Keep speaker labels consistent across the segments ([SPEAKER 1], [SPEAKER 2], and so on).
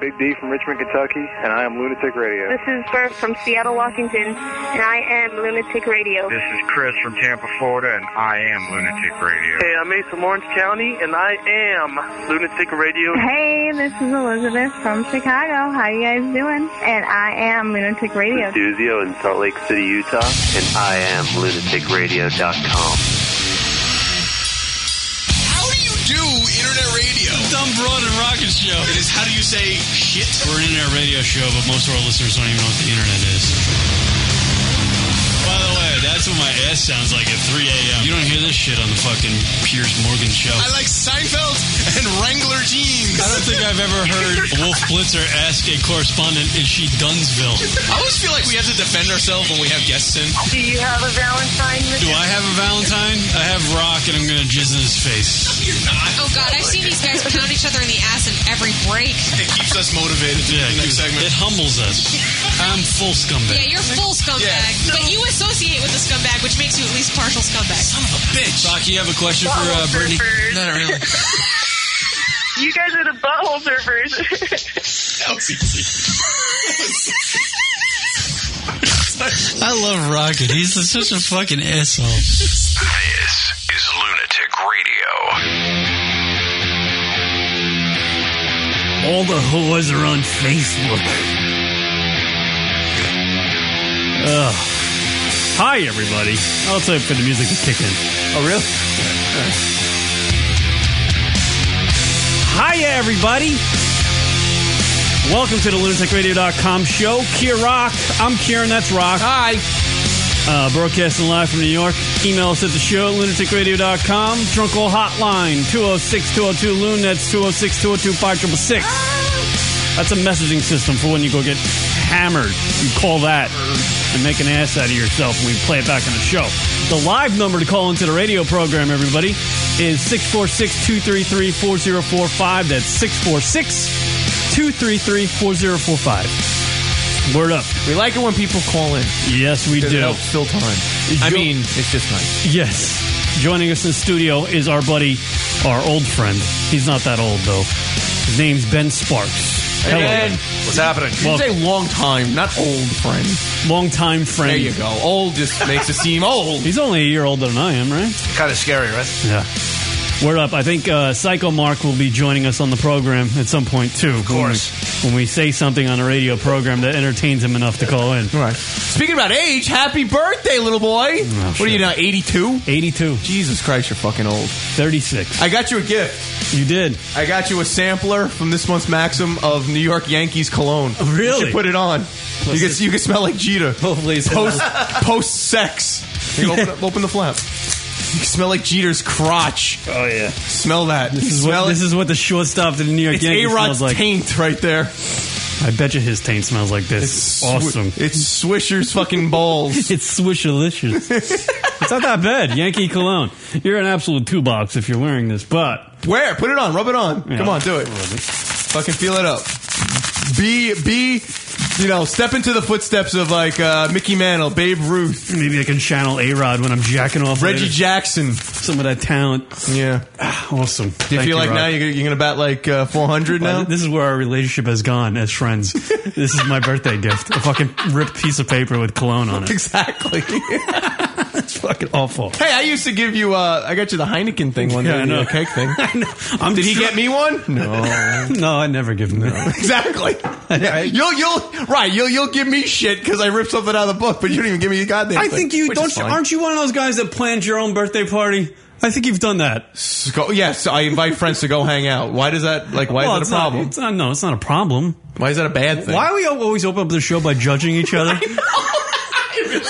[SPEAKER 1] Big D from Richmond, Kentucky, and I am Lunatic Radio.
[SPEAKER 2] This is Bert from Seattle, Washington, and I am Lunatic Radio.
[SPEAKER 3] This is Chris from Tampa, Florida, and I am Lunatic Radio.
[SPEAKER 4] Hey, I'm Ace from Orange County, and I am Lunatic Radio.
[SPEAKER 5] Hey, this is Elizabeth from Chicago. How you guys doing? And I am Lunatic Radio.
[SPEAKER 6] Duzio in Salt Lake City, Utah, and I am lunaticradio.com.
[SPEAKER 7] How do you do internet radio? Dumb Broad and Rocket Show. It is how do you say shit?
[SPEAKER 8] We're an internet radio show, but most of our listeners don't even know what the internet is. By the way, that's what my ass sounds like at 3 a.m. You don't hear this shit on the fucking Piers Morgan show.
[SPEAKER 7] I like Seinfeld and Wrangler jeans.
[SPEAKER 8] I don't think I've ever heard Wolf Blitzer ask a correspondent, is she Dunsville?
[SPEAKER 7] I always feel like we have to defend ourselves when we have guests in.
[SPEAKER 2] Do you have a Valentine?
[SPEAKER 8] Do I have a Valentine? I have rock and I'm gonna jizz in his face.
[SPEAKER 9] Oh God, I've seen these guys pound each other in the ass in every break.
[SPEAKER 7] It keeps us motivated to do
[SPEAKER 8] Yeah,
[SPEAKER 7] the next
[SPEAKER 8] it-
[SPEAKER 7] segment.
[SPEAKER 8] it humbles us. I'm full
[SPEAKER 9] Yeah,
[SPEAKER 8] scumbag.
[SPEAKER 9] you're full scumbag,
[SPEAKER 7] Yeah.
[SPEAKER 9] but you associate with a scumbag, which makes you at least partial scumbag.
[SPEAKER 7] Son of a bitch.
[SPEAKER 8] Doc, you have a question for uh, Brittany?
[SPEAKER 2] surfers.
[SPEAKER 7] Not really.
[SPEAKER 2] You guys are the butthole surfers.
[SPEAKER 7] That was easy.
[SPEAKER 8] I love Rocket. He's such a fucking asshole.
[SPEAKER 10] This is Lunatic Radio.
[SPEAKER 11] All the whores are on Facebook. Ugh. Hi, everybody. I'll type for the music to kick in. Oh, really? Hi, everybody. Welcome to the lunaticradio.com show. Kier Rock. I'm Kieran. That's Rock. Hi. Uh, broadcasting live from New York. Email us at the show, lunaticradio.com. Drunk Old Hotline, 206 202 Loon. That's 206 202 5666. That's a messaging system for when you go get hammered. You call that and make an ass out of yourself, and we play it back on the show. The live number to call into the radio program, everybody, is 646 233 4045. That's 646 233 4045. Word up.
[SPEAKER 12] We like it when people call in.
[SPEAKER 11] Yes, we
[SPEAKER 12] It
[SPEAKER 11] do.
[SPEAKER 12] helps fill time. I
[SPEAKER 11] Jo-
[SPEAKER 12] mean, it's just nice.
[SPEAKER 11] Yes. Joining us in the studio is our buddy, our old friend. He's not that old, though. His name's Ben Sparks. Hello.
[SPEAKER 12] And
[SPEAKER 11] Ben.
[SPEAKER 12] what's happening? You
[SPEAKER 11] Well-
[SPEAKER 12] say long time, not old friend.
[SPEAKER 11] Longtime friend.
[SPEAKER 12] There you go. Old just makes it seem old.
[SPEAKER 11] He's only a year older than I am, right?
[SPEAKER 3] Kind of scary, right?
[SPEAKER 11] Yeah. Word up. I think uh, Psycho Mark will be joining us on the program at some point, too. Of
[SPEAKER 3] course.
[SPEAKER 11] When we, when we say something on a radio program that entertains him enough to call in.
[SPEAKER 12] All right. Speaking about age, happy birthday, little boy. what are you
[SPEAKER 11] shit.
[SPEAKER 12] now, 82?
[SPEAKER 11] 82.
[SPEAKER 12] Jesus Christ, you're fucking old.
[SPEAKER 11] 36.
[SPEAKER 12] I got you a gift.
[SPEAKER 11] You did.
[SPEAKER 12] I got you a sampler from this month's Maxim of New York Yankees cologne.
[SPEAKER 11] really?
[SPEAKER 12] You should put it on. You can, you can smell like Jeter.
[SPEAKER 11] Hopefully it's-
[SPEAKER 12] post post sex. Open, up- open the flap. You can smell like Jeter's crotch.
[SPEAKER 11] Oh, yeah.
[SPEAKER 12] Smell that.
[SPEAKER 11] This is,
[SPEAKER 12] smell
[SPEAKER 11] what,
[SPEAKER 12] it.
[SPEAKER 11] this is what the shortstop to the New York
[SPEAKER 12] It's
[SPEAKER 11] Yankees
[SPEAKER 12] A Rod's
[SPEAKER 11] smells like.
[SPEAKER 12] taint right there.
[SPEAKER 11] I bet you his taint smells like this.
[SPEAKER 12] Swi-
[SPEAKER 11] awesome.
[SPEAKER 12] It's Swisher's fucking balls.
[SPEAKER 11] It's swishalicious. it's not that bad. Yankee cologne. You're an absolute two box if you're wearing this, but
[SPEAKER 12] Where? Put it on. Rub it on.
[SPEAKER 11] Yeah.
[SPEAKER 12] Come on, do it. Fucking feel it up. Be be, you know, step into the footsteps of like uh, Mickey Mantle, Babe Ruth,
[SPEAKER 11] maybe I can channel A Rod when I'm jacking off.
[SPEAKER 12] Reggie
[SPEAKER 11] later.
[SPEAKER 12] Jackson.
[SPEAKER 11] some of that talent.
[SPEAKER 12] Yeah.
[SPEAKER 11] Ah, Awesome.
[SPEAKER 12] Do you feel like now you're, gonna- you're gonna bat like uh, 400 now?
[SPEAKER 11] This is where our relationship has gone as friends. this is my birthday gift. A fucking ripped piece of paper with cologne on it.
[SPEAKER 12] exactly. hey,
[SPEAKER 11] It's fucking awful.
[SPEAKER 12] I used to give you. Uh, I got you the Heineken thing one
[SPEAKER 11] Yeah,
[SPEAKER 12] day.
[SPEAKER 11] I
[SPEAKER 12] and
[SPEAKER 11] know.
[SPEAKER 12] the cake thing.
[SPEAKER 11] I'm
[SPEAKER 12] Did he get me one? No.
[SPEAKER 11] No, I never give him that.
[SPEAKER 12] Exactly. Yeah, you'll you'll right. You'll you'll give me shit because I ripped something out of the book, but you don't even give me a goddamn.
[SPEAKER 11] I
[SPEAKER 12] thing,
[SPEAKER 11] think you
[SPEAKER 12] which is
[SPEAKER 11] don't. You,
[SPEAKER 12] fine.
[SPEAKER 11] aren't you one of those guys that planned your own birthday party? I think you've done that.
[SPEAKER 12] S- go- yes, I invite friends to go hang out. Why does that like? Why
[SPEAKER 11] Well,
[SPEAKER 12] is
[SPEAKER 11] it's
[SPEAKER 12] that a
[SPEAKER 11] not-
[SPEAKER 12] problem?
[SPEAKER 11] it's not, no, it's not a problem.
[SPEAKER 12] why is that a bad thing?
[SPEAKER 11] Why do we always open up the show by judging each other?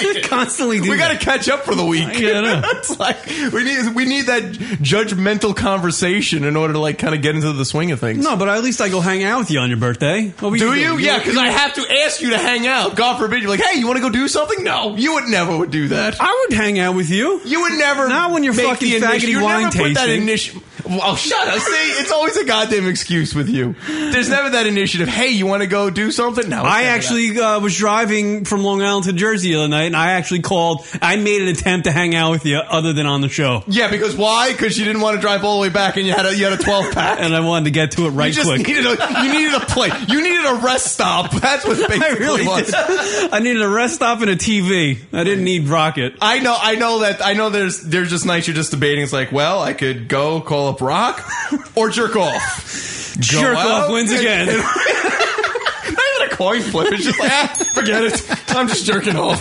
[SPEAKER 11] we constantly do
[SPEAKER 12] we got to
[SPEAKER 11] that.
[SPEAKER 12] catch up for the week?
[SPEAKER 11] Yeah, I know.
[SPEAKER 12] it's like we need we need that judgmental conversation in order to like kind of get into the swing of things.
[SPEAKER 11] No, but at least I go hang out with you on your birthday. What were
[SPEAKER 12] Do you?
[SPEAKER 11] doing?
[SPEAKER 12] Yeah, because I have to ask you to hang out. God forbid you're like, hey, you want to go do something? No, you would never would do that.
[SPEAKER 11] I would hang out with you.
[SPEAKER 12] You would never.
[SPEAKER 11] Not when you're
[SPEAKER 12] make
[SPEAKER 11] fucking
[SPEAKER 12] the initi-
[SPEAKER 11] faggoty
[SPEAKER 12] you
[SPEAKER 11] wine
[SPEAKER 12] never Put that
[SPEAKER 11] tasting.
[SPEAKER 12] initi- Oh, shut up. See, it's always a goddamn excuse with you. There's never that initiative. Hey, you want to go do something? No. it's never
[SPEAKER 11] I
[SPEAKER 12] that.
[SPEAKER 11] actually uh, was driving from Long Island to Jersey the other night, and I actually called. I made an attempt to hang out with you, other than on the show.
[SPEAKER 12] Yeah, because why? Because you didn't want to drive all the way back, and you had a you had a twelve pack,
[SPEAKER 11] and I wanted to get to it right
[SPEAKER 12] you just
[SPEAKER 11] quick.
[SPEAKER 12] Needed a, you needed a play. You needed a rest stop. That's what basically
[SPEAKER 11] I really
[SPEAKER 12] was.
[SPEAKER 11] did. I needed a rest stop and a TV. I didn't need Rocket.
[SPEAKER 12] I know, I know that, I know. There's, there's just nights you're just debating. It's like, well, I could go call up Rock or jerk off. Go
[SPEAKER 11] Jerk off
[SPEAKER 12] out
[SPEAKER 11] wins
[SPEAKER 12] and-
[SPEAKER 11] again.
[SPEAKER 12] and- Not even a coin flip. It's just like, ah, forget it. I'm just jerking off.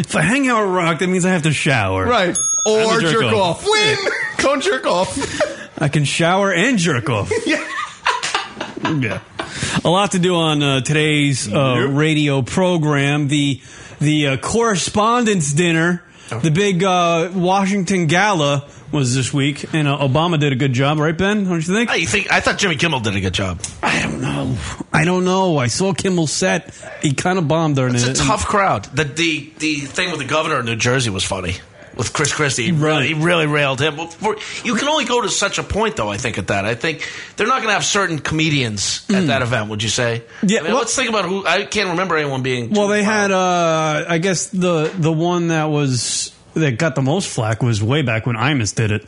[SPEAKER 11] If I hang out with Rock, that means I have to shower.
[SPEAKER 12] Right.
[SPEAKER 11] I'm a
[SPEAKER 12] Or jerk, off.
[SPEAKER 11] off.
[SPEAKER 12] Win. Don't jerk off.
[SPEAKER 11] I can shower and jerk off. yeah. A lot to do on uh, today's uh, radio program. The the uh, correspondence dinner, the big uh, Washington gala was this week, and uh, Obama did a good job, right, Ben? Don't you think?
[SPEAKER 13] I think I thought Jimmy Kimmel did a good job.
[SPEAKER 11] I don't know. I don't know. I saw Kimmel set. He kind of bombed during
[SPEAKER 13] It's
[SPEAKER 11] it.
[SPEAKER 13] a tough crowd. The the the thing with the governor of New Jersey was funny with Chris Christie. He really, he really railed him. Well, for- You can only go to such a point, though. I think at that, I think they're not going to have certain comedians
[SPEAKER 11] Mm.
[SPEAKER 13] at that event. Would you say? Yeah. let's think about who. I can't remember anyone being.
[SPEAKER 11] Well, they had, uh, I guess the the one that was that got the most flack was way back when Imus did it.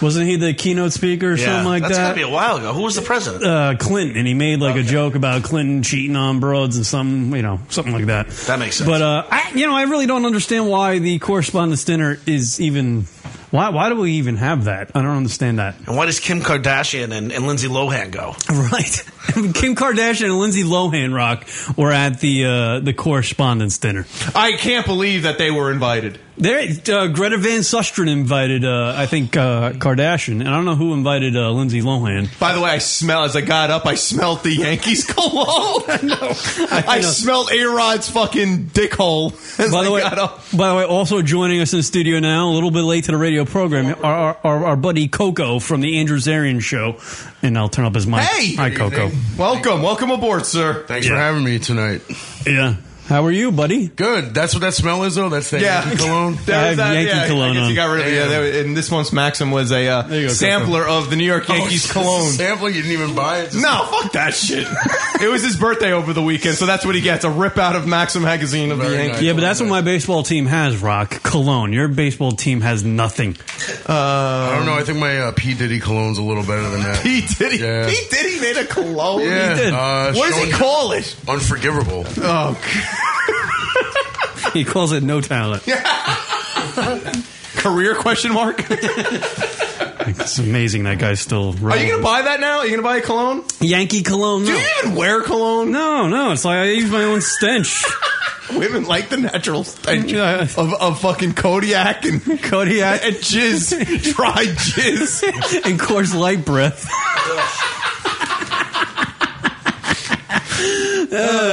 [SPEAKER 11] Wasn't he the keynote speaker or something like
[SPEAKER 13] That's
[SPEAKER 11] that?
[SPEAKER 13] to be a while ago. Who was the president?
[SPEAKER 11] uh, Clinton, and he made like a joke about Clinton cheating on broads and some, you know, something like that.
[SPEAKER 13] That makes sense.
[SPEAKER 11] But uh, I, you know, I really don't understand why the correspondence dinner is even. Why? Why do we even have that? I don't understand that.
[SPEAKER 13] and why does Kim Kardashian and, and Lindsay Lohan go?
[SPEAKER 11] Right. Kim Kardashian and Lindsay Lohan rock were at the uh, the correspondence dinner.
[SPEAKER 12] I can't believe that they were invited.
[SPEAKER 11] There, uh, Greta Van Susteren invited, uh, I think, uh, Kardashian, and I don't know who invited uh, Lindsay Lohan.
[SPEAKER 12] By the way, I smell as I got up. I smelled the Yankees cologne. I, know. I
[SPEAKER 11] know.
[SPEAKER 12] smelled A Rod's fucking dick hole. As
[SPEAKER 11] By the
[SPEAKER 12] I
[SPEAKER 11] way,
[SPEAKER 12] got up.
[SPEAKER 11] by the way, also joining us in the studio now, a little bit late to the radio program, our our, our, our buddy Coco from the Andrew Zarian Show, and I'll turn up his mic.
[SPEAKER 12] Hey!
[SPEAKER 11] hi
[SPEAKER 12] Good
[SPEAKER 11] Coco.
[SPEAKER 12] evening. Welcome, welcome aboard, sir.
[SPEAKER 14] Thanks for having me tonight.
[SPEAKER 11] Yeah. How are you, buddy?
[SPEAKER 14] Good. That's what that smell is, though. That's that
[SPEAKER 12] Yeah.
[SPEAKER 14] Yankee cologne.
[SPEAKER 12] That was that- yeah, I guess you got rid of it. Yeah,
[SPEAKER 14] Damn.
[SPEAKER 12] that was- and this month's Maxim was a uh,
[SPEAKER 14] go, Coco.
[SPEAKER 12] sampler of the New York
[SPEAKER 14] Oh,
[SPEAKER 12] Yankees
[SPEAKER 14] it's just a
[SPEAKER 12] cologne.
[SPEAKER 14] Sample. You didn't even buy it.
[SPEAKER 12] No, fuck that shit. it was his birthday over the weekend, so that's what he gets—a rip out of Maxim magazine of the Yankees.
[SPEAKER 11] Yeah, but that's what my baseball team has. Rock Cologne. Your baseball team has nothing.
[SPEAKER 14] I don't know. I think my uh, P Diddy cologne's a little better than that.
[SPEAKER 12] P Diddy.
[SPEAKER 14] Yeah.
[SPEAKER 12] He did. He made a cologne.
[SPEAKER 14] Yeah. Uh,
[SPEAKER 12] what does he
[SPEAKER 14] showing-
[SPEAKER 12] call it?
[SPEAKER 14] Unforgivable.
[SPEAKER 12] Oh,
[SPEAKER 11] he calls it no talent.
[SPEAKER 12] Career question mark?
[SPEAKER 11] It's amazing that guy's still.
[SPEAKER 12] Are you gonna
[SPEAKER 11] relevant.
[SPEAKER 12] buy that now? Are you gonna buy a cologne?
[SPEAKER 11] Yankee cologne?
[SPEAKER 12] Do
[SPEAKER 11] No.
[SPEAKER 12] you even wear cologne?
[SPEAKER 11] No, no. It's like I use my own stench.
[SPEAKER 12] Women like the natural stench of, of fucking Kodiak and
[SPEAKER 11] Kodiak
[SPEAKER 12] and jizz, dry jizz,
[SPEAKER 11] and Coors Light breath.
[SPEAKER 12] all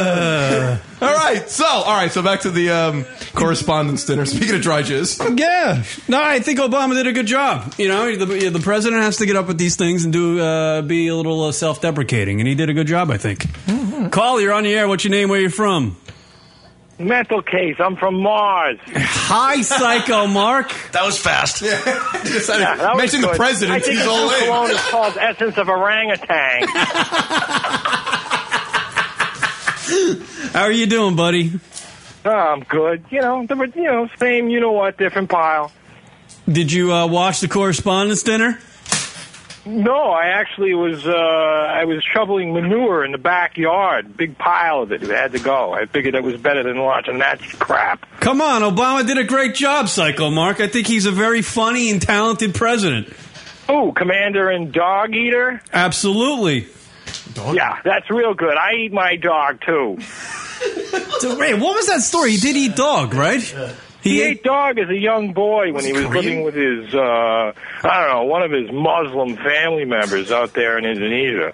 [SPEAKER 12] right, so all right, so back to the um, correspondence dinner. Speaking of dry jizz,
[SPEAKER 11] Yeah. No, I think Obama did a good job. You know, the, the president has to get up with these things and do uh, be a little uh, self deprecating, and he did a good job, I think.
[SPEAKER 3] Mm-hmm.
[SPEAKER 11] Call, you're on the air. What's your name? Where you from?
[SPEAKER 3] Mental case. I'm from Mars.
[SPEAKER 11] Hi, Psycho Mark.
[SPEAKER 13] That was fast.
[SPEAKER 3] Yeah, that was
[SPEAKER 12] mention the
[SPEAKER 3] good.
[SPEAKER 12] president,
[SPEAKER 3] I think
[SPEAKER 12] he's
[SPEAKER 3] the
[SPEAKER 12] all
[SPEAKER 3] new
[SPEAKER 12] in.
[SPEAKER 3] cologne is called Essence of Orangutan.
[SPEAKER 11] How are you doing, buddy?
[SPEAKER 3] oh, I'm good. You know, the, you know, same. You know what? Different pile.
[SPEAKER 11] Did you uh, watch the correspondence dinner?
[SPEAKER 3] No, I actually was. Uh, I was shoveling manure in the backyard. Big pile of it. It had to go. I figured it was better than watching that crap.
[SPEAKER 11] Come on, Obama did a great job, Psycho Mark. I think he's a very funny and talented president.
[SPEAKER 3] Ooh, Commander and Dog Eater.
[SPEAKER 11] Absolutely.
[SPEAKER 3] Yeah, that's real good. I eat my dog too.
[SPEAKER 11] So, wait, what was that story? He did eat dog, right?
[SPEAKER 3] He, ate, dog as a young boy when he was
[SPEAKER 11] Korean?
[SPEAKER 3] living with his, uh, I don't know, one of his Muslim family members out there in Indonesia.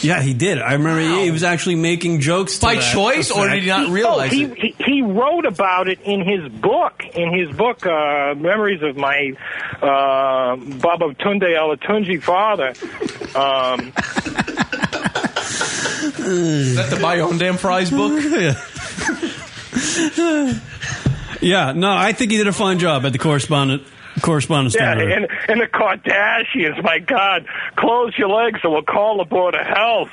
[SPEAKER 11] Yeah, he did. I remember he was actually making jokes to
[SPEAKER 3] By
[SPEAKER 11] that
[SPEAKER 3] choice, or
[SPEAKER 11] effect.
[SPEAKER 3] did he not realize Oh, He, he, he wrote about it in his book, in his book, uh, Memories of My uh, Baba Tunde Alatunji Father. Um,
[SPEAKER 12] is that the buy your own damn fries book?
[SPEAKER 11] yeah, no, I think he did a fine job at the correspondent Correspondence
[SPEAKER 3] Yeah,
[SPEAKER 11] down there.
[SPEAKER 3] and, and the Kardashians, my God, close your legs or we'll call the Board of Health.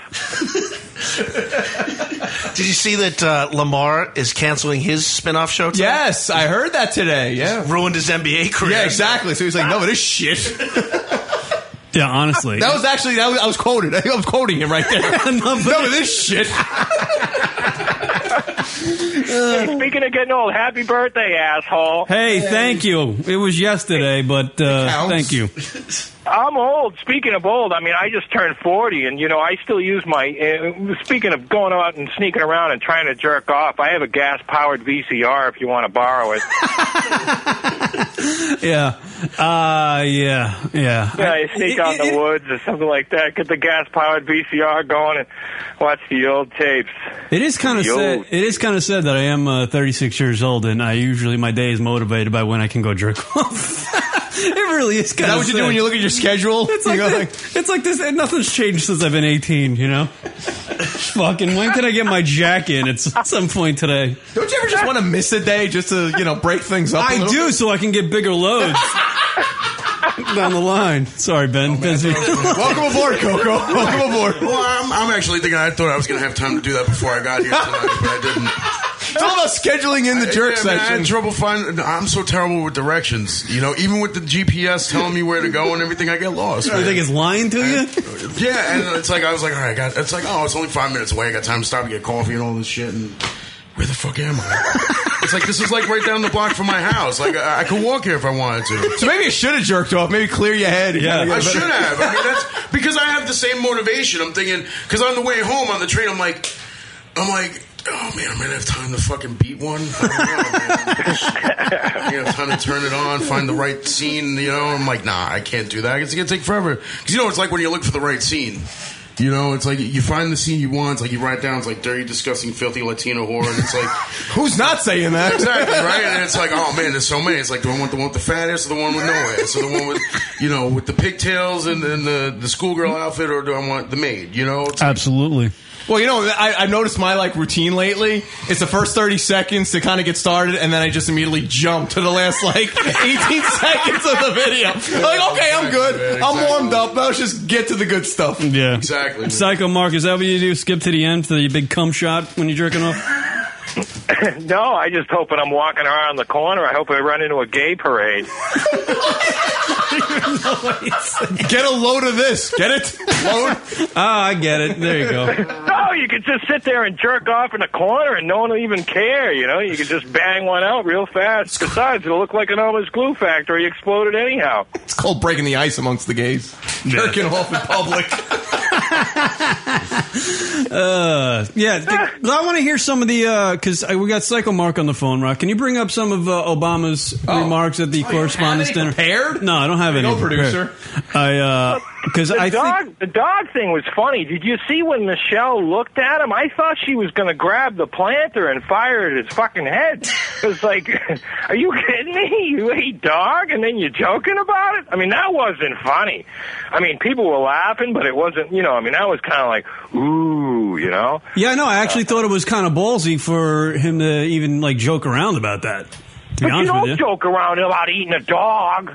[SPEAKER 15] Did you see that uh, Lamar is canceling his spinoff show? Today?
[SPEAKER 12] Yes, I heard that today. Yeah,
[SPEAKER 15] ruined his NBA career.
[SPEAKER 12] Yeah, exactly. So he's like, no, it is shit.
[SPEAKER 11] Yeah, honestly.
[SPEAKER 12] That was actually that was, I was quoted. I was quoting him right there. no, but this shit.
[SPEAKER 3] Hey, speaking of getting old, happy birthday, asshole.
[SPEAKER 11] Hey, thank you. It was yesterday, but uh,
[SPEAKER 3] counts.
[SPEAKER 11] thank you.
[SPEAKER 3] I'm old. Speaking of old, I mean, I just turned 40, and, you know, I still use my. Uh, speaking of going out and sneaking around and trying to jerk off, I have a gas powered VCR if you want to borrow it.
[SPEAKER 11] Yeah, uh, yeah, yeah.
[SPEAKER 3] Yeah, you sneak out in the woods or something like that. Get the gas powered VCR going and watch the old tapes.
[SPEAKER 11] It is kind of
[SPEAKER 3] Yo.
[SPEAKER 11] sad. It is kind of sad that I am uh, 36 years old, and I usually my day is motivated by when I can go jerk off. it really is
[SPEAKER 12] Is
[SPEAKER 11] kind
[SPEAKER 12] that
[SPEAKER 11] of.
[SPEAKER 12] what you do when you look at your schedule?
[SPEAKER 11] It's
[SPEAKER 12] You
[SPEAKER 11] like,
[SPEAKER 12] go
[SPEAKER 11] thi-
[SPEAKER 12] like-
[SPEAKER 11] it's like this. and Nothing's changed since I've been 18. You know, fucking. When can I get my jack in? It's at some point today.
[SPEAKER 12] Don't you ever just want to miss a day just to you know break things up? a
[SPEAKER 11] I
[SPEAKER 12] little
[SPEAKER 11] do, so I can get bigger loads down the line. Sorry, Ben. Ben's
[SPEAKER 12] Oh, Welcome aboard, Coco. Welcome aboard.
[SPEAKER 13] Well, I'm, I'm actually thinking I thought I was going to have time to do that before I got here tonight, but I didn't.
[SPEAKER 12] It's all about scheduling in the jerk
[SPEAKER 13] I, man, I
[SPEAKER 12] section.
[SPEAKER 13] had trouble finding. I'm so terrible with directions. You know, even with the GPS telling me where to go and everything, I get lost.
[SPEAKER 11] You think it's lying to you?
[SPEAKER 13] Yeah, and it's like I was like, all right, I got. It's like, oh, it's only five minutes away. I got time to stop and get coffee and all this shit. And where the fuck am I? it's like this is like right down the block from my house. Like I, I could walk here if I wanted to.
[SPEAKER 12] So maybe you should have jerked off. Maybe clear your head. and kinda get
[SPEAKER 13] I
[SPEAKER 12] better.
[SPEAKER 13] should have. I mean, that's because I have the same motivation. I'm thinking because on the way home on the train, I'm like, I'm like, oh man, I'm gonna have time to fucking beat one. I don't know, man. You know, time to turn it on, find the right scene. You know, I'm like, nah, I can't do that. It's gonna take forever. Because you know, it's like when you look for the right scene. You know, it's like you find the scene you want. It's like you write down, it's like dirty, disgusting, filthy Latino whore, and it's like
[SPEAKER 12] Who's not saying that?
[SPEAKER 13] Exactly, right? And it's like, oh man, there's so many. It's like, do I want the one with the fat ass or the one with no ass? Or the one with, you know, with the pigtails and, and the, the schoolgirl outfit, or do I want the maid? You know? It's-
[SPEAKER 11] Absolutely.
[SPEAKER 12] Well, you know, I, I've noticed my like routine lately. It's the first thirty seconds to kind of get started, and then I just immediately jump to the last like eighteen seconds of the video. Like, okay, I'm good. I'm warmed up. Now let's just get to the good stuff.
[SPEAKER 11] Yeah,
[SPEAKER 13] exactly.
[SPEAKER 11] Psycho Mark, is that what you do? Skip to the end for the big cum shot when you're jerking off?
[SPEAKER 3] no, I just hope when I'm walking around the corner, I hope I run into a gay parade.
[SPEAKER 12] Get a load of this. Get it? Load.
[SPEAKER 11] ah, I get it. There you go.
[SPEAKER 3] no, you could just sit there and jerk off in a corner and no one will even care, you know? You could just bang one out real fast. Besides, it'll look like an Elmer's glue factory exploded anyhow.
[SPEAKER 12] It's called breaking the ice amongst the gays. Jerking off in public.
[SPEAKER 11] Uh, yeah, th- I want to hear some of the because we got Psycho Mark on the phone. Rock, can you bring up some of uh, Obama's
[SPEAKER 3] Oh.
[SPEAKER 11] remarks at the correspondence
[SPEAKER 12] have any
[SPEAKER 11] dinner? No, I don't have
[SPEAKER 12] There
[SPEAKER 11] any.
[SPEAKER 12] you go,
[SPEAKER 11] prepared. I because
[SPEAKER 3] The
[SPEAKER 11] I think
[SPEAKER 3] dog, the dog thing was funny. Did you see when Michelle looked at him? I thought she was going to grab the planter and fire at his fucking head. It was like, are you kidding me? You ate dog, and then you're joking about it? I mean, that wasn't funny. I mean, people were laughing, but it wasn't. You know, I mean, that was kind of like, ooh, you know.
[SPEAKER 11] yeah, no, I actually thought it was kind of ballsy for him to even like joke around about that. To be
[SPEAKER 3] But you
[SPEAKER 11] honest
[SPEAKER 3] don't
[SPEAKER 11] with you,
[SPEAKER 3] joke around about eating a dog.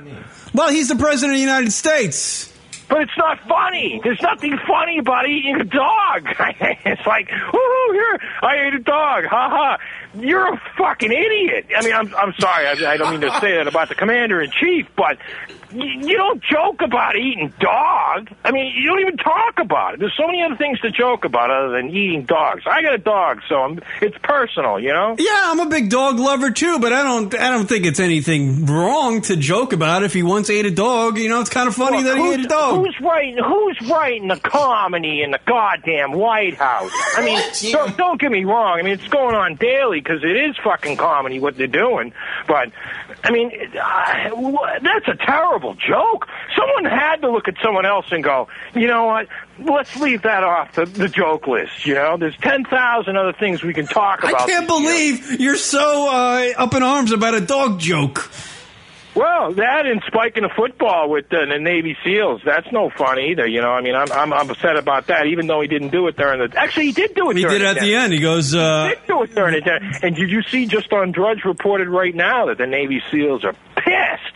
[SPEAKER 11] Well, he's the president of the United States.
[SPEAKER 3] But it's not funny. There's nothing funny about eating a dog. it's like, woohoo, here, I ate a dog. Ha ha. You're a fucking idiot. I mean, I'm, I'm sorry. I, I don't mean to say that about the commander in chief, but you, you don't joke about eating dog. I mean, you don't even talk about it. There's so many other things to joke about other than eating dogs. I got a dog, so I'm, it's personal, you know?
[SPEAKER 11] Yeah, I'm a big dog lover too, but I don't. I don't think it's anything wrong to joke about. If he once ate a dog, you know, it's kind of funny that he
[SPEAKER 3] who's,
[SPEAKER 11] ate a dog.
[SPEAKER 3] Who's writing? Who's writing the comedy in the goddamn White House? I mean, don't, don't get me wrong. I mean, it's going on daily because it is fucking comedy what they're doing. But I mean, I, wha- that's a terrible joke. Someone had to look at someone else and go, you know what? Let's leave that off the, the joke list. You know, there's ten thousand other things we can talk about.
[SPEAKER 11] I can't
[SPEAKER 3] this year.
[SPEAKER 11] believe you're so uh, up in arms about a dog joke.
[SPEAKER 3] Well, that and spiking the football with the, the Navy SEALs, that's no fun either. You know, I mean, I'm, I'm upset about that, even though he didn't do it during the. Actually, he did do it
[SPEAKER 11] He
[SPEAKER 3] during
[SPEAKER 11] did it at the end. He goes, uh,
[SPEAKER 3] He did do it during the day. And did you see just on Drudge reported right now that the Navy SEALs are pissed?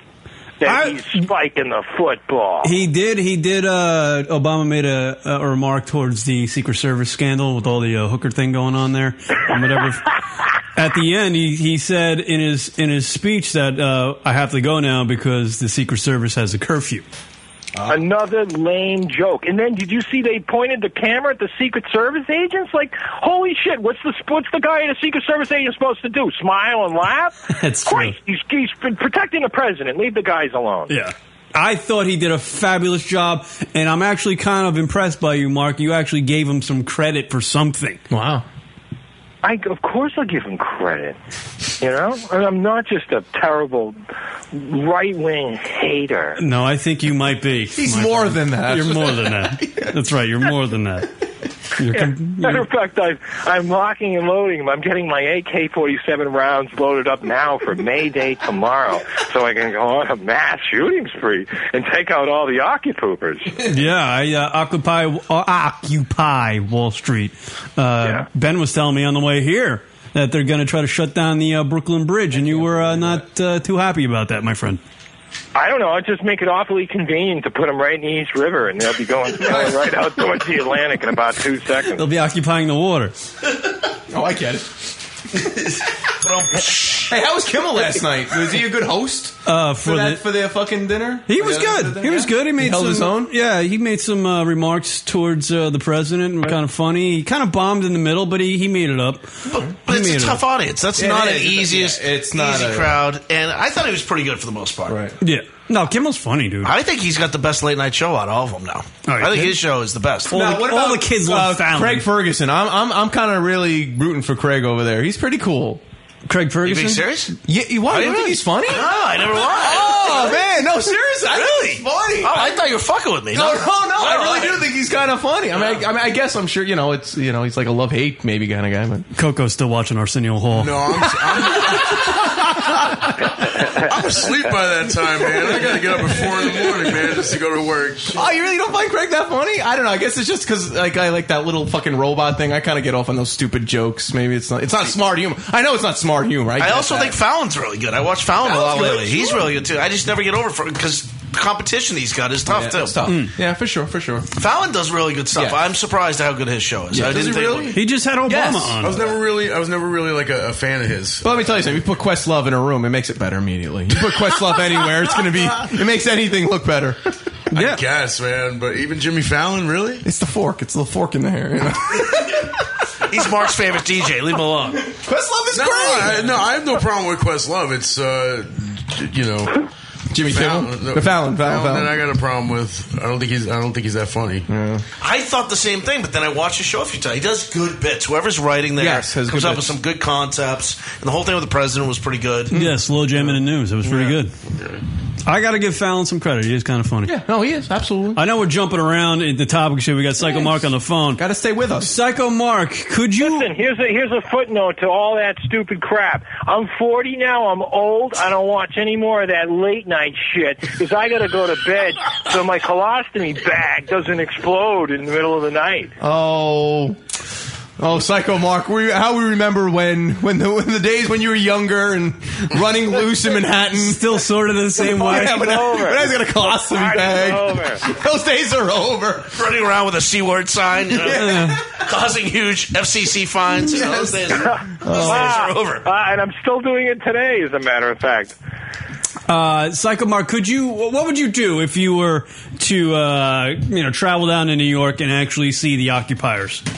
[SPEAKER 2] that he's spiking the football.
[SPEAKER 11] He did. He did. Uh, Obama made a, a remark towards the Secret Service scandal with all the uh, hooker thing going on there and whatever. At the end, he, he said in his in his speech that uh, I have to go now because the Secret Service has a curfew.
[SPEAKER 2] Another lame joke. And then did you see they pointed the camera at the Secret Service agents? Like, holy shit! What's the what's the guy at a Secret Service agent supposed to do? Smile and laugh?
[SPEAKER 11] That's uh,
[SPEAKER 2] Christ, he's, he's protecting the president. Leave the guys alone.
[SPEAKER 11] Yeah. I thought he did a fabulous job, and I'm actually kind of impressed by you, Mark. You actually gave him some credit for something.
[SPEAKER 2] Wow. I, of course, I'll give him credit. You know, and I'm not just a terrible right wing hater.
[SPEAKER 11] No, I think you might be.
[SPEAKER 12] He's
[SPEAKER 11] my
[SPEAKER 12] more
[SPEAKER 11] friend.
[SPEAKER 12] than that.
[SPEAKER 11] You're more than that. That's right. You're more than that. You're
[SPEAKER 2] Yeah.
[SPEAKER 11] com-
[SPEAKER 2] Matter of fact, I've, I'm locking and loading them. I'm getting my AK-47 rounds loaded up now for May Day tomorrow, so I can go on a mass shooting spree and take out all the occupoopers.
[SPEAKER 11] yeah, I uh, occupy uh, occupy Wall Street. Uh, Ben was telling me on the way here that they're going to try to shut down the uh, Brooklyn Bridge, and you were uh, not uh, too happy about that, my friend.
[SPEAKER 2] I don't know. I just make it awfully convenient to put them right in the East River, and they'll be going going right out towards the Atlantic in about two seconds.
[SPEAKER 11] They'll be occupying the water.
[SPEAKER 12] Oh, I get it. hey, how was Kimmel last night? Was he a good host
[SPEAKER 11] Uh, for
[SPEAKER 12] for
[SPEAKER 11] the-
[SPEAKER 12] that for their fucking dinner?
[SPEAKER 11] He
[SPEAKER 12] For
[SPEAKER 11] was
[SPEAKER 12] the- for
[SPEAKER 11] good.
[SPEAKER 12] the
[SPEAKER 11] He was
[SPEAKER 12] dinner?
[SPEAKER 11] good. He made
[SPEAKER 12] held
[SPEAKER 11] some,
[SPEAKER 12] his own.
[SPEAKER 11] Yeah, he made some uh, remarks towards uh, the president. and Kind of funny. He kind of bombed in the middle, but he, he made it up. But,
[SPEAKER 13] It's a tough audience. That's not an easiest,
[SPEAKER 12] it's not
[SPEAKER 13] easy
[SPEAKER 12] a-
[SPEAKER 13] crowd. And I thought he was pretty good for the most part. Right.
[SPEAKER 11] Yeah. No, Kimmel's funny, dude.
[SPEAKER 13] I think he's got the best late night show out of all of them now. I think
[SPEAKER 12] kid?
[SPEAKER 13] his show is the best.
[SPEAKER 12] Now, what about, uh, Craig Ferguson. I'm I'm I'm kind of really rooting for Craig over there. He's pretty cool.
[SPEAKER 11] Craig
[SPEAKER 13] being Ferguson? serious?
[SPEAKER 12] Yeah, you what?
[SPEAKER 13] Are
[SPEAKER 12] You
[SPEAKER 13] you
[SPEAKER 12] don't think
[SPEAKER 13] really?
[SPEAKER 12] he's funny?
[SPEAKER 13] No, I never was.
[SPEAKER 12] Oh man, no, seriously, I
[SPEAKER 13] Really?
[SPEAKER 12] think he's funny.
[SPEAKER 13] Oh, I thought you were fucking with me.
[SPEAKER 12] No, no, no. I
[SPEAKER 13] No,
[SPEAKER 12] really do think he's kind of funny. I mean, I, I mean, I guess I'm sure you know it's you know he's like a love hate maybe kind of guy, but
[SPEAKER 11] Coco's still watching Arsenio Hall.
[SPEAKER 12] No,
[SPEAKER 3] I'm asleep by that time, man. I gotta get up at four in the morning, man, just to go to work.
[SPEAKER 12] Oh, you really don't find Craig that funny? I don't know. I guess it's just because like I like that little fucking robot thing. I kind of get off on those stupid jokes. Maybe it's not. It's not smart humor. I know it's not smart humor. I,
[SPEAKER 13] I
[SPEAKER 12] get
[SPEAKER 13] also
[SPEAKER 12] that.
[SPEAKER 13] think Fallon's really good. I watch Fallon a lot
[SPEAKER 12] Fallon's good,
[SPEAKER 13] lately. He's
[SPEAKER 12] sure.
[SPEAKER 13] really good too. I just never get over for because the competition he's got is tough
[SPEAKER 12] yeah,
[SPEAKER 13] too. Mm.
[SPEAKER 12] it's tough. Yeah, for sure, for sure.
[SPEAKER 13] Fallon does really good stuff.
[SPEAKER 3] Yeah.
[SPEAKER 13] I'm surprised how good his show is.
[SPEAKER 12] Yeah,
[SPEAKER 13] I
[SPEAKER 12] does
[SPEAKER 13] didn't
[SPEAKER 12] he
[SPEAKER 13] think
[SPEAKER 12] really?
[SPEAKER 11] He just had Obama on.
[SPEAKER 3] I was never really, I was never really like a, a fan of his.
[SPEAKER 12] But let me tell you something. You put Questlove in a room, it makes it better immediately. You put Questlove anywhere, it's going to be. It makes anything look better.
[SPEAKER 3] I guess, man. But even Jimmy Fallon, really?
[SPEAKER 12] It's the fork. It's the fork in there. You know?
[SPEAKER 13] he's Mark's favorite DJ. Leave him alone.
[SPEAKER 12] Hmm. Questlove is
[SPEAKER 3] no,
[SPEAKER 12] great.
[SPEAKER 3] I, no, I have no problem with Questlove. It's uh, j- you know,
[SPEAKER 12] Jimmy Kimmel?
[SPEAKER 3] no,
[SPEAKER 12] The Fallon, Fallon, Fallon.
[SPEAKER 3] That I got a problem with. I don't think he's. I don't think he's that funny.
[SPEAKER 13] I thought the same thing, but then I watched his show a few times. He does good bits. Whoever's writing there
[SPEAKER 11] Yes, has
[SPEAKER 13] comes
[SPEAKER 11] good
[SPEAKER 13] up with
[SPEAKER 11] bits.
[SPEAKER 13] some good concepts, and the whole thing with the president was pretty good.
[SPEAKER 11] Yeah, slow jamming the news. It was pretty good. I got to give Fallon some credit. He is kind of funny.
[SPEAKER 12] Yeah, no, he is absolutely.
[SPEAKER 11] I know we're jumping around at the topic show. We got Psycho Mark on the phone. Got
[SPEAKER 12] to stay with us.
[SPEAKER 11] Psycho Mark, could you?
[SPEAKER 2] Listen, here's a here's a footnote to all that stupid crap. I'm 40 now. I'm old. I don't watch any more of that late night shit because I got to go to bed so my colostomy bag doesn't explode in the middle of the night.
[SPEAKER 12] Oh. Oh, Psycho Mark, we, how we remember when when the, when the days when you were younger and running loose in Manhattan. Oh,
[SPEAKER 11] Still sort of the same
[SPEAKER 13] way.
[SPEAKER 12] Yeah, when, I-
[SPEAKER 13] Over.
[SPEAKER 12] when I was going to colostomy
[SPEAKER 13] Party's
[SPEAKER 12] bag.
[SPEAKER 13] over.
[SPEAKER 12] Those days are over.
[SPEAKER 13] Running around with a C word sign, you know,
[SPEAKER 12] Yeah.
[SPEAKER 13] causing huge FCC fines. You know, those days, those days are over.
[SPEAKER 2] Uh, and I'm still doing it today, as a matter of fact.
[SPEAKER 11] Uh, Psycho Mark, could you? What would you do if you were to, uh, you know, travel down to New York and actually see the occupiers?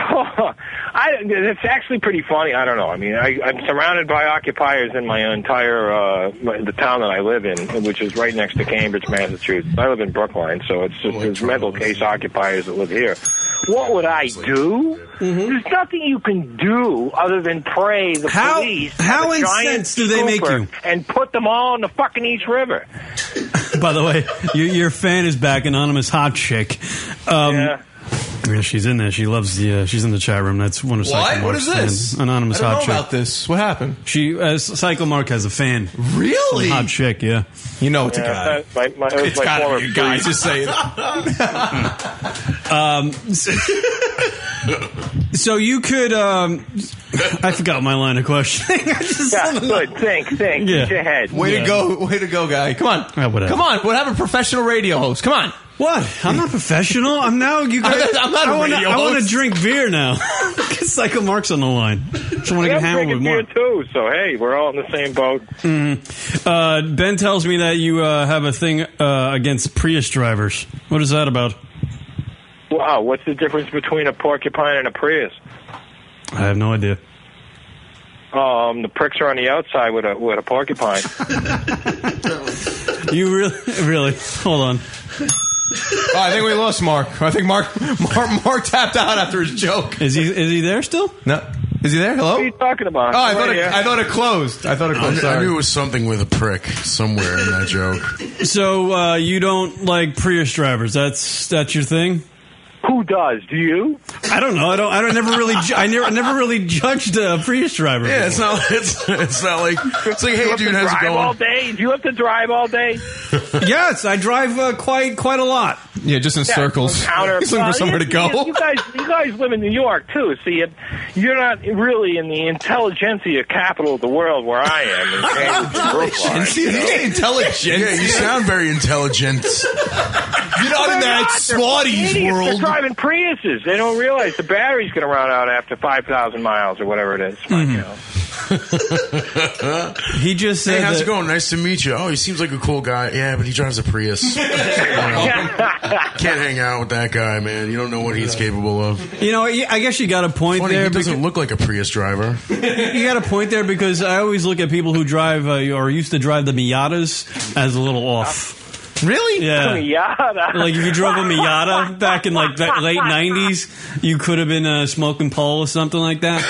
[SPEAKER 2] I, it's actually pretty funny. I don't know. I mean, I, I'm surrounded by occupiers in my entire uh, my, the town that I live in, which is right next to Cambridge, Massachusetts. I live in Brookline, so it's
[SPEAKER 11] Oh,
[SPEAKER 2] just there's mental case occupiers that live here. What would I do? There's nothing you can do other than pray the
[SPEAKER 11] How-
[SPEAKER 2] police.
[SPEAKER 11] how
[SPEAKER 2] have a giant
[SPEAKER 11] incensed do they make
[SPEAKER 2] scooper
[SPEAKER 11] you?
[SPEAKER 2] And put them all in the fucking East River.
[SPEAKER 11] By the way, your, your fan is back, anonymous hot chick. Um, yeah. she's in there. She loves the. Uh, she's in the chat room. That's one of Psycho
[SPEAKER 12] What? What is
[SPEAKER 11] Mark's
[SPEAKER 12] this?
[SPEAKER 11] fans. Anonymous
[SPEAKER 12] I don't
[SPEAKER 11] hot
[SPEAKER 12] know
[SPEAKER 11] chick.
[SPEAKER 12] about this. What happened?
[SPEAKER 11] She uh, Psycho Mark has a fan.
[SPEAKER 12] Really?
[SPEAKER 11] Some hot chick. Yeah.
[SPEAKER 12] You know it's
[SPEAKER 11] a guy.
[SPEAKER 2] Uh, my, my, it was
[SPEAKER 12] It's
[SPEAKER 2] my
[SPEAKER 12] gotta
[SPEAKER 2] former
[SPEAKER 12] be a guy,
[SPEAKER 2] police.
[SPEAKER 12] just say it.
[SPEAKER 11] Um, s- So you could. Um, I forgot my line of questioning.
[SPEAKER 2] yeah, good. Thanks, thanks.
[SPEAKER 11] Yeah.
[SPEAKER 2] Get your head.
[SPEAKER 16] Way to go, way to go, guy. Come on.
[SPEAKER 11] whatever.
[SPEAKER 16] Come on, we'll have a professional radio host. Come on.
[SPEAKER 11] What? I'm not professional. I'm now you guys.
[SPEAKER 16] I'm not a
[SPEAKER 11] I wanna-
[SPEAKER 16] radio
[SPEAKER 11] I want to
[SPEAKER 16] host.
[SPEAKER 11] drink beer now. Psycho Mark's on the line. Someone I can
[SPEAKER 2] Yeah, I'm
[SPEAKER 11] hammer with
[SPEAKER 2] drinking
[SPEAKER 11] Mark.
[SPEAKER 2] beer too, so hey, we're all in the same boat.
[SPEAKER 11] Mhm. Uh, ben tells me that you uh, have a thing uh, against Prius drivers. What is that about?
[SPEAKER 2] Wow, what's the difference between a porcupine and a Prius?
[SPEAKER 11] I have no idea.
[SPEAKER 2] Um, the pricks are on the outside with a with a porcupine.
[SPEAKER 11] You really, really. Hold on.
[SPEAKER 16] Oh, I think we lost Mark. I think Mark, Mark Mark tapped out after his joke.
[SPEAKER 11] Is he is he there still?
[SPEAKER 16] No. Is he there? Hello?
[SPEAKER 2] What are you talking about?
[SPEAKER 16] Oh, I thought
[SPEAKER 2] Right
[SPEAKER 16] it,
[SPEAKER 2] here.
[SPEAKER 16] I thought it closed. I thought it
[SPEAKER 12] I,
[SPEAKER 16] closed.
[SPEAKER 12] kn- I
[SPEAKER 16] Sorry.
[SPEAKER 12] knew it was something with a prick somewhere in that joke.
[SPEAKER 11] So uh, you don't like Prius drivers? That's that's your thing.
[SPEAKER 2] Who does? Do you?
[SPEAKER 11] I don't know. I don't. I don't never really. Ju- I never never really judged a Prius driver.
[SPEAKER 12] Yeah, it's
[SPEAKER 11] before.
[SPEAKER 12] not. It's it's not like it's like,
[SPEAKER 2] you
[SPEAKER 12] hey,
[SPEAKER 2] have
[SPEAKER 12] dude,
[SPEAKER 2] to
[SPEAKER 12] how's it
[SPEAKER 2] drive
[SPEAKER 16] Oh.
[SPEAKER 2] all
[SPEAKER 12] going?
[SPEAKER 2] day? Do you have to drive all day?
[SPEAKER 11] yes, I drive uh, quite quite a lot.
[SPEAKER 16] Yeah, just in
[SPEAKER 2] Yeah,
[SPEAKER 16] circles.
[SPEAKER 2] Counter.
[SPEAKER 16] He's looking
[SPEAKER 2] Well,
[SPEAKER 16] for somewhere to
[SPEAKER 2] you- You,
[SPEAKER 16] go.
[SPEAKER 2] you guys, you guys live in New York too, so you, you're not really in the intelligentsia capital of the world where I am. in Cambridge, Brooklyn, you know?
[SPEAKER 16] intelligent.
[SPEAKER 12] Yeah, you sound very intelligent.
[SPEAKER 16] You're not in that
[SPEAKER 2] Idiots,
[SPEAKER 16] swatties world.
[SPEAKER 2] They're driving Priuses. They don't realize the battery's going to run out after 5,000 miles or whatever it is.
[SPEAKER 11] He just said
[SPEAKER 12] Hey, how's
[SPEAKER 11] that-
[SPEAKER 12] it going? Nice to meet you. Oh, he seems like a cool guy. Yeah, but he drives a Prius. You know, Can't hang out with that guy, man. You don't know what he's capable of.
[SPEAKER 11] You know, I guess you got a point
[SPEAKER 12] Funny,
[SPEAKER 11] there.
[SPEAKER 12] he doesn't look like a Prius driver.
[SPEAKER 11] you got a point there because I always look at people who drive uh, or used to drive the Miatas as a little off.
[SPEAKER 16] Really?
[SPEAKER 11] Yeah.
[SPEAKER 2] Miata.
[SPEAKER 11] Like if you drove a Miata back in like the late '90s, you could have been uh, smoking pole or something like that.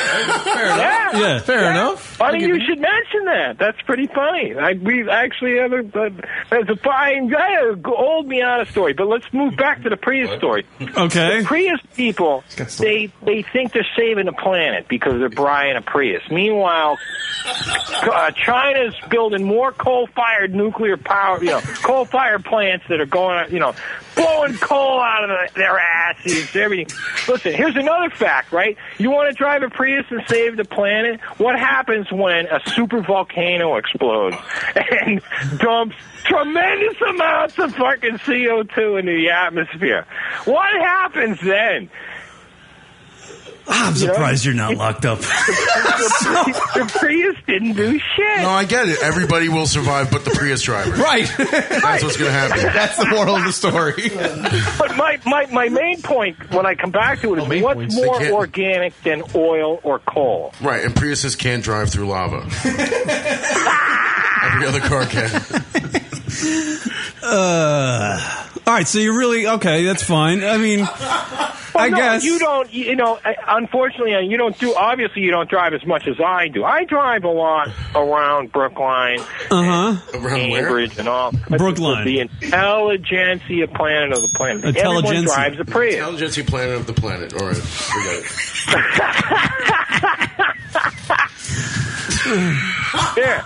[SPEAKER 2] Yeah.
[SPEAKER 11] Yeah, fair
[SPEAKER 16] enough.
[SPEAKER 2] Funny you should mention that. That's pretty funny. I, we actually have a, a, there's a fine guy, an old Miata story, but let's move back to the Prius story.
[SPEAKER 11] Okay.
[SPEAKER 2] The Prius people,
[SPEAKER 11] got some-
[SPEAKER 2] they, they think they're saving the planet because they're buying a Prius. Meanwhile, uh, China's building more coal-fired nuclear power, you know, coal-fired plants that are going, you know, blowing coal out of the, their asses, everything. Listen, here's another fact, right? You want to drive a Prius and save the planet? What happens when a super volcano explodes and dumps tremendous amounts of fucking CO2 into the atmosphere? What happens then?
[SPEAKER 11] I'm surprised you're not locked up.
[SPEAKER 2] the Prius didn't do shit.
[SPEAKER 12] No, I get it. Everybody will survive, but the Prius driver.
[SPEAKER 16] Right.
[SPEAKER 12] That's what's going to happen.
[SPEAKER 16] That's the moral of the story.
[SPEAKER 2] But my, my, my main point when I come back to it is what's
[SPEAKER 12] they
[SPEAKER 2] more
[SPEAKER 12] can't-
[SPEAKER 2] organic than oil or coal?
[SPEAKER 12] Right, and Priuses can't drive through lava. Every other car can.
[SPEAKER 11] Uh, all right, so you're really okay. That's fine. I mean, I
[SPEAKER 2] no,
[SPEAKER 11] guess
[SPEAKER 2] you don't. You know, I- unfortunately, uh, you don't do. Obviously, you don't drive as much as I do. I drive a lot around Brookline,
[SPEAKER 11] Uh huh.
[SPEAKER 12] Around where?
[SPEAKER 2] Cambridge, and all.
[SPEAKER 11] Brookline.
[SPEAKER 2] the intelligentsia planet of the planet. Everyone
[SPEAKER 11] Intelligentsia.
[SPEAKER 2] drives a Prius.
[SPEAKER 12] Intelligentsia planet of the planet. All right, we got it.
[SPEAKER 2] there.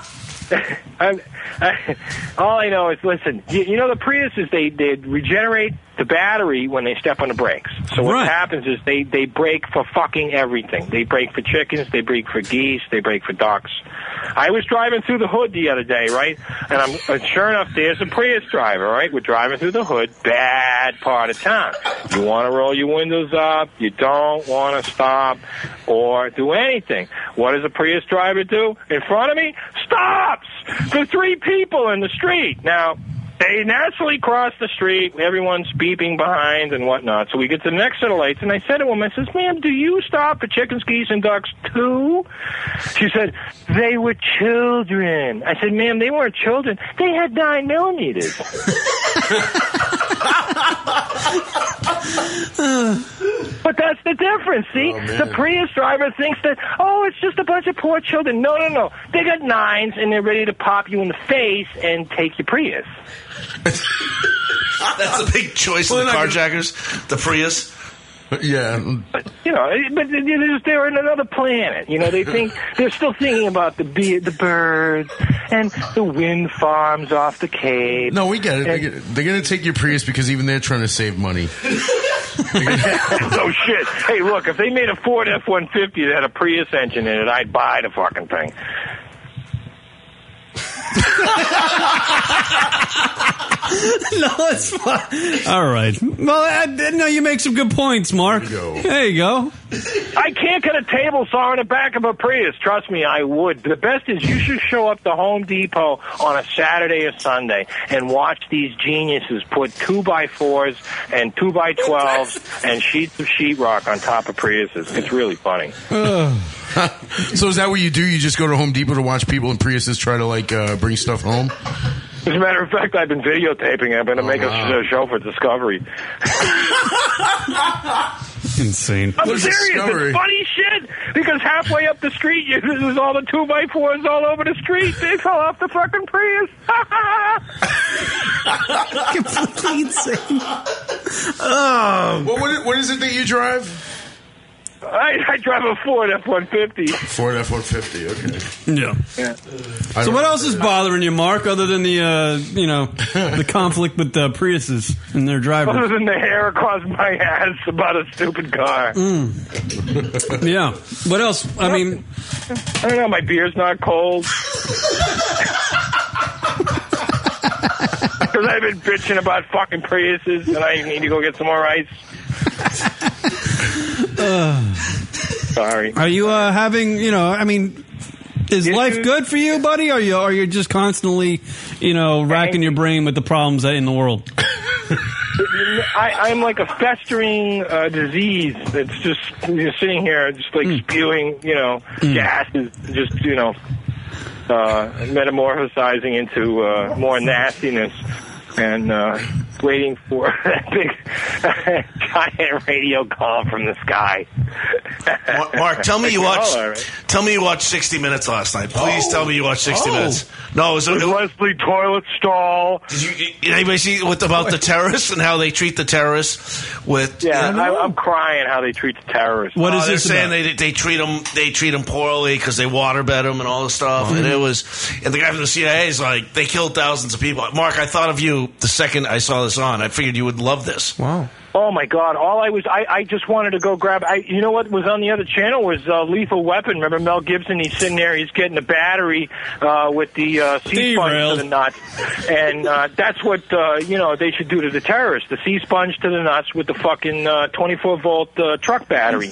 [SPEAKER 2] I, I, all I know is, listen, you, you know the Priuses, they, they regenerate the battery when they step on the brakes. So what
[SPEAKER 11] Right.
[SPEAKER 2] happens is they, they brake for fucking everything. They brake for chickens, they brake for geese, they brake for ducks. I was driving through the hood the other day, right? And I'm and sure enough, there's a Prius driver, right? We're driving through the hood, bad part of town. You want to roll your windows up, you don't want to stop or do anything. What does a Prius driver do? In front of me, stops the three people in the street. Now, they naturally cross the street. Everyone's beeping behind and whatnot. So we get to the next set of lights, and I said to him, I says, ma'am, do you stop for chickens, geese, and ducks too? She said, they were children. I said, ma'am, they weren't children. They had nine millimeters. But that's the difference, see? the Prius driver thinks that, oh, it's just a bunch of poor children. No, no, no. They got nines, and they're ready to pop you in the face and take your Prius.
[SPEAKER 13] That's a big choice of the carjackers, the Prius.
[SPEAKER 12] Yeah,
[SPEAKER 2] you know, but they're, just- they're in another planet. You know, they think they're still thinking about the bee, the birds and the wind farms off the Cape.
[SPEAKER 12] No, we get it. They get, they're going to take your Prius because even they're trying to save money.
[SPEAKER 2] no Oh, shit. Hey, look, if they made a Ford F one fifty that had a Prius engine in it, I'd buy the fucking thing.
[SPEAKER 11] no, it's fine. All right. Well, I, no, you make some good points, Mark. There you go.
[SPEAKER 2] I can't get a table saw in the back of a Prius. Trust me, I would. The best is you should show up to Home Depot on a Saturday or Sunday and watch these geniuses put two by fours and two by twelves and sheets of sheetrock on top of Priuses. It's really funny.
[SPEAKER 3] so is that what you do? You just go to Home Depot to watch people in Priuses try to like uh, bring stuff home?
[SPEAKER 2] As a matter of fact, I've been videotaping. I'm going to make a s- show for Discovery.
[SPEAKER 11] Insane.
[SPEAKER 2] I'm serious. It's funny shit because halfway up the street, you, this is all the two by fours all over the street. They fell off the fucking Prius.
[SPEAKER 11] Completely insane.
[SPEAKER 3] Oh, what, what, what is it that you drive?
[SPEAKER 2] I, I drive a Ford F one fifty.
[SPEAKER 3] Ford F one fifty. Okay.
[SPEAKER 11] Yeah.
[SPEAKER 3] I
[SPEAKER 11] So
[SPEAKER 3] don't
[SPEAKER 11] what else is bothering you, Mark, other than the uh, you know the conflict with uh, Priuses and their drivers?
[SPEAKER 2] Other than the hair across my ass about a stupid car.
[SPEAKER 11] Mm. yeah. What else? I mean,
[SPEAKER 2] I don't know. My beer's not cold. Because I've been bitching about fucking Priuses, and I need to go get some more ice. Sorry.
[SPEAKER 11] Are you uh, having you know? I mean, is life good for you, buddy? Or you are you just constantly you know racking your brain with the problems that in the world?
[SPEAKER 2] I, I'm like a festering uh, disease that's just you're sitting here, just like spewing, you know, gases, just you know, uh, metamorphosizing into uh, more nastiness, and uh, waiting for that big giant radio call from the sky.
[SPEAKER 13] Mark, Mark, tell me you
[SPEAKER 2] It's
[SPEAKER 13] watched.
[SPEAKER 2] all right.
[SPEAKER 13] Tell me you watched 60 Minutes last night. Please
[SPEAKER 2] Oh.
[SPEAKER 13] tell me you watched 60
[SPEAKER 2] Oh.
[SPEAKER 13] Minutes. No, it was,
[SPEAKER 2] With Leslie Toilet Stall.
[SPEAKER 13] Did you, did anybody see what about the terrorists and how they treat the terrorists? With
[SPEAKER 2] Yeah, I, I'm crying how they treat the terrorists.
[SPEAKER 13] What is Oh, they're saying? They they treat them they treat 'em poorly because they waterbed them and all this stuff. And it was and the guy from the CIA is like they killed thousands of people. Mark, I thought of you the second I saw this on. I figured you would love this.
[SPEAKER 11] Wow.
[SPEAKER 2] Oh my God! All I was—I I just wanted to go grab. I, you know what was on the other channel was uh, Lethal Weapon. Remember Mel Gibson? He's sitting there. He's getting a battery uh, with the uh, sea sponge
[SPEAKER 11] Derailed.
[SPEAKER 2] to the nuts, and uh, that's what uh, you know they should do to the terrorists: the sea sponge to the nuts with the fucking uh, 24 volt uh, truck battery.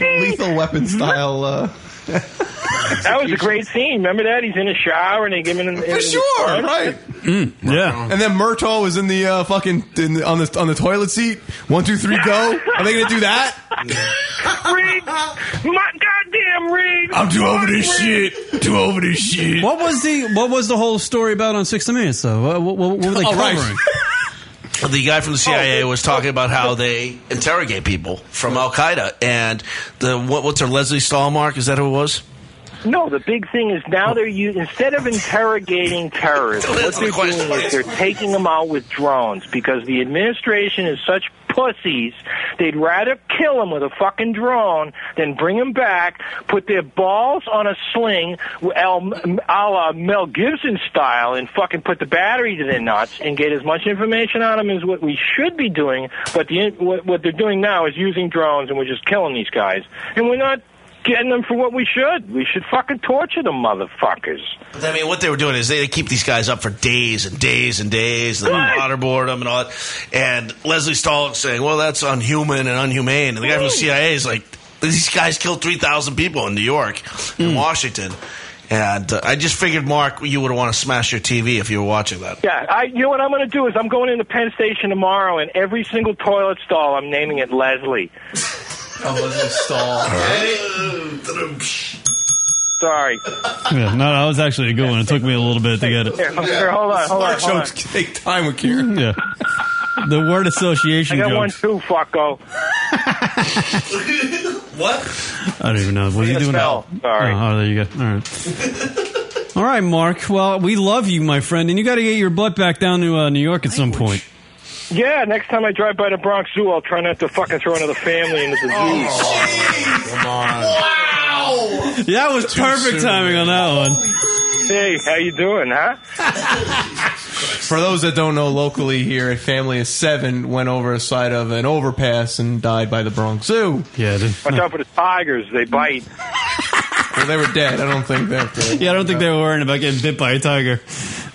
[SPEAKER 12] Lethal weapon style. Uh,
[SPEAKER 2] That was a great scene. Remember that? He's in a shower and they give him
[SPEAKER 12] for sure, right?
[SPEAKER 11] yeah.
[SPEAKER 12] And then Murtaugh was in the uh, fucking in the, on the on the toilet seat. One, two, three, go. Are they gonna do that?
[SPEAKER 2] Reed, my goddamn Reed.
[SPEAKER 11] shit. Too over this shit. What was the What was the whole story about on 60 Minutes though? What, what, what were they
[SPEAKER 13] Oh, right.
[SPEAKER 11] covering?
[SPEAKER 13] The guy from the CIA was talking about how they interrogate people from Al Qaeda and the what, what's her Leslie Stahl? Mark, is that who it was?
[SPEAKER 2] No, the big thing is now they're u- instead of interrogating terrorists, what
[SPEAKER 13] That's
[SPEAKER 2] they're
[SPEAKER 13] the question.
[SPEAKER 2] doing is they're taking them out with drones because the administration is such pussies. They'd rather kill them with a fucking drone than bring them back, put their balls on a sling, al- a la Mel Gibson style, and fucking put the battery to their nuts and get as much information on them as what we should be doing. But the what, what they're doing now is using drones, and we're just killing these guys, and we're not getting them for what we should. We should fucking torture them motherfuckers.
[SPEAKER 13] I mean, what they were doing is they, they keep these guys up for days and days and days, and they waterboard them and all that. And Leslie Stahl is saying, well, that's unhuman and unhumane. And the guy from the CIA is like, these guys killed 3,000 people in New York and Washington. And uh, I just figured, Mark, you would want to smash your TV if you were watching that.
[SPEAKER 2] Yeah, I, you know what I'm going to do is I'm going into Penn Station tomorrow, and every single toilet stall I'm naming it Leslie.
[SPEAKER 12] Oh, Leslie Stall.
[SPEAKER 2] Sorry.
[SPEAKER 11] Yeah, no, that was actually a good one. It took me a little bit to get it.
[SPEAKER 2] Here, here, hold on, hold on,
[SPEAKER 12] Smart
[SPEAKER 2] hold on.
[SPEAKER 12] jokes take time with Kieran.
[SPEAKER 11] Yeah. The word
[SPEAKER 2] I
[SPEAKER 11] association
[SPEAKER 2] got one
[SPEAKER 11] jokes.
[SPEAKER 2] too, fucko.
[SPEAKER 13] what?
[SPEAKER 11] I don't even know. What are you doing?
[SPEAKER 2] Spell. Sorry.
[SPEAKER 11] Oh, oh, there you go. All right. All right, Mark. Well, we love you, my friend, and you got to get your butt back down to uh, New York at some point.
[SPEAKER 2] Yeah, next time I drive by the Bronx Zoo, I'll try not to fucking throw another family into the zoo.
[SPEAKER 12] Oh.
[SPEAKER 3] Come on.
[SPEAKER 2] Wow.
[SPEAKER 11] That was perfect timing on that one.
[SPEAKER 2] Hey, how you doing, huh?
[SPEAKER 12] For those that don't know, locally here, a family of seven went over a side of an overpass and died by the Bronx Zoo. Yeah,
[SPEAKER 2] Watch out for the tigers. They bite.
[SPEAKER 12] well, they were dead. I don't think they're.
[SPEAKER 11] Yeah, I don't think they were worrying about getting bit by a tiger.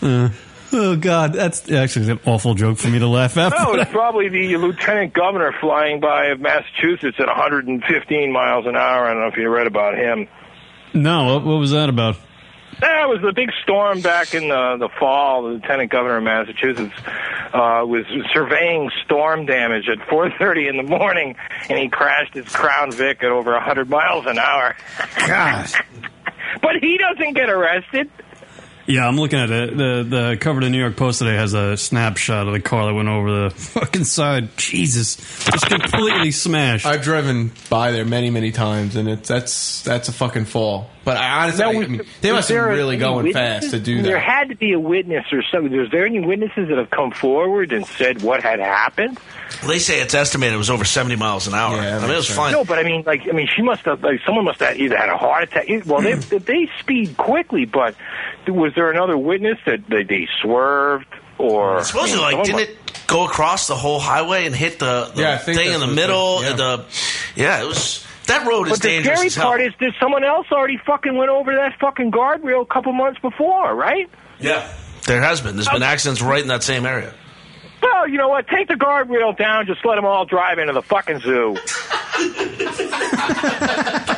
[SPEAKER 11] Uh, oh God, that's actually an awful joke for me to laugh at.
[SPEAKER 12] Oh,
[SPEAKER 2] No, it's probably the lieutenant governor flying by of Massachusetts at 115 miles an hour. I don't know if you read about him.
[SPEAKER 11] No, what, what was that about?
[SPEAKER 2] That was the big storm back in the, the fall. The lieutenant governor of Massachusetts uh, was surveying storm damage at 4:30 in the morning, and he crashed his Crown Vic at over 100 miles an hour.
[SPEAKER 11] Gosh.
[SPEAKER 2] but he doesn't get arrested.
[SPEAKER 11] Yeah, I'm looking at it. The the cover of the New York Post today has a snapshot of the car that went over the fucking side. Jesus, just completely smashed.
[SPEAKER 12] I've driven by there many, many times, and it's that's that's a fucking fall. But I honestly, I mean, they must
[SPEAKER 2] Was
[SPEAKER 12] be
[SPEAKER 2] there
[SPEAKER 12] really
[SPEAKER 2] any
[SPEAKER 12] going fast
[SPEAKER 2] witnesses?
[SPEAKER 12] to do
[SPEAKER 2] There
[SPEAKER 12] that.
[SPEAKER 2] had to be a witness or something. Was there any witnesses that have come forward and said what had happened?
[SPEAKER 13] Well, they say it's estimated it was over 70 miles an hour. I mean, it was fine.
[SPEAKER 2] No, but I mean, like, I mean, she must have. Like, someone must have either had a heart attack. Well, they
[SPEAKER 12] Hmm.
[SPEAKER 2] they speed quickly, but was there another witness that they, they swerved or?
[SPEAKER 13] Supposedly,
[SPEAKER 2] I mean,
[SPEAKER 13] like,
[SPEAKER 2] someone
[SPEAKER 13] didn't
[SPEAKER 2] must-
[SPEAKER 13] it go across the whole highway and hit the, the
[SPEAKER 2] Yeah, I think
[SPEAKER 13] thing in
[SPEAKER 2] that's
[SPEAKER 13] the
[SPEAKER 2] what it
[SPEAKER 13] middle?
[SPEAKER 2] said,
[SPEAKER 13] and the, yeah, it was. That road is
[SPEAKER 2] But the
[SPEAKER 13] dangerous.
[SPEAKER 2] scary
[SPEAKER 13] as hell.
[SPEAKER 2] part is that someone else already fucking went over that fucking guardrail a couple months before, right?
[SPEAKER 13] yeah, there has been. There's
[SPEAKER 2] Oh.
[SPEAKER 13] been accidents right in that same area.
[SPEAKER 2] Well, you know what? Take the guardrail down. Just let them all drive into the fucking zoo.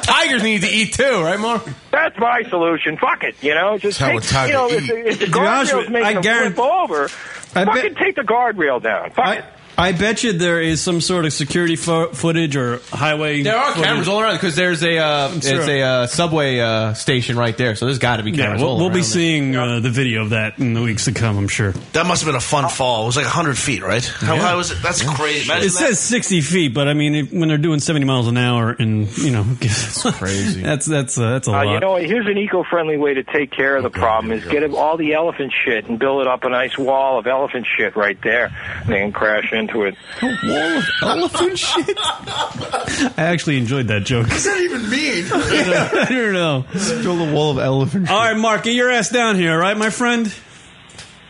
[SPEAKER 12] Tigers need to eat too, right, Mark?
[SPEAKER 2] That's my solution. Fuck it, you know. Just
[SPEAKER 12] That's how a tiger
[SPEAKER 2] take, you know, if
[SPEAKER 12] eat.
[SPEAKER 2] the, if the
[SPEAKER 11] To be honest with-
[SPEAKER 2] guardrail's making
[SPEAKER 11] I
[SPEAKER 2] them
[SPEAKER 11] guarant-
[SPEAKER 2] flip over,
[SPEAKER 11] I bet-
[SPEAKER 2] fucking take the guardrail down. Fuck it.
[SPEAKER 11] I bet you there is some sort of security fo- footage or highway.
[SPEAKER 12] There are
[SPEAKER 11] footage.
[SPEAKER 12] cameras all around because there's a uh,
[SPEAKER 11] sure.
[SPEAKER 12] it's a uh, subway uh, station right there, so there's got to be
[SPEAKER 11] Yeah,
[SPEAKER 12] cameras.
[SPEAKER 11] we'll,
[SPEAKER 12] all
[SPEAKER 11] we'll be
[SPEAKER 12] around there.
[SPEAKER 11] seeing uh, the video of that in the weeks to come. I'm sure.
[SPEAKER 13] That must have been a
[SPEAKER 2] Oh.
[SPEAKER 13] fun fall. It was like 100 feet, right? How
[SPEAKER 11] Yeah.
[SPEAKER 13] high was it? That's crazy. Imagine
[SPEAKER 11] it
[SPEAKER 13] that.
[SPEAKER 11] says 60 feet, but I mean, if, when they're doing 70 miles an hour, and you know, that's crazy. That's that's uh, that's a
[SPEAKER 2] Uh,
[SPEAKER 11] lot.
[SPEAKER 2] you know, what? here's an eco-friendly way to take care of the problem: is get all the elephant shit and build it up a nice wall of elephant shit right there, and they can crash into it.
[SPEAKER 11] wall of elephant shit. I actually enjoyed that joke.
[SPEAKER 17] What does that even mean?
[SPEAKER 11] I don't know. Build a wall of elephant. All right, Mark, get your ass down here, all right, my friend.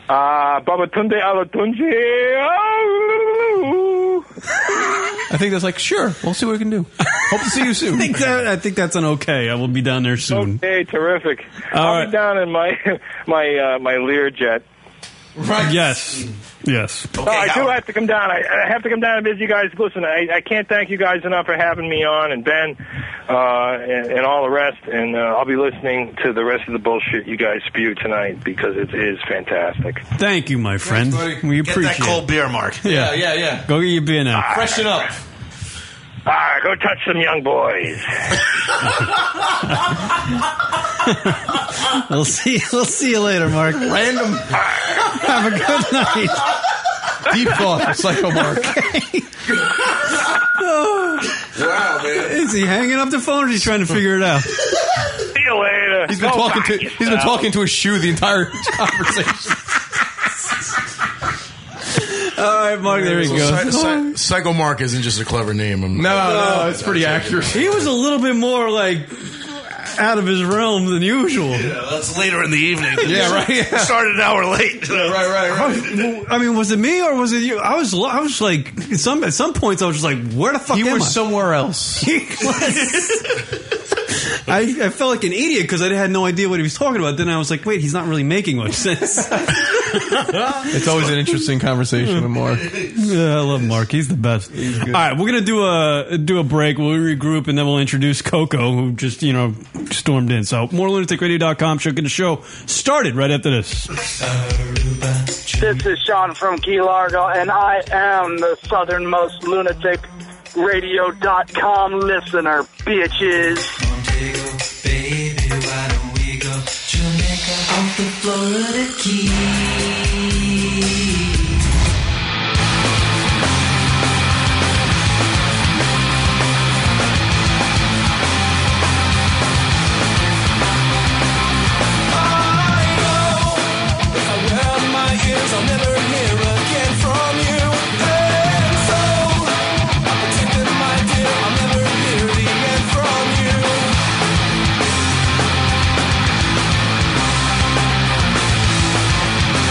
[SPEAKER 2] Ah, Babatunde Alatunji. oh!
[SPEAKER 11] I think that's like sure. We'll see what we can do. Hope to see you soon. I think that I think that's an okay. I will be down there soon.
[SPEAKER 2] Hey, terrific!
[SPEAKER 11] All
[SPEAKER 2] I'll
[SPEAKER 11] right.
[SPEAKER 2] be down in my my uh, my Learjet.
[SPEAKER 11] Yes. Yes.
[SPEAKER 2] Oh, I do have to come down. I, I have to come down and visit you guys. Listen, I, I can't thank you guys enough for having me on, and Ben, uh, and, and all the rest. And uh, I'll be listening to the rest of the bullshit you guys spew tonight because it is fantastic.
[SPEAKER 11] Thank you, my friend. we
[SPEAKER 2] Get that
[SPEAKER 11] appreciate
[SPEAKER 2] cold
[SPEAKER 11] it.
[SPEAKER 13] beer, Mark.
[SPEAKER 11] Yeah.
[SPEAKER 2] Yeah, yeah, yeah.
[SPEAKER 11] Go get your beer now.
[SPEAKER 12] Freshen up.
[SPEAKER 2] Ah, go touch some young boys.
[SPEAKER 11] we'll see. We'll see you later, Mark.
[SPEAKER 12] Random.
[SPEAKER 11] Have a good night.
[SPEAKER 12] Deep thought for Psycho Mark.
[SPEAKER 11] wow, man. Is he hanging up the phone or is he trying to figure it out?
[SPEAKER 2] See you later.
[SPEAKER 12] He's been
[SPEAKER 11] Go
[SPEAKER 12] talking
[SPEAKER 11] fuck
[SPEAKER 12] to he's been
[SPEAKER 11] yourself.
[SPEAKER 12] talking to his shoe the entire conversation.
[SPEAKER 11] All right, Mark, there he
[SPEAKER 17] So
[SPEAKER 11] goes.
[SPEAKER 17] Psy- Psy- Psycho Mark isn't just a clever name. I'm-
[SPEAKER 11] No, no, it's pretty
[SPEAKER 17] I'm
[SPEAKER 11] accurate. He was a little bit more like out of his realm than usual.
[SPEAKER 13] Yeah, that's later in the evening.
[SPEAKER 11] Yeah, right, yeah.
[SPEAKER 13] Started an hour late. Right,
[SPEAKER 12] right,
[SPEAKER 11] I mean, was it me or was it you? I was, I was like, at some at some points, I was just like, where the fuck
[SPEAKER 12] You
[SPEAKER 11] am
[SPEAKER 12] were
[SPEAKER 11] I?
[SPEAKER 12] somewhere else.
[SPEAKER 11] I, I felt like an idiot because I had no idea what he was talking about. Then I was like, wait, he's not really making much sense.
[SPEAKER 12] It's always an interesting conversation with Mark.
[SPEAKER 11] Yeah, I love Mark. He's the best. All right, we're gonna do a do a break. We'll regroup and then we'll introduce Coco, who just you know stormed in. So more lunaticradio.com. Show get the show started right after this.
[SPEAKER 18] This is Sean from Key Largo, and I am the southernmost lunatic radio.com listener, bitches.
[SPEAKER 19] I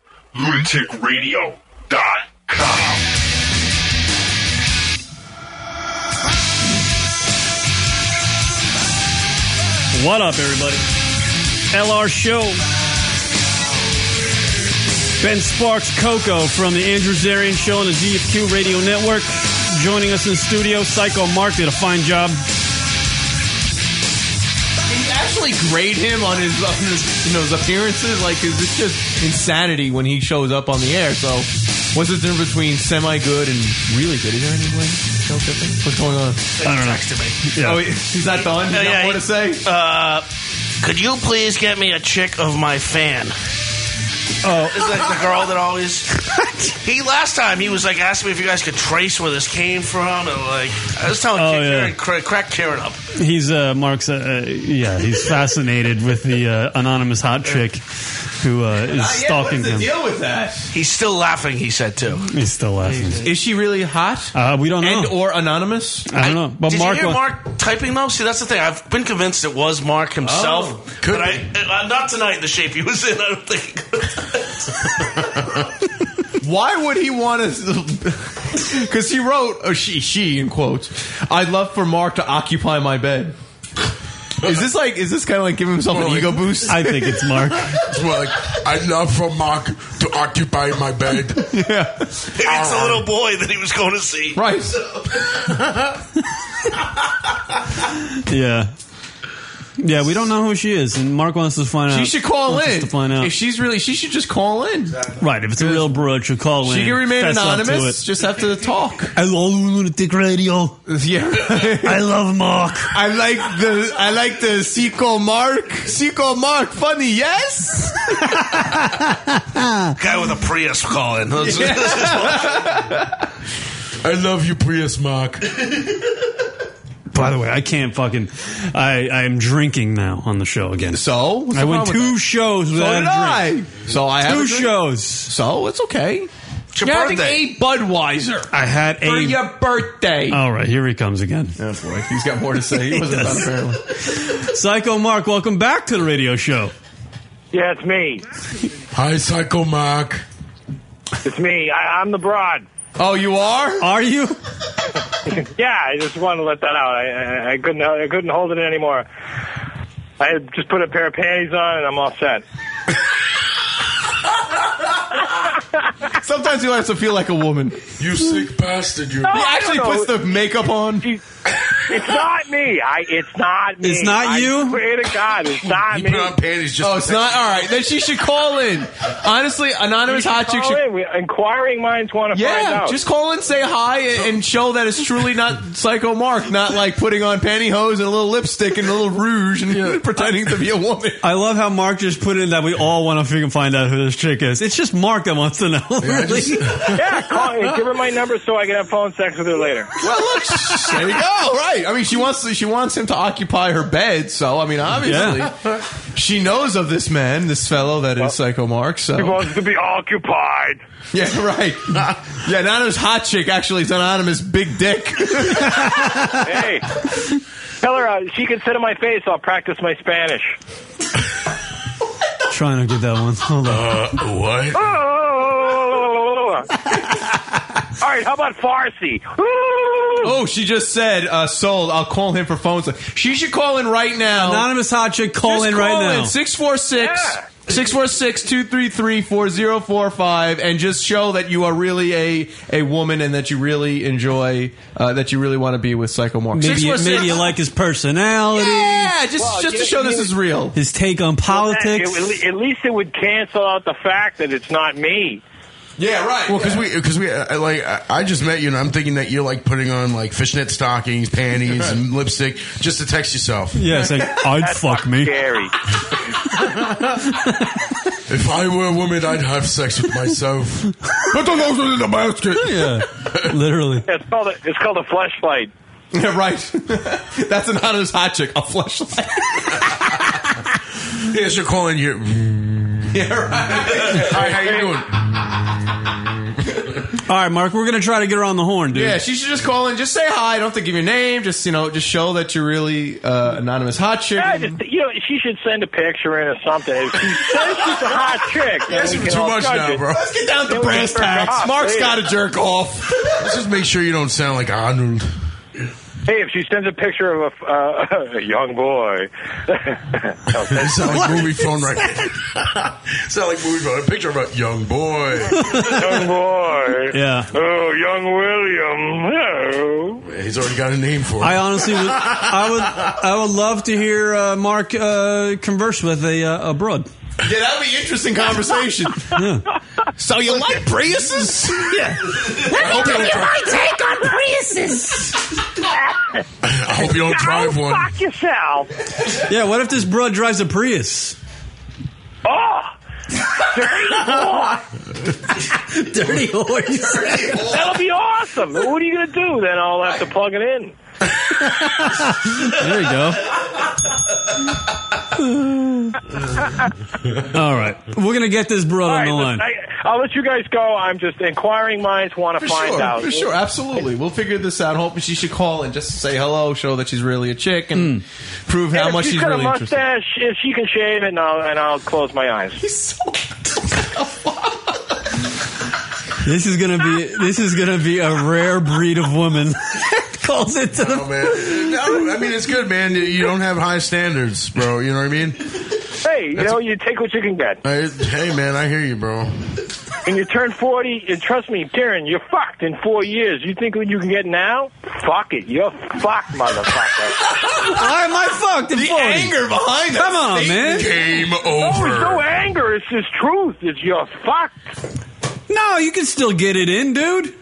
[SPEAKER 20] LunaticRadio.com.
[SPEAKER 11] What up, everybody? LR Show. Ben Sparks Coco from the Andrew Zarian Show on the ZFQ Radio Network. Joining us in the studio, Psycho Mark did a fine job.
[SPEAKER 12] Can you actually grade him on his, on his you know his appearances? Like, is it's just insanity when he shows up on the air? So, what's the difference between semi good and really good? Is there any way? What's going on?
[SPEAKER 13] I don't know. Texted me.
[SPEAKER 12] Oh, he's not done. He
[SPEAKER 13] Uh,
[SPEAKER 12] not
[SPEAKER 13] yeah,
[SPEAKER 12] want to say.
[SPEAKER 13] Uh, could you please get me a chick of my fan?
[SPEAKER 11] Oh,
[SPEAKER 13] is that the girl that always? he last time he was like asking me if you guys could trace where this came from, and like I was telling
[SPEAKER 11] Oh,
[SPEAKER 13] Karen,
[SPEAKER 11] yeah.
[SPEAKER 13] cra- crack Karen up.
[SPEAKER 11] He's uh, Mark's. Uh, uh, yeah, he's fascinated with the uh, anonymous hot chick who uh, is stalking him.
[SPEAKER 12] with that?
[SPEAKER 13] He's still laughing. He said too.
[SPEAKER 11] He's still laughing.
[SPEAKER 12] Is she really hot?
[SPEAKER 11] Uh, we don't know.
[SPEAKER 12] And or anonymous?
[SPEAKER 11] I don't know. But
[SPEAKER 13] Did
[SPEAKER 11] Mark,
[SPEAKER 13] you hear
[SPEAKER 11] wa-
[SPEAKER 13] Mark typing though? See, that's the thing. I've been convinced it was Mark himself,
[SPEAKER 11] Oh,
[SPEAKER 13] but I uh, not tonight. The shape he was in, I don't think.
[SPEAKER 12] Why would he want to? Because he wrote, or she, she in quotes, "I'd love for Mark to occupy my bed." Is this like? Is this kind of like giving himself an ego boost?
[SPEAKER 21] it's more like, I'd love for Mark to occupy my bed. Um,
[SPEAKER 12] Yeah.
[SPEAKER 13] Maybe it's a little boy that he was going to see.
[SPEAKER 12] Right.
[SPEAKER 11] yeah, yeah, we don't know who she is, and Mark wants us to find out.
[SPEAKER 12] She should call
[SPEAKER 11] wants us
[SPEAKER 12] in.
[SPEAKER 11] to find out.
[SPEAKER 12] If she's really, she should just call in.
[SPEAKER 11] right, if it's a real broad, she'll call in.
[SPEAKER 12] She can remain
[SPEAKER 11] Fess up to
[SPEAKER 12] anonymous.
[SPEAKER 11] it.
[SPEAKER 12] Just have to talk.
[SPEAKER 11] I love lunatic radio.
[SPEAKER 12] Yeah, I
[SPEAKER 11] love Mark.
[SPEAKER 12] I like the I like the Seco Mark. Seco Mark, funny, yes.
[SPEAKER 13] Guy with a Prius calling.
[SPEAKER 21] I love you, Prius Mark.
[SPEAKER 11] By the way, I can't fucking. I I am drinking now on the show again.
[SPEAKER 12] So What's
[SPEAKER 11] I
[SPEAKER 12] the
[SPEAKER 11] went
[SPEAKER 12] problem with
[SPEAKER 11] two
[SPEAKER 12] that?
[SPEAKER 11] shows
[SPEAKER 12] So
[SPEAKER 11] without
[SPEAKER 12] did
[SPEAKER 11] a
[SPEAKER 12] I.
[SPEAKER 11] drink.
[SPEAKER 12] So I have
[SPEAKER 11] two
[SPEAKER 12] a drink.
[SPEAKER 11] shows.
[SPEAKER 12] So it's okay.
[SPEAKER 11] your
[SPEAKER 12] You're having
[SPEAKER 11] birthday.
[SPEAKER 12] a Budweiser.
[SPEAKER 11] I Oh. had
[SPEAKER 12] for
[SPEAKER 11] a-
[SPEAKER 12] your birthday.
[SPEAKER 11] All right, here he comes again.
[SPEAKER 12] Oh boy, he's got more to say. He wasn't done apparently.
[SPEAKER 11] Psycho Mark, welcome back to the radio show.
[SPEAKER 2] Yeah, it's me.
[SPEAKER 21] Hi, Psycho Mark.
[SPEAKER 2] It's me. I, I'm the broad.
[SPEAKER 12] Oh, you are?
[SPEAKER 11] Are you?
[SPEAKER 2] yeah, I just wanted to let that out. I, I, I couldn't. I couldn't hold it in anymore. I just put a pair of panties on and I'm all set.
[SPEAKER 12] Sometimes you have to feel like a woman.
[SPEAKER 21] You sick bastard, you.
[SPEAKER 2] No,
[SPEAKER 12] he
[SPEAKER 2] I
[SPEAKER 12] actually
[SPEAKER 2] don't know.
[SPEAKER 12] puts the makeup on.
[SPEAKER 2] It's not me. I. It's not me.
[SPEAKER 12] It's not
[SPEAKER 2] I
[SPEAKER 12] you?
[SPEAKER 2] Swear to God, it's not me.
[SPEAKER 12] oh, it's not all right. Then she should call in. Honestly, anonymous hot chick should.
[SPEAKER 2] Inquiring minds want to find
[SPEAKER 12] Yeah,
[SPEAKER 2] out.
[SPEAKER 12] just call and say hi and, and show that it's truly not Psycho Mark, not like putting on pantyhose and a little lipstick and a little rouge and pretending to be a woman.
[SPEAKER 11] I love how Mark just put in that we all want to freaking find out who this chick is. It's just Mark that wants to know. Really?
[SPEAKER 2] yeah, call me. Give her my number so I can have phone sex with her later.
[SPEAKER 12] Well, look, there you go. Right? I mean, she wants she wants him to occupy her bed. So, I mean, obviously, she knows of this man, this fellow that is Psycho Mark.
[SPEAKER 2] She
[SPEAKER 12] So,
[SPEAKER 2] wants to be occupied.
[SPEAKER 12] yeah, right. yeah, anonymous hot chick actually is anonymous big dick.
[SPEAKER 2] hey, tell her uh, she can sit in my face. I'll practice my Spanish.
[SPEAKER 11] Trying to get that one. Hold on.
[SPEAKER 21] what?
[SPEAKER 2] All right, how about Farsi?
[SPEAKER 12] Oh, she just said, uh, sold. I'll call him for phone. sex." She should call in right now.
[SPEAKER 11] Anonymous hot chick, call
[SPEAKER 12] Oh. Just
[SPEAKER 11] in right
[SPEAKER 12] call
[SPEAKER 11] now.
[SPEAKER 12] In 646 646 233 4045 and just show that you are really a, a woman and that you really enjoy, uh, that you really want to be with Psycho Mark.
[SPEAKER 11] Maybe you,
[SPEAKER 12] 646
[SPEAKER 11] maybe you like his personality.
[SPEAKER 12] Yeah, just just to show this is real.
[SPEAKER 11] His take on
[SPEAKER 2] Well, that-
[SPEAKER 11] politics.
[SPEAKER 2] it- at least it would cancel out the fact that it's not me.
[SPEAKER 12] Yeah, right. Well, because we, because we, I, like, I I just met you, and I'm thinking that you're like putting on like fishnet stockings, panties, and lipstick just to text yourself.
[SPEAKER 11] Yeah, it's like, I'd That's fuck me.
[SPEAKER 12] Scary. if I were a woman, I'd have sex with myself. Put the nose in the basket.
[SPEAKER 11] Yeah, literally.
[SPEAKER 2] It's called a, it's called a flashlight.
[SPEAKER 9] Yeah, right. That's an honest hot chick. A flashlight.
[SPEAKER 12] Yes, you're calling you.
[SPEAKER 9] Yeah, right.
[SPEAKER 12] Hi, how you doing?
[SPEAKER 11] All right, Mark, we're gonna try to get her on the horn, dude.
[SPEAKER 9] Yeah, she should just call in. Just say hi. Don't have to give your name. Just you know, just show that you're really uh, anonymous hot chick.
[SPEAKER 2] Yeah, just, you know, she should send a picture in or something. If she says she's a hot chick, then we can all judge it.
[SPEAKER 9] Let's get
[SPEAKER 2] Then
[SPEAKER 9] down to
[SPEAKER 2] we can
[SPEAKER 9] brass
[SPEAKER 2] jerk
[SPEAKER 9] tacks.
[SPEAKER 2] off
[SPEAKER 9] Mark's
[SPEAKER 2] later.
[SPEAKER 9] got to jerk off.
[SPEAKER 12] Let's just make sure you don't sound like Arnold.
[SPEAKER 2] Hey, if she sends a picture of a, uh, a young boy,
[SPEAKER 12] You sound like movie phone right. sound like movie phone. A picture of a young boy.
[SPEAKER 2] young boy.
[SPEAKER 11] Yeah.
[SPEAKER 2] Oh, young William. Hello.
[SPEAKER 12] He's already got a name for it.
[SPEAKER 11] I honestly would. I would. I would love to hear uh, Mark uh, converse with a uh, abroad.
[SPEAKER 9] Yeah, that would be interesting conversation. So you like Priuses? Yeah.
[SPEAKER 12] Let me give you my
[SPEAKER 9] take on
[SPEAKER 2] Priuses.
[SPEAKER 12] I hope you don't drive one.
[SPEAKER 2] Fuck yourself.
[SPEAKER 11] Yeah. What if this broad drives a Prius?
[SPEAKER 2] Oh. Dirty whore.
[SPEAKER 11] Dirty horse.
[SPEAKER 2] That'll be awesome. What are you going to do? Then I'll have to plug it in.
[SPEAKER 11] there you go. All right, we're gonna get this broad on the line.
[SPEAKER 2] I, I'll let you guys go. I'm just inquiring minds want
[SPEAKER 9] For
[SPEAKER 2] to find
[SPEAKER 9] sure,
[SPEAKER 2] out.
[SPEAKER 9] for sure, absolutely. We'll figure this out. Hope she should call and just say hello, show that she's really a chick, and
[SPEAKER 12] Hmm.
[SPEAKER 9] prove how
[SPEAKER 2] And if
[SPEAKER 9] much
[SPEAKER 2] she's
[SPEAKER 9] she's
[SPEAKER 2] got
[SPEAKER 9] really
[SPEAKER 2] a
[SPEAKER 9] interested.
[SPEAKER 2] mustache, if she can shave it, and I'll, and I'll close my eyes.
[SPEAKER 11] This is gonna be. This is gonna be a rare breed of woman. Calls it to
[SPEAKER 9] Oh,
[SPEAKER 11] the
[SPEAKER 12] Oh, man. No, I mean it's good, man. You- You don't have high standards, bro. You know what I mean?
[SPEAKER 2] Hey, you know, you take what you can get.
[SPEAKER 12] I, hey, man, I hear you, bro.
[SPEAKER 2] When you turn 40, and trust me, Darren, you're fucked in four years. You think what you can get now? Fuck it. You're fucked, motherfucker.
[SPEAKER 11] Why am I fucked in
[SPEAKER 9] The
[SPEAKER 11] 40?
[SPEAKER 9] anger behind that
[SPEAKER 11] Come on, man.
[SPEAKER 12] Game
[SPEAKER 9] statement.
[SPEAKER 2] Oh,
[SPEAKER 12] over.
[SPEAKER 2] it's no anger. It's just truth. It's you're fucked.
[SPEAKER 11] No, you can still get it in, dude.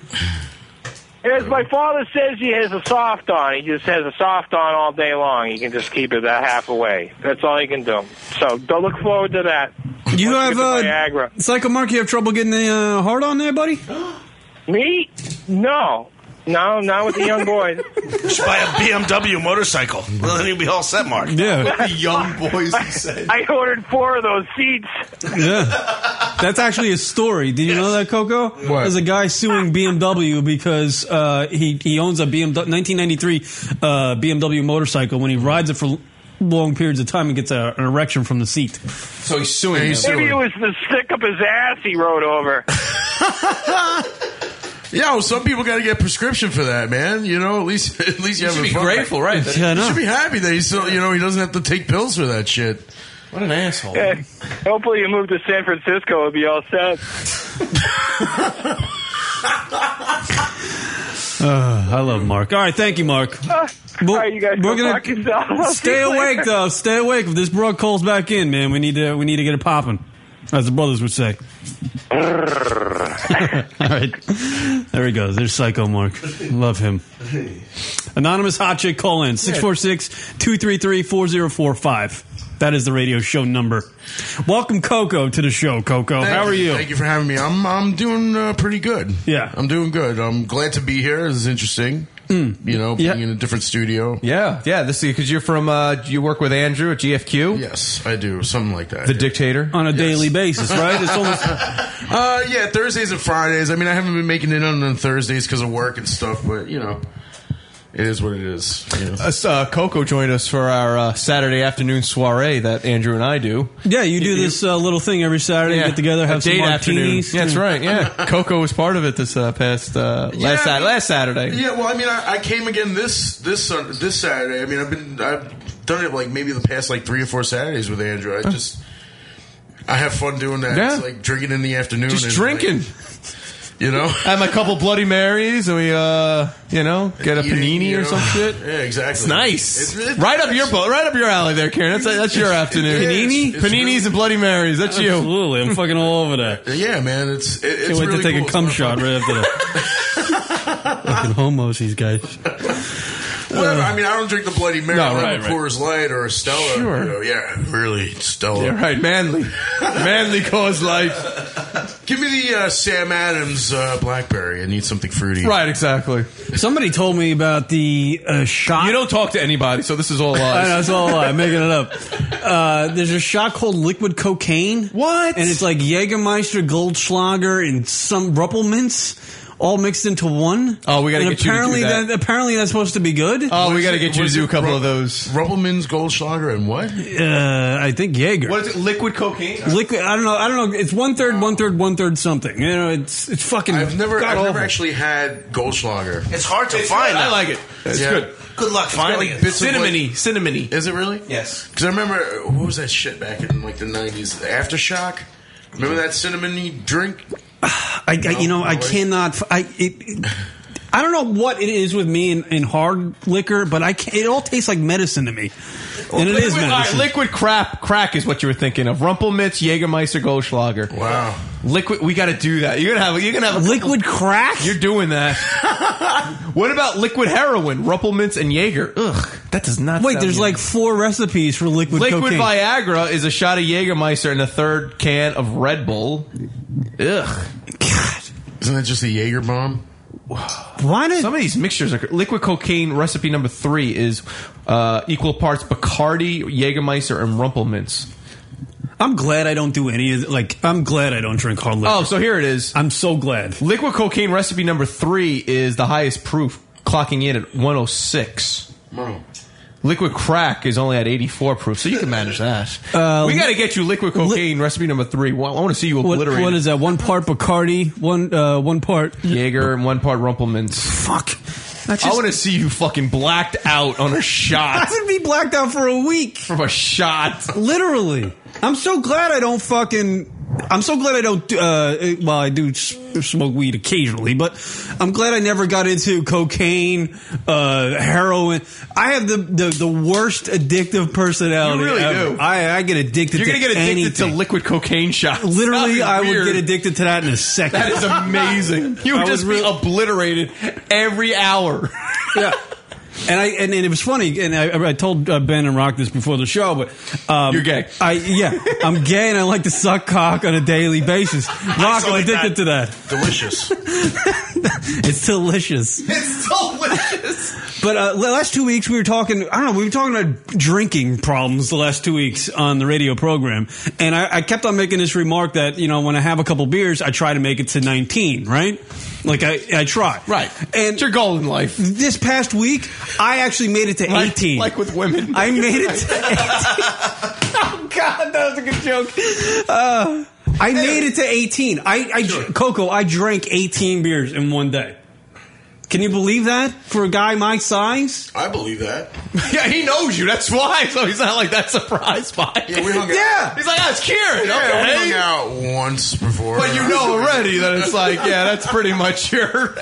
[SPEAKER 2] As my father says, he has a soft on. He just has a soft on all day long. He can just keep it that half away. That's all he can do. So don't look forward to that.
[SPEAKER 11] You have uh,
[SPEAKER 2] Niagara.
[SPEAKER 11] Psycho Mark. You have trouble getting the uh, hard on there, buddy.
[SPEAKER 2] Me? No. No, not with the young boys.
[SPEAKER 13] Just buy a BMW motorcycle. Well, then you'll be all set, Mark.
[SPEAKER 11] Yeah.
[SPEAKER 9] young boys, he said.
[SPEAKER 2] I ordered four of those seats.
[SPEAKER 11] Yeah. That's actually a story. Did you know that, Coco?
[SPEAKER 12] What?
[SPEAKER 11] There's a guy suing BMW because uh, he, he owns a BMW, 1993 uh, BMW motorcycle. When he rides it for l- long periods of time, he gets a, an erection from the seat.
[SPEAKER 9] So he's suing.
[SPEAKER 11] He's
[SPEAKER 9] them.
[SPEAKER 2] Maybe it was the stick up his ass he rode over.
[SPEAKER 12] Yeah, well, some people got to get prescription for that, man. You know, at least at least you,
[SPEAKER 9] You
[SPEAKER 12] have
[SPEAKER 9] should
[SPEAKER 12] a
[SPEAKER 9] be
[SPEAKER 12] fun-
[SPEAKER 9] grateful, right? That-
[SPEAKER 11] Yeah, I
[SPEAKER 12] You
[SPEAKER 11] know.
[SPEAKER 12] should be happy that he still, you know, he doesn't have to take pills for that shit.
[SPEAKER 9] What an asshole.
[SPEAKER 2] Yeah. Hopefully, you move to San Francisco. It'll be all set.
[SPEAKER 11] Uh, I love Mark. All right, thank you, Mark. All right, you guys
[SPEAKER 2] go fuck yourself.
[SPEAKER 11] stay awake, though. Stay awake. If this broad calls back in, man, we need to we need to get it popping, as the brothers would say. All right, there he goes. There's Psycho Mark. Love him. Anonymous hot chick call in 646-233-4045. That is the radio show number. Welcome Coco to the show, Coco.
[SPEAKER 12] Thank
[SPEAKER 11] How are you?
[SPEAKER 12] Thank you for having me. I'm I'm doing uh, pretty good.
[SPEAKER 11] Yeah.
[SPEAKER 12] I'm doing good. I'm glad to be here. This is interesting. You know, being in a different studio.
[SPEAKER 9] Yeah, yeah. This because you're from uh, you work with Andrew at GFQ.
[SPEAKER 12] Yes, I do. Something like that.
[SPEAKER 9] The dictator
[SPEAKER 11] on a daily basis, right? It's almost
[SPEAKER 12] Uh, yeah, Thursdays and Fridays. I mean, I haven't been making it on on Thursdays because of work and stuff, but you know, it is what it is. you know.
[SPEAKER 9] Us, uh, Coco joined us for our uh, Saturday afternoon soiree that Andrew and I do.
[SPEAKER 11] Yeah, you do this uh, little thing every Saturday.
[SPEAKER 9] Yeah,
[SPEAKER 11] You get together,
[SPEAKER 9] a
[SPEAKER 11] have some
[SPEAKER 9] date afternoon.
[SPEAKER 11] martinis. Mm.
[SPEAKER 9] Yeah, that's right. Yeah, Coco was part of it this uh, past uh,
[SPEAKER 12] Yeah,
[SPEAKER 9] last
[SPEAKER 12] I
[SPEAKER 9] Sat
[SPEAKER 12] mean-
[SPEAKER 9] last Saturday.
[SPEAKER 12] Yeah, well, I mean, I, I came again this this Sun- this Saturday. I mean, I've been I've done it like maybe the past like three or four Saturdays with Andrew. I just I have fun doing that.
[SPEAKER 9] Yeah.
[SPEAKER 12] It's like drinking in the afternoon.
[SPEAKER 9] Just
[SPEAKER 12] and,
[SPEAKER 9] drinking.
[SPEAKER 12] like, You know,
[SPEAKER 2] have a couple Bloody Marys, and we, uh, you know, get a panini
[SPEAKER 12] you
[SPEAKER 2] or
[SPEAKER 12] know.
[SPEAKER 2] some shit.
[SPEAKER 12] Yeah, exactly.
[SPEAKER 2] It's nice.
[SPEAKER 12] It's- it's-
[SPEAKER 2] right up your bo- right up your alley there, Karen. That's that's your afternoon.
[SPEAKER 12] Panini?
[SPEAKER 2] paninis and Bloody Marys. That's you.
[SPEAKER 11] Absolutely, I'm fucking all over that.
[SPEAKER 12] Yeah, man, it's it, it's
[SPEAKER 11] Can't wait
[SPEAKER 12] really
[SPEAKER 11] to take
[SPEAKER 12] cool.
[SPEAKER 11] a cum shot right after that. Fucking homos, these guys.
[SPEAKER 12] Whatever. I mean, I don't drink the Bloody Mary.
[SPEAKER 11] No,
[SPEAKER 12] I
[SPEAKER 11] right,
[SPEAKER 12] have a
[SPEAKER 11] right.
[SPEAKER 12] Coors Light or a Stella.
[SPEAKER 2] Sure.
[SPEAKER 12] You know, yeah, really Stella.
[SPEAKER 2] Yeah, right. Manly, manly cause life.
[SPEAKER 12] Give me the uh, Sam Adams uh, Blackberry. I need something fruity.
[SPEAKER 2] Right, exactly.
[SPEAKER 11] Somebody told me about the uh, shot.
[SPEAKER 2] You don't talk to anybody, so this is all lies.
[SPEAKER 11] I know, it's all a lie. I'm making it up. Uh, there's a shot called liquid cocaine.
[SPEAKER 2] What?
[SPEAKER 11] And it's like Jägermeister, Goldschlager, and some Ruppelmints all mixed into one.
[SPEAKER 2] Oh, we gotta
[SPEAKER 11] And
[SPEAKER 2] get you to do
[SPEAKER 11] apparently
[SPEAKER 2] that.
[SPEAKER 11] Apparently that's supposed to be good.
[SPEAKER 2] Oh, we got to get you to do a couple of those.
[SPEAKER 12] Rumpelmann's Goldschlager and what?
[SPEAKER 11] Uh, I think Jaeger.
[SPEAKER 2] What is it? Liquid cocaine?
[SPEAKER 11] Liquid. I don't know. I don't know. It's one third, one third, one third something. You know, it's it's fucking.
[SPEAKER 12] I've never, I've never
[SPEAKER 11] god-awful.
[SPEAKER 12] actually had Goldschlager.
[SPEAKER 13] It's hard to find.
[SPEAKER 2] I
[SPEAKER 13] though.
[SPEAKER 2] like it. It's
[SPEAKER 12] Yeah.
[SPEAKER 2] good.
[SPEAKER 13] Good luck finding it.
[SPEAKER 2] cinnamony, cinnamony.
[SPEAKER 12] Is it really? Yes. Because I remember uh, what was that shit back in like the nineties? Aftershock. Remember that cinnamony drink?
[SPEAKER 11] I, I you know I cannot f- I it, it- I don't know what it is with me in, in hard liquor, but I can it all tastes like medicine to me, and it
[SPEAKER 2] liquid,
[SPEAKER 11] is
[SPEAKER 2] all right,
[SPEAKER 11] medicine.
[SPEAKER 2] liquid crap, crack is what you were thinking of. Rumpelmitz, Jägermeister, Goldschlager.
[SPEAKER 12] Wow.
[SPEAKER 2] Liquid. We got to do that. You're gonna have. You're gonna have
[SPEAKER 11] liquid crack.
[SPEAKER 2] You're doing that. what about liquid heroin? Rumpelmitz and Jaeger. Ugh, that does not.
[SPEAKER 11] Wait,
[SPEAKER 2] sound
[SPEAKER 11] there's
[SPEAKER 2] good.
[SPEAKER 11] like four recipes for liquid,
[SPEAKER 2] liquid
[SPEAKER 11] cocaine.
[SPEAKER 2] Viagra is a shot of Jägermeister and a third can of Red Bull. Ugh.
[SPEAKER 12] Isn't that just a Jaeger bomb?
[SPEAKER 11] Why did
[SPEAKER 2] some of these mixtures are liquid cocaine? Recipe number three is uh, equal parts Bacardi, Jägermeister, and Rumpelmints.
[SPEAKER 11] I'm glad I don't do any of th- like. I'm glad I don't drink hard liquor.
[SPEAKER 2] Oh, so here it is.
[SPEAKER 11] I'm so glad.
[SPEAKER 2] Liquid cocaine recipe number three is the highest proof, clocking in at 106.
[SPEAKER 12] Bro.
[SPEAKER 2] Liquid crack is only at 84 proof, so you can manage that. we got to get you liquid cocaine recipe number three. Well, I want to see you
[SPEAKER 11] Uh, What,
[SPEAKER 2] obliterated.
[SPEAKER 11] what is that? One part Bacardi, one uh, one part.
[SPEAKER 2] Jaeger and one part Rumpelmans.
[SPEAKER 11] Fuck. That's
[SPEAKER 2] I
[SPEAKER 11] just-
[SPEAKER 2] want to see you fucking blacked out on a
[SPEAKER 11] I
[SPEAKER 2] shot.
[SPEAKER 11] would be blacked out for a week
[SPEAKER 2] from a shot.
[SPEAKER 11] Literally, I'm so glad I don't fucking. I'm so glad I don't. do- Uh, eh, well, I do s- smoke weed occasionally, but I'm glad I never got into cocaine, uh, heroin. I have the, the the worst addictive personality.
[SPEAKER 2] You really
[SPEAKER 11] ever.
[SPEAKER 2] do.
[SPEAKER 11] I, I get addicted.
[SPEAKER 2] You're
[SPEAKER 11] to
[SPEAKER 2] gonna get addicted
[SPEAKER 11] anything.
[SPEAKER 2] to liquid cocaine shots.
[SPEAKER 11] Literally,
[SPEAKER 2] That is
[SPEAKER 11] I would
[SPEAKER 2] weird.
[SPEAKER 11] get addicted to that in a second.
[SPEAKER 2] That is amazing.
[SPEAKER 11] I
[SPEAKER 2] You would
[SPEAKER 11] was
[SPEAKER 2] just be obliterated every hour.
[SPEAKER 11] yeah. And I and, and it was funny, and I, I told uh, Ben and Rock this before the show, but um,
[SPEAKER 2] You're gay.
[SPEAKER 11] I yeah, I'm gay, and I like to suck cock on a daily basis. Rock, I'm addicted to that.
[SPEAKER 12] Delicious.
[SPEAKER 11] It's delicious.
[SPEAKER 2] It's delicious.
[SPEAKER 11] But uh, la- last two weeks we were talking. I don't know. We were talking about drinking problems the last two weeks on the radio program, and I, I kept on making this remark that you know when I have a couple beers, I try to make it to nineteen, right? Like I, I try, right? And it's
[SPEAKER 2] your goal in life.
[SPEAKER 11] This past week, I actually made it to
[SPEAKER 2] Like-
[SPEAKER 11] eighteen.
[SPEAKER 2] like with women.
[SPEAKER 11] I made it. To,
[SPEAKER 2] oh God, that was a good joke.
[SPEAKER 11] uh, I made it to eighteen. I, I Coco, I drank eighteen beers in one day. Can you believe that for a guy my size?
[SPEAKER 12] I believe that.
[SPEAKER 2] yeah, he knows you. That's why. So he's not like that surprised by. it.
[SPEAKER 12] Yeah, we hung out.
[SPEAKER 2] Yeah. He's like, oh, it's Kieran.
[SPEAKER 12] Yeah,
[SPEAKER 2] okay.
[SPEAKER 12] we hung out once before.
[SPEAKER 2] But you know already that it's like, yeah, that's pretty much your mo.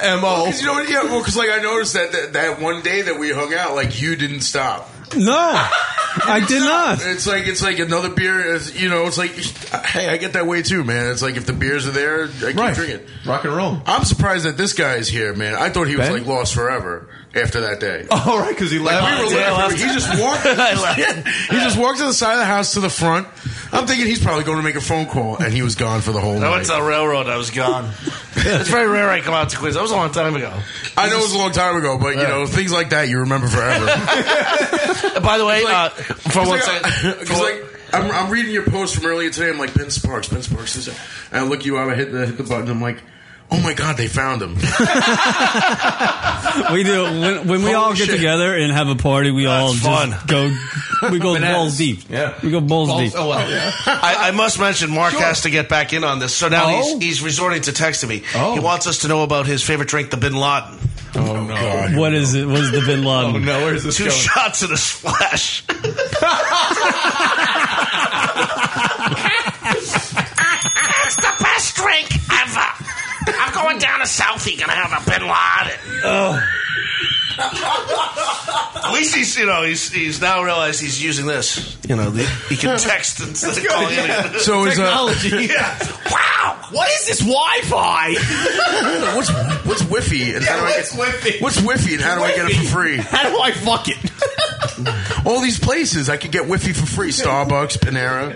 [SPEAKER 12] Because you know what? Yeah, well, because like I noticed that, that that one day that we hung out, like you didn't stop.
[SPEAKER 11] No, I did not.
[SPEAKER 12] It's like it's like another beer. Is, you know, it's like hey, I get that way too, man. It's like if the beers are there, I keep
[SPEAKER 2] Right.
[SPEAKER 12] drinking.
[SPEAKER 2] Rock and roll.
[SPEAKER 12] I'm surprised that this guy's here, man. I thought he was
[SPEAKER 2] Ben? Oh,
[SPEAKER 12] like lost forever after that day.
[SPEAKER 2] All right, because he left.
[SPEAKER 12] We were laughing. He just walked. he just walked to the side of the house to the front. I'm thinking he's probably going to make a phone call, and he was gone for the whole
[SPEAKER 13] I
[SPEAKER 12] night.
[SPEAKER 13] went to the railroad. I was gone. it's very rare I come out to Queens. That was a long time ago.
[SPEAKER 12] I know it was a long time ago, but you know things like that you remember forever.
[SPEAKER 13] By the way, uh, for
[SPEAKER 12] It's
[SPEAKER 13] one
[SPEAKER 12] like,
[SPEAKER 13] second,
[SPEAKER 12] Because like I'm, I'm reading your post from earlier today. I'm like Ben Sparks, Ben Sparks. This, and I look you up. I hit the hit the button. I'm like, oh my god, they found him.
[SPEAKER 11] we do when, when we all get
[SPEAKER 12] shit.
[SPEAKER 11] together and have a party. We all just
[SPEAKER 13] fun.
[SPEAKER 11] go. We go balls deep. Yeah, we go balls, deep.
[SPEAKER 13] oh,
[SPEAKER 2] well, yeah.
[SPEAKER 13] I, I must mention Mark has to get back in on this. So now
[SPEAKER 11] Oh?
[SPEAKER 13] he's, he's resorting to texting me. He wants us to know about his favorite drink, the Bin Laden.
[SPEAKER 2] Oh no.
[SPEAKER 11] What is it? What is the Bin Laden?
[SPEAKER 2] Oh no, where's this
[SPEAKER 13] Two
[SPEAKER 2] going?
[SPEAKER 13] shots and a splash.
[SPEAKER 22] It's the best drink ever. I'm going down
[SPEAKER 13] down to Southie gonna have a Bin Laden. Oh. At least he's, you know, he's he's now realized he's using this. You know, the, he can text instead of
[SPEAKER 2] That's
[SPEAKER 13] calling
[SPEAKER 2] good,
[SPEAKER 13] in.
[SPEAKER 2] yeah. So is, uh, Technology.
[SPEAKER 13] yeah. Wow.
[SPEAKER 2] What is this Wi-Fi?
[SPEAKER 23] what's what's Wi-Fi and how do I get
[SPEAKER 2] Wifi?
[SPEAKER 23] What's Wi-Fi and how do I get it for free?
[SPEAKER 2] How do I fuck it?
[SPEAKER 23] All these places I could get Wi-Fi for free: Starbucks, Panera.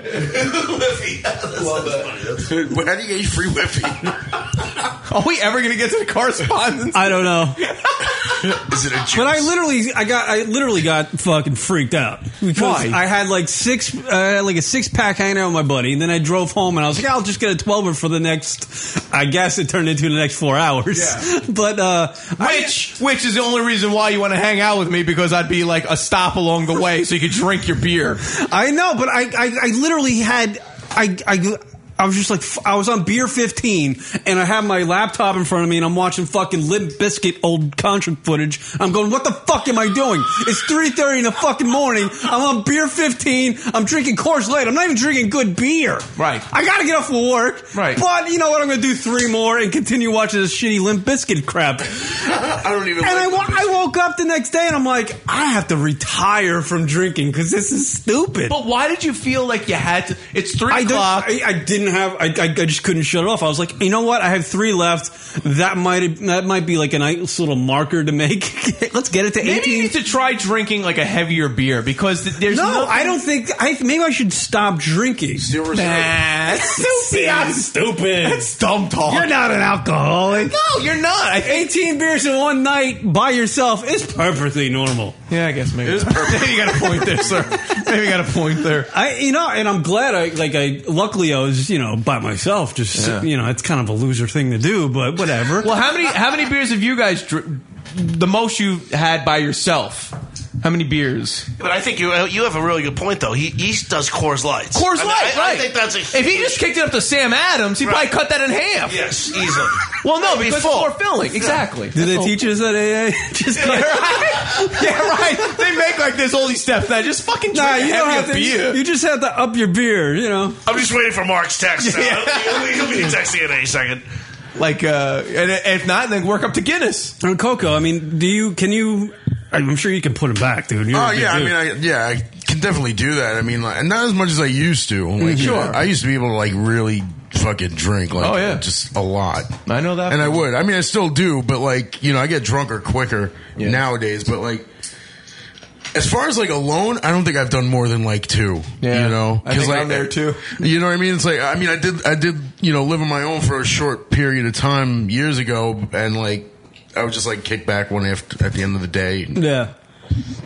[SPEAKER 23] How do you get your free Wi-Fi?
[SPEAKER 2] Are we ever going to get to the correspondence?
[SPEAKER 11] I don't know.
[SPEAKER 23] Is it a
[SPEAKER 11] But I literally, I got, I literally got fucking freaked out because
[SPEAKER 2] Why?
[SPEAKER 11] I had like six, I had like a six pack hanging out with my buddy, and then I drove home and I was like, I'll just get a twelver for the next. I guess it turned into the next four hours. But uh,
[SPEAKER 2] which which is the only reason why you want to hang out with me because I'd be like a stop along the way so you could drink your beer.
[SPEAKER 11] I know, but I, I, I literally had, I, I, I was just like, f- I was on beer 15 and I have my laptop in front of me and I'm watching fucking Limp Biscuit old concert footage. I'm going, what the fuck am I doing? It's 3.30 in the fucking morning. I'm on beer 15. I'm drinking Coors Light. I'm not even drinking good beer.
[SPEAKER 2] Right.
[SPEAKER 11] I gotta get off of work.
[SPEAKER 2] Right.
[SPEAKER 11] But you know what? I'm gonna do three more and continue watching this shitty Limp Biscuit crap.
[SPEAKER 23] I don't even.
[SPEAKER 11] And I, wa- I woke up the next day and I'm like, I have to retire from drinking because this is stupid.
[SPEAKER 2] But why did you feel like you had to? It's three
[SPEAKER 11] I don't-
[SPEAKER 2] o'clock.
[SPEAKER 11] I, I didn't have. I, I, I just couldn't shut it off. I was like, you know what? I have three left. That might that might be like a nice little marker to make. Let's get it to
[SPEAKER 2] Maybe you
[SPEAKER 11] eighteen.
[SPEAKER 2] need to try drinking like a heavier beer because th- there's
[SPEAKER 11] No,
[SPEAKER 2] nothing-
[SPEAKER 11] I don't think. I maybe I should stop drinking.
[SPEAKER 2] Nah, that's stupid. I'm
[SPEAKER 11] stupid.
[SPEAKER 2] That's dumb talk.
[SPEAKER 11] You're not an alcoholic.
[SPEAKER 2] No, you're not. I think-
[SPEAKER 11] Eighteen beers in one night by yourself is perfectly normal.
[SPEAKER 2] Yeah, I guess maybe. It is perfect. maybe you got a point there, sir. Maybe you got a point there.
[SPEAKER 11] I, you know, and I'm glad I, like, I, luckily I was, you know, by myself, just,
[SPEAKER 2] Yeah.
[SPEAKER 11] you know, it's kind of a loser thing to do, but whatever.
[SPEAKER 2] Well, how many how many beers have you guys dr- the most you had by yourself? How many beers?
[SPEAKER 13] But I think you you have a really good point though. He he does Coors Lights.
[SPEAKER 2] Coors
[SPEAKER 13] I mean,
[SPEAKER 2] Light,
[SPEAKER 13] I- I
[SPEAKER 2] right?
[SPEAKER 13] think that's a
[SPEAKER 2] if he just kicked it up to Sam Adams, he
[SPEAKER 13] Right.
[SPEAKER 2] probably cut that in half.
[SPEAKER 13] Yes, easily.
[SPEAKER 2] Well, no,
[SPEAKER 13] It'd be
[SPEAKER 2] because it's
[SPEAKER 13] full.
[SPEAKER 2] more filling. Exactly.
[SPEAKER 11] Did they teach us at AA? just
[SPEAKER 2] Yeah, right. Yeah, right. They make like this all these steps now. Just fucking drink
[SPEAKER 11] Nah,
[SPEAKER 2] a
[SPEAKER 11] you don't
[SPEAKER 2] heavy
[SPEAKER 11] have to.
[SPEAKER 2] beer.
[SPEAKER 11] You just have to up your beer, you know.
[SPEAKER 13] I'm just waiting for Mark's text. Uh, he'll, be, he'll be texting in any second.
[SPEAKER 2] like, uh, and if not, then work up to Guinness.
[SPEAKER 11] And Coco, I mean, do you? Can you? I'm sure you can put it back, dude. You're a
[SPEAKER 23] Oh
[SPEAKER 11] big
[SPEAKER 23] yeah, I
[SPEAKER 11] dude.
[SPEAKER 23] mean, I, yeah, I can definitely do that. I mean, like, and not as much as I used to. Like,
[SPEAKER 2] Mhm. Sure.
[SPEAKER 23] I used to be able to like really fucking drink, like,
[SPEAKER 2] Oh, yeah.
[SPEAKER 23] just a lot.
[SPEAKER 2] I know that.
[SPEAKER 23] And I would. I mean, I still do, but like, you know, I get drunker quicker
[SPEAKER 2] Yeah.
[SPEAKER 23] nowadays. But like, as far as like alone, I don't think I've done more than like two.
[SPEAKER 2] Yeah.
[SPEAKER 23] You know,
[SPEAKER 2] I think
[SPEAKER 23] like,
[SPEAKER 2] I'm there, too.
[SPEAKER 23] You know what I mean? It's like, I mean, I did, I did, you know, live on my own for a short period of time years ago, and like, I would just like kick back one after at the end of the day. and
[SPEAKER 11] yeah.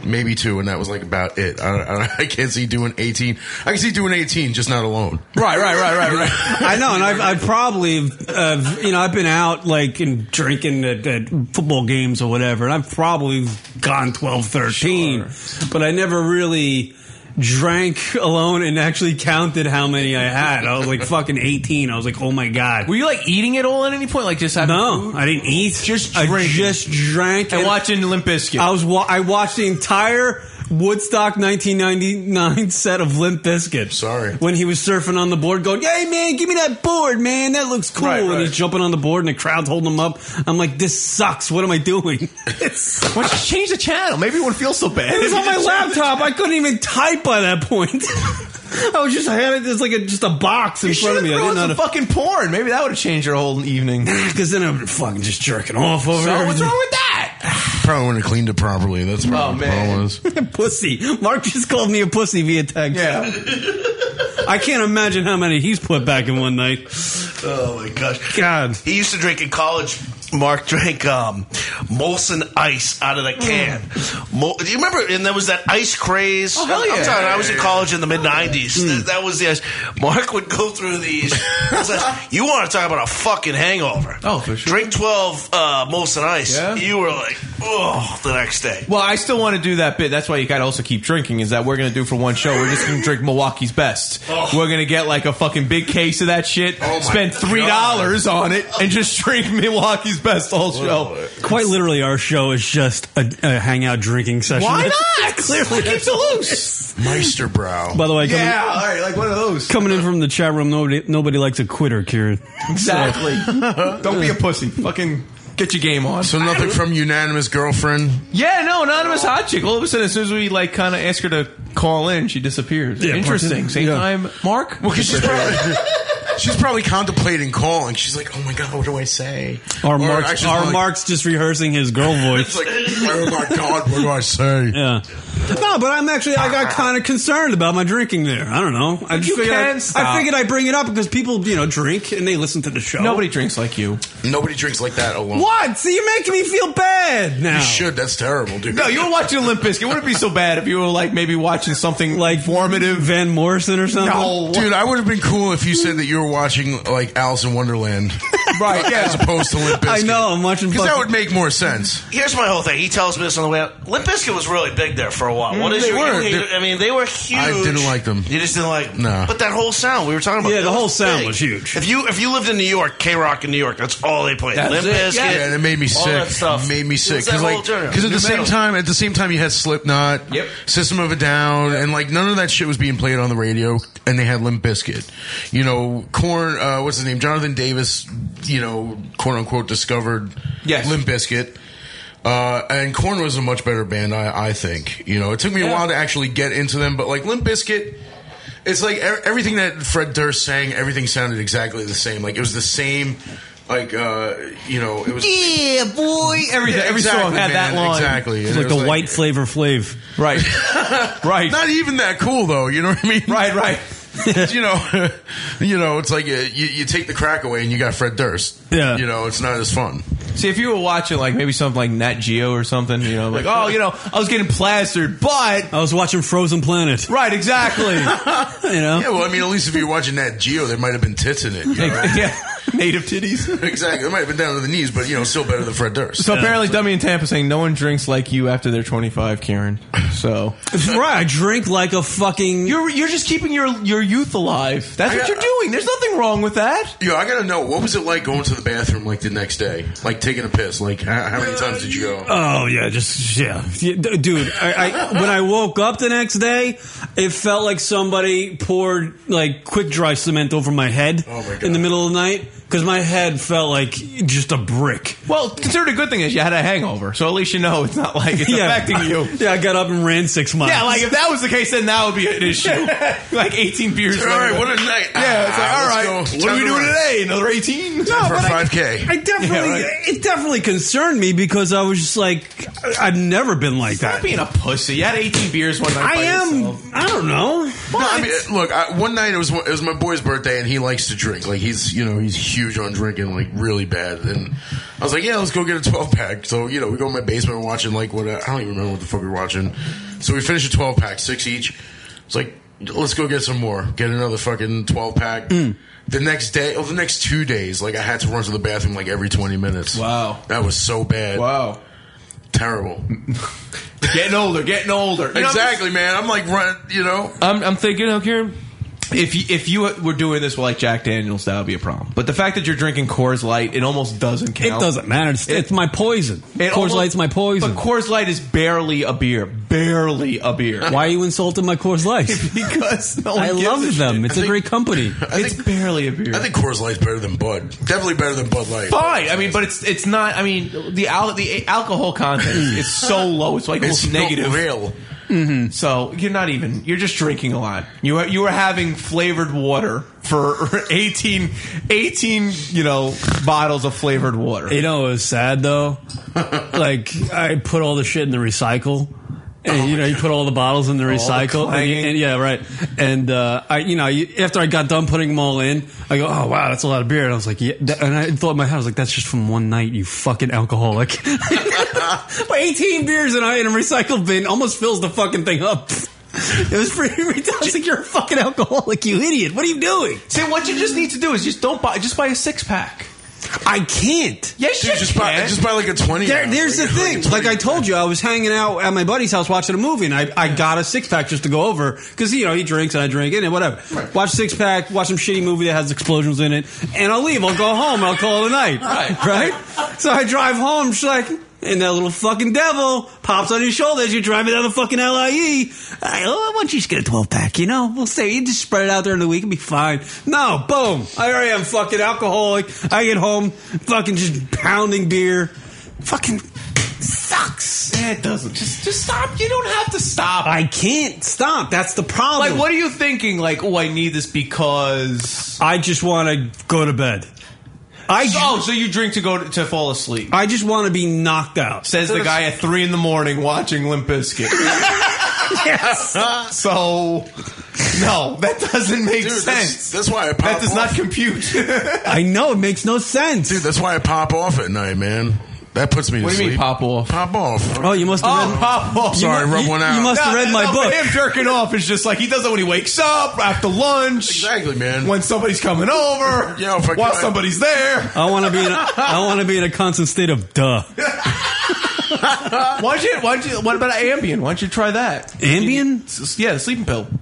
[SPEAKER 23] Maybe two, and that was like about it. I, don't, I, don't- I can't see doing eighteen. I can see doing eighteen, just not alone.
[SPEAKER 2] Right, right, right, right, right.
[SPEAKER 11] I know, and I've, I've probably, uh, you know, I've been out like and drinking at, at football games or whatever, and I've probably gone 12, 13, but I never really drank alone and actually counted how many I had. I was like fucking 18. I was like, oh my God.
[SPEAKER 2] Were you like eating it all at any point? Like just having
[SPEAKER 11] No,
[SPEAKER 2] food?
[SPEAKER 11] I didn't eat. Just I
[SPEAKER 2] drinking.
[SPEAKER 11] just drank
[SPEAKER 2] and watching Limp Bizkit.
[SPEAKER 11] I was wa- I watched the entire Woodstock 1999 set of Limp Bizkit.
[SPEAKER 23] Sorry.
[SPEAKER 11] When he was surfing on the board, going, "Hey man, give me that board, man. That looks cool."
[SPEAKER 2] Right,
[SPEAKER 11] And
[SPEAKER 2] right.
[SPEAKER 11] he's jumping on the board, and the crowd's holding him up. I'm like, "This sucks. What am I doing?" it's
[SPEAKER 2] Why don't you change the channel? Maybe it wouldn't feel so bad.
[SPEAKER 11] it was on my laptop. I couldn't even type by that point. I was just I had it just like a, just a box in
[SPEAKER 2] You
[SPEAKER 11] front
[SPEAKER 2] should
[SPEAKER 11] of
[SPEAKER 2] have
[SPEAKER 11] me. I didn't
[SPEAKER 2] thrown
[SPEAKER 11] know how
[SPEAKER 2] some
[SPEAKER 11] to
[SPEAKER 2] fucking porn. Maybe that would have changed your whole evening.
[SPEAKER 11] because then I'm fucking just jerking off over
[SPEAKER 2] So what's
[SPEAKER 11] everything.
[SPEAKER 2] wrong with that?
[SPEAKER 23] Probably wouldn't have cleaned it properly. That's probably what
[SPEAKER 2] Oh,
[SPEAKER 23] the problem
[SPEAKER 2] man.
[SPEAKER 23] was.
[SPEAKER 11] pussy. Mark just called me a pussy via text.
[SPEAKER 2] Yeah.
[SPEAKER 11] I can't imagine how many he's put back in one night.
[SPEAKER 13] Oh my gosh.
[SPEAKER 11] God.
[SPEAKER 13] He used to drink in college. Mark drank um, Molson Ice out
[SPEAKER 2] Mm.
[SPEAKER 13] of the can. Mol- Do you remember? And there was that ice craze.
[SPEAKER 2] Oh, hell
[SPEAKER 13] I'm
[SPEAKER 2] yeah. Mm.
[SPEAKER 13] telling you, I was in college in the mid '90s. That, that was the ice. Mark would go through these. It's like, you want to talk about a fucking hangover?
[SPEAKER 2] Oh, for sure.
[SPEAKER 13] Drink 12 uh, Molson Ice.
[SPEAKER 2] Yeah.
[SPEAKER 13] You were like, oh, the next day.
[SPEAKER 2] Well, I still want to do that bit. That's why you got to also keep drinking. Is that we're going to do for one show? We're just going to drink Milwaukee's Best.
[SPEAKER 13] Oh.
[SPEAKER 2] We're going to get like a fucking big case of that shit.
[SPEAKER 23] Oh my
[SPEAKER 2] spend three dollars on it and just drink Milwaukee's Best all show.
[SPEAKER 11] Quite quite literally, our show is just a, a hangout drinking session.
[SPEAKER 2] Why not? Clearly, keep it loose.
[SPEAKER 12] Meisterbrow.
[SPEAKER 11] By the way, coming,
[SPEAKER 2] yeah, all right, like one of those.
[SPEAKER 11] coming in from the chat room, nobody nobody likes a quitter, Kieran.
[SPEAKER 2] Exactly. Don't be a pussy. Fucking get your game on.
[SPEAKER 12] So nothing from unanimous girlfriend.
[SPEAKER 2] Yeah, no, anonymous hot chick. All of a sudden, as soon as we like kind of ask her to call in, she disappears.
[SPEAKER 12] Yeah,
[SPEAKER 2] Interesting.
[SPEAKER 12] Martin.
[SPEAKER 2] Same
[SPEAKER 12] Yeah.
[SPEAKER 2] time, Mark.
[SPEAKER 12] Well, 'cause she's probably, she's probably contemplating calling. She's like, oh my god, what do I say?
[SPEAKER 11] So, our Mark's,
[SPEAKER 12] actually,
[SPEAKER 11] our
[SPEAKER 12] like,
[SPEAKER 11] Mark's just rehearsing his girl voice.
[SPEAKER 12] It's like, oh my god, what do I say?
[SPEAKER 11] Yeah. No, but I'm actually I got kind of concerned about my drinking there. I don't know. I just
[SPEAKER 2] You
[SPEAKER 11] figured
[SPEAKER 2] can
[SPEAKER 11] I,
[SPEAKER 2] stop.
[SPEAKER 11] I figured I bring it up because people you know drink and they listen to the show.
[SPEAKER 2] Nobody drinks like you.
[SPEAKER 12] Nobody drinks like that alone.
[SPEAKER 11] What? See, you're making me feel bad now.
[SPEAKER 12] You should. That's terrible, dude.
[SPEAKER 2] No, you were watching Limp Bizkit. It wouldn't be so bad if you were like maybe watching something like
[SPEAKER 11] formative Van Morrison or something.
[SPEAKER 2] No,
[SPEAKER 12] Dude, I would have been cool if you said that you were watching like Alice in Wonderland,
[SPEAKER 2] right?
[SPEAKER 12] As opposed to Limp
[SPEAKER 11] I know. I'm watching
[SPEAKER 12] because that
[SPEAKER 11] fucking-
[SPEAKER 12] would make more sense.
[SPEAKER 13] Here's my whole thing. He tells me this on the way out. Limp Bizkit was really big there for a while.
[SPEAKER 12] Mm,
[SPEAKER 13] What is
[SPEAKER 12] they
[SPEAKER 13] your?
[SPEAKER 12] were.
[SPEAKER 13] you-
[SPEAKER 12] They-
[SPEAKER 13] I mean, they were huge.
[SPEAKER 12] I didn't like them.
[SPEAKER 13] You just didn't like.
[SPEAKER 12] No.
[SPEAKER 13] But that whole sound we were talking about.
[SPEAKER 12] Yeah,
[SPEAKER 13] that
[SPEAKER 12] the
[SPEAKER 13] was
[SPEAKER 12] whole sound
[SPEAKER 13] big.
[SPEAKER 12] was huge.
[SPEAKER 13] If you if you lived in New York, K Rock in New York, that's all they played.
[SPEAKER 12] That's
[SPEAKER 13] Limp
[SPEAKER 12] it.
[SPEAKER 13] Bizkit.
[SPEAKER 12] Yeah, and it made me
[SPEAKER 13] all
[SPEAKER 12] sick.
[SPEAKER 13] That stuff.
[SPEAKER 12] It made me sick
[SPEAKER 13] It's that
[SPEAKER 12] because
[SPEAKER 13] whole
[SPEAKER 12] like
[SPEAKER 13] genre.
[SPEAKER 12] because at
[SPEAKER 13] New
[SPEAKER 12] the same
[SPEAKER 13] metal.
[SPEAKER 12] time at the same time you had Slipknot,
[SPEAKER 13] Yep.
[SPEAKER 12] System of a Down, and like none of that shit was being played on the radio, and they had Limp Bizkit. You know, Corn. Uh, what's his name? Jonathan Davis. You know, quote unquote discovered
[SPEAKER 2] Yes.
[SPEAKER 12] Limp Bizkit. Uh, and Corn was a much better band, I, I think. You know, it took me a while to actually get into them, but like Limp Bizkit, it's like e- everything that Fred Durst sang, everything sounded exactly the same. Like it was the same, like uh, you know, it was
[SPEAKER 2] Yeah, boy. Every
[SPEAKER 12] Yeah,
[SPEAKER 2] every
[SPEAKER 12] exactly,
[SPEAKER 2] song had that
[SPEAKER 12] man,
[SPEAKER 2] line.
[SPEAKER 12] exactly.
[SPEAKER 11] It's like the white flavor flav.
[SPEAKER 2] Right. right.
[SPEAKER 12] Not even that cool though. You know what I mean?
[SPEAKER 2] Right, right.
[SPEAKER 12] you know, you know, it's like uh, you, you take the crack away and you got Fred Durst.
[SPEAKER 2] Yeah.
[SPEAKER 12] you know, it's not as fun.
[SPEAKER 2] See, if you were watching like maybe something like Nat Geo or something, you know, like oh, you know, I was getting plastered, but
[SPEAKER 11] I was watching Frozen Planet.
[SPEAKER 2] Right, exactly.
[SPEAKER 11] you
[SPEAKER 2] Uh-huh.
[SPEAKER 11] know.
[SPEAKER 12] Yeah, well, I mean, at least if you're watching that Geo, there might have been tits in it. You know?
[SPEAKER 2] yeah, native titties.
[SPEAKER 12] exactly. It might have been down to the knees, but you know, still better than Fred Durst.
[SPEAKER 2] So apparently, Dummy and Tampa saying no one drinks like you after they're 25, Karen. So
[SPEAKER 11] right, I drink like a fucking.
[SPEAKER 2] You're you're just keeping your your youth alive. That's
[SPEAKER 12] I
[SPEAKER 2] what
[SPEAKER 12] got-
[SPEAKER 2] you're doing. There's nothing wrong with that.
[SPEAKER 12] Yo, I gotta know what was it like going to the bathroom like the next day, like taking a piss. Like how, how many times did you go?
[SPEAKER 2] Uh,
[SPEAKER 11] Oh yeah, just yeah, Yeah, d- dude. I, I when I woke up the next day, it felt like somebody poured like quick dry cement over Oh my head in the middle of the night because my head felt like just a brick.
[SPEAKER 2] Well, considered a good thing is you had a hangover, so at least you know it's not like it's
[SPEAKER 11] Yeah.
[SPEAKER 2] affecting you.
[SPEAKER 11] Yeah, I got up and ran six miles.
[SPEAKER 2] Yeah, like if that was the case, then that would be an issue. like 18 beers.
[SPEAKER 12] All right,
[SPEAKER 2] later.
[SPEAKER 12] what a night.
[SPEAKER 2] Yeah, it's like
[SPEAKER 12] Ah,
[SPEAKER 2] all
[SPEAKER 12] let's
[SPEAKER 2] right.
[SPEAKER 12] go. Time
[SPEAKER 2] What are we
[SPEAKER 12] to
[SPEAKER 2] doing
[SPEAKER 12] rest.
[SPEAKER 2] today? Oh, Another
[SPEAKER 12] Time
[SPEAKER 2] 18?
[SPEAKER 12] for
[SPEAKER 11] but I-
[SPEAKER 12] 5K.
[SPEAKER 11] I definitely,
[SPEAKER 2] Yeah, right.
[SPEAKER 11] it definitely concerned me because I was just like, I- I've never been like
[SPEAKER 2] Stop
[SPEAKER 11] that.
[SPEAKER 2] being a pussy. You had 18 beers one night.
[SPEAKER 11] I
[SPEAKER 2] by
[SPEAKER 11] am.
[SPEAKER 2] yourself.
[SPEAKER 11] I don't know.
[SPEAKER 12] No, I mean, uh, look. I, one night it was it was my boy's birthday, and he likes to drink. Like he's you know he's huge on drinking, like really bad. And I was like, yeah, let's go get a twelve pack. So you know we go in my basement we're watching like what I don't even remember what the fuck we we're watching. So we finish a twelve pack, six each. It's like let's go get some more, get another fucking twelve pack.
[SPEAKER 2] Mm.
[SPEAKER 12] The next day, oh, the next two days, like I had to run to the bathroom like every twenty minutes.
[SPEAKER 2] Wow.
[SPEAKER 12] that was so bad.
[SPEAKER 2] Wow.
[SPEAKER 12] Terrible.
[SPEAKER 2] Getting older. Getting older. You know, I'm
[SPEAKER 12] exactly, man. I'm like, run, you know.
[SPEAKER 2] I'm, I'm thinking, okay, if you, if you were doing this with like Jack Daniels, that would be a problem. But the fact that you're drinking Coors Light, it almost doesn't
[SPEAKER 11] It
[SPEAKER 2] count.
[SPEAKER 11] doesn't matter. It's, it's my poison. Coors
[SPEAKER 2] almost-
[SPEAKER 11] Light's my poison.
[SPEAKER 2] But Coors Light is barely a beer. Barely a beer.
[SPEAKER 11] Why are you insulting my Coors Light?
[SPEAKER 2] Because no one
[SPEAKER 11] I
[SPEAKER 2] gives a
[SPEAKER 11] love them.
[SPEAKER 2] shit.
[SPEAKER 11] It's a great company.
[SPEAKER 2] It's barely a beer.
[SPEAKER 12] I think Coors Light's better than Bud. Definitely better than Bud Light.
[SPEAKER 2] Fine. I mean, but it's it's not. I mean, the al- the alcohol content is so low. It's like
[SPEAKER 12] It's
[SPEAKER 2] almost negative.
[SPEAKER 12] Not real.
[SPEAKER 2] So you're not even. You're just drinking a lot. You are, you were having flavored water for 18, 18, you know, bottles of flavored water.
[SPEAKER 11] You know, it was sad though. like I put all the shit in the recycle. And, you know, you put all the bottles in the recycle, and, you-
[SPEAKER 2] clanging.
[SPEAKER 11] and- yeah, right. And uh, I, you know, you, after I got done putting them all in, I go, "Oh wow, that's a lot of beer." And I was like, "Yeah," that- and I thought in my head, I was like, "That's just from one night, you fucking alcoholic." but eighteen beers in a, in a recycle bin almost fills the fucking thing up. It was pretty. I was like, "You're a fucking alcoholic, you idiot! What are you doing?"
[SPEAKER 2] See, what you just need to do is just don't buy. Just buy a six pack.
[SPEAKER 11] I can't.
[SPEAKER 2] Yes,
[SPEAKER 12] Dude,
[SPEAKER 2] you
[SPEAKER 12] just
[SPEAKER 2] can.
[SPEAKER 12] buy just buy like a twenty.
[SPEAKER 11] There,
[SPEAKER 12] ounce,
[SPEAKER 11] there's the
[SPEAKER 12] like,
[SPEAKER 11] thing.
[SPEAKER 12] a
[SPEAKER 11] Like I
[SPEAKER 12] 20.
[SPEAKER 11] told you, I was hanging out at my buddy's house watching a movie, and I, I got a six pack just to go over because you know he drinks and I drink and whatever. Watch six pack, watch some shitty movie that has explosions in it, and I'll leave. I'll go home. I'll call it a night. Right. So I drive home. She's like, and that little fucking devil pops on your shoulder as you're driving down the fucking LIE. I, oh, why don't you just get a 12 pack? You know, we'll say you just spread it out during the week and be fine. No, boom. I already am fucking alcoholic. I get home fucking just pounding beer. Fucking sucks. it doesn't. Just,
[SPEAKER 2] just stop. You don't have to stop.
[SPEAKER 11] I can't stop. That's the problem.
[SPEAKER 2] Like, what are you thinking? Like, oh, I need this because
[SPEAKER 11] I just want to go to bed. I
[SPEAKER 2] oh, so you drink to go to, to fall asleep?
[SPEAKER 11] I just want to be knocked out.
[SPEAKER 2] Says the guy at three in the morning watching Limp Bizkit. yes. So, no, that doesn't make
[SPEAKER 12] Dude, that's-
[SPEAKER 2] sense.
[SPEAKER 12] that's why I
[SPEAKER 2] That
[SPEAKER 12] pop
[SPEAKER 2] does not
[SPEAKER 12] off.
[SPEAKER 2] compute.
[SPEAKER 11] I know it makes no sense,
[SPEAKER 12] dude. That's why I pop off at night, man. That puts me
[SPEAKER 2] What
[SPEAKER 12] to
[SPEAKER 2] do you mean,
[SPEAKER 12] sleep.
[SPEAKER 2] pop off?
[SPEAKER 12] Pop off.
[SPEAKER 11] Oh, you must
[SPEAKER 2] Oh, pop off.
[SPEAKER 12] Sorry, rub one out.
[SPEAKER 2] No, no, for Him jerking off is just like he does it when he wakes up after lunch. Exactly,
[SPEAKER 12] man.
[SPEAKER 2] When somebody's coming over,
[SPEAKER 12] Yo, if I
[SPEAKER 2] while
[SPEAKER 12] could-
[SPEAKER 2] somebody's there.
[SPEAKER 11] I want to be. In a, I want to be in a constant state of duh.
[SPEAKER 2] why don't you? Why don't you? What about Ambien? Why don't you try that?
[SPEAKER 11] Ambien?
[SPEAKER 2] S- Yeah, the sleeping pill.
[SPEAKER 12] With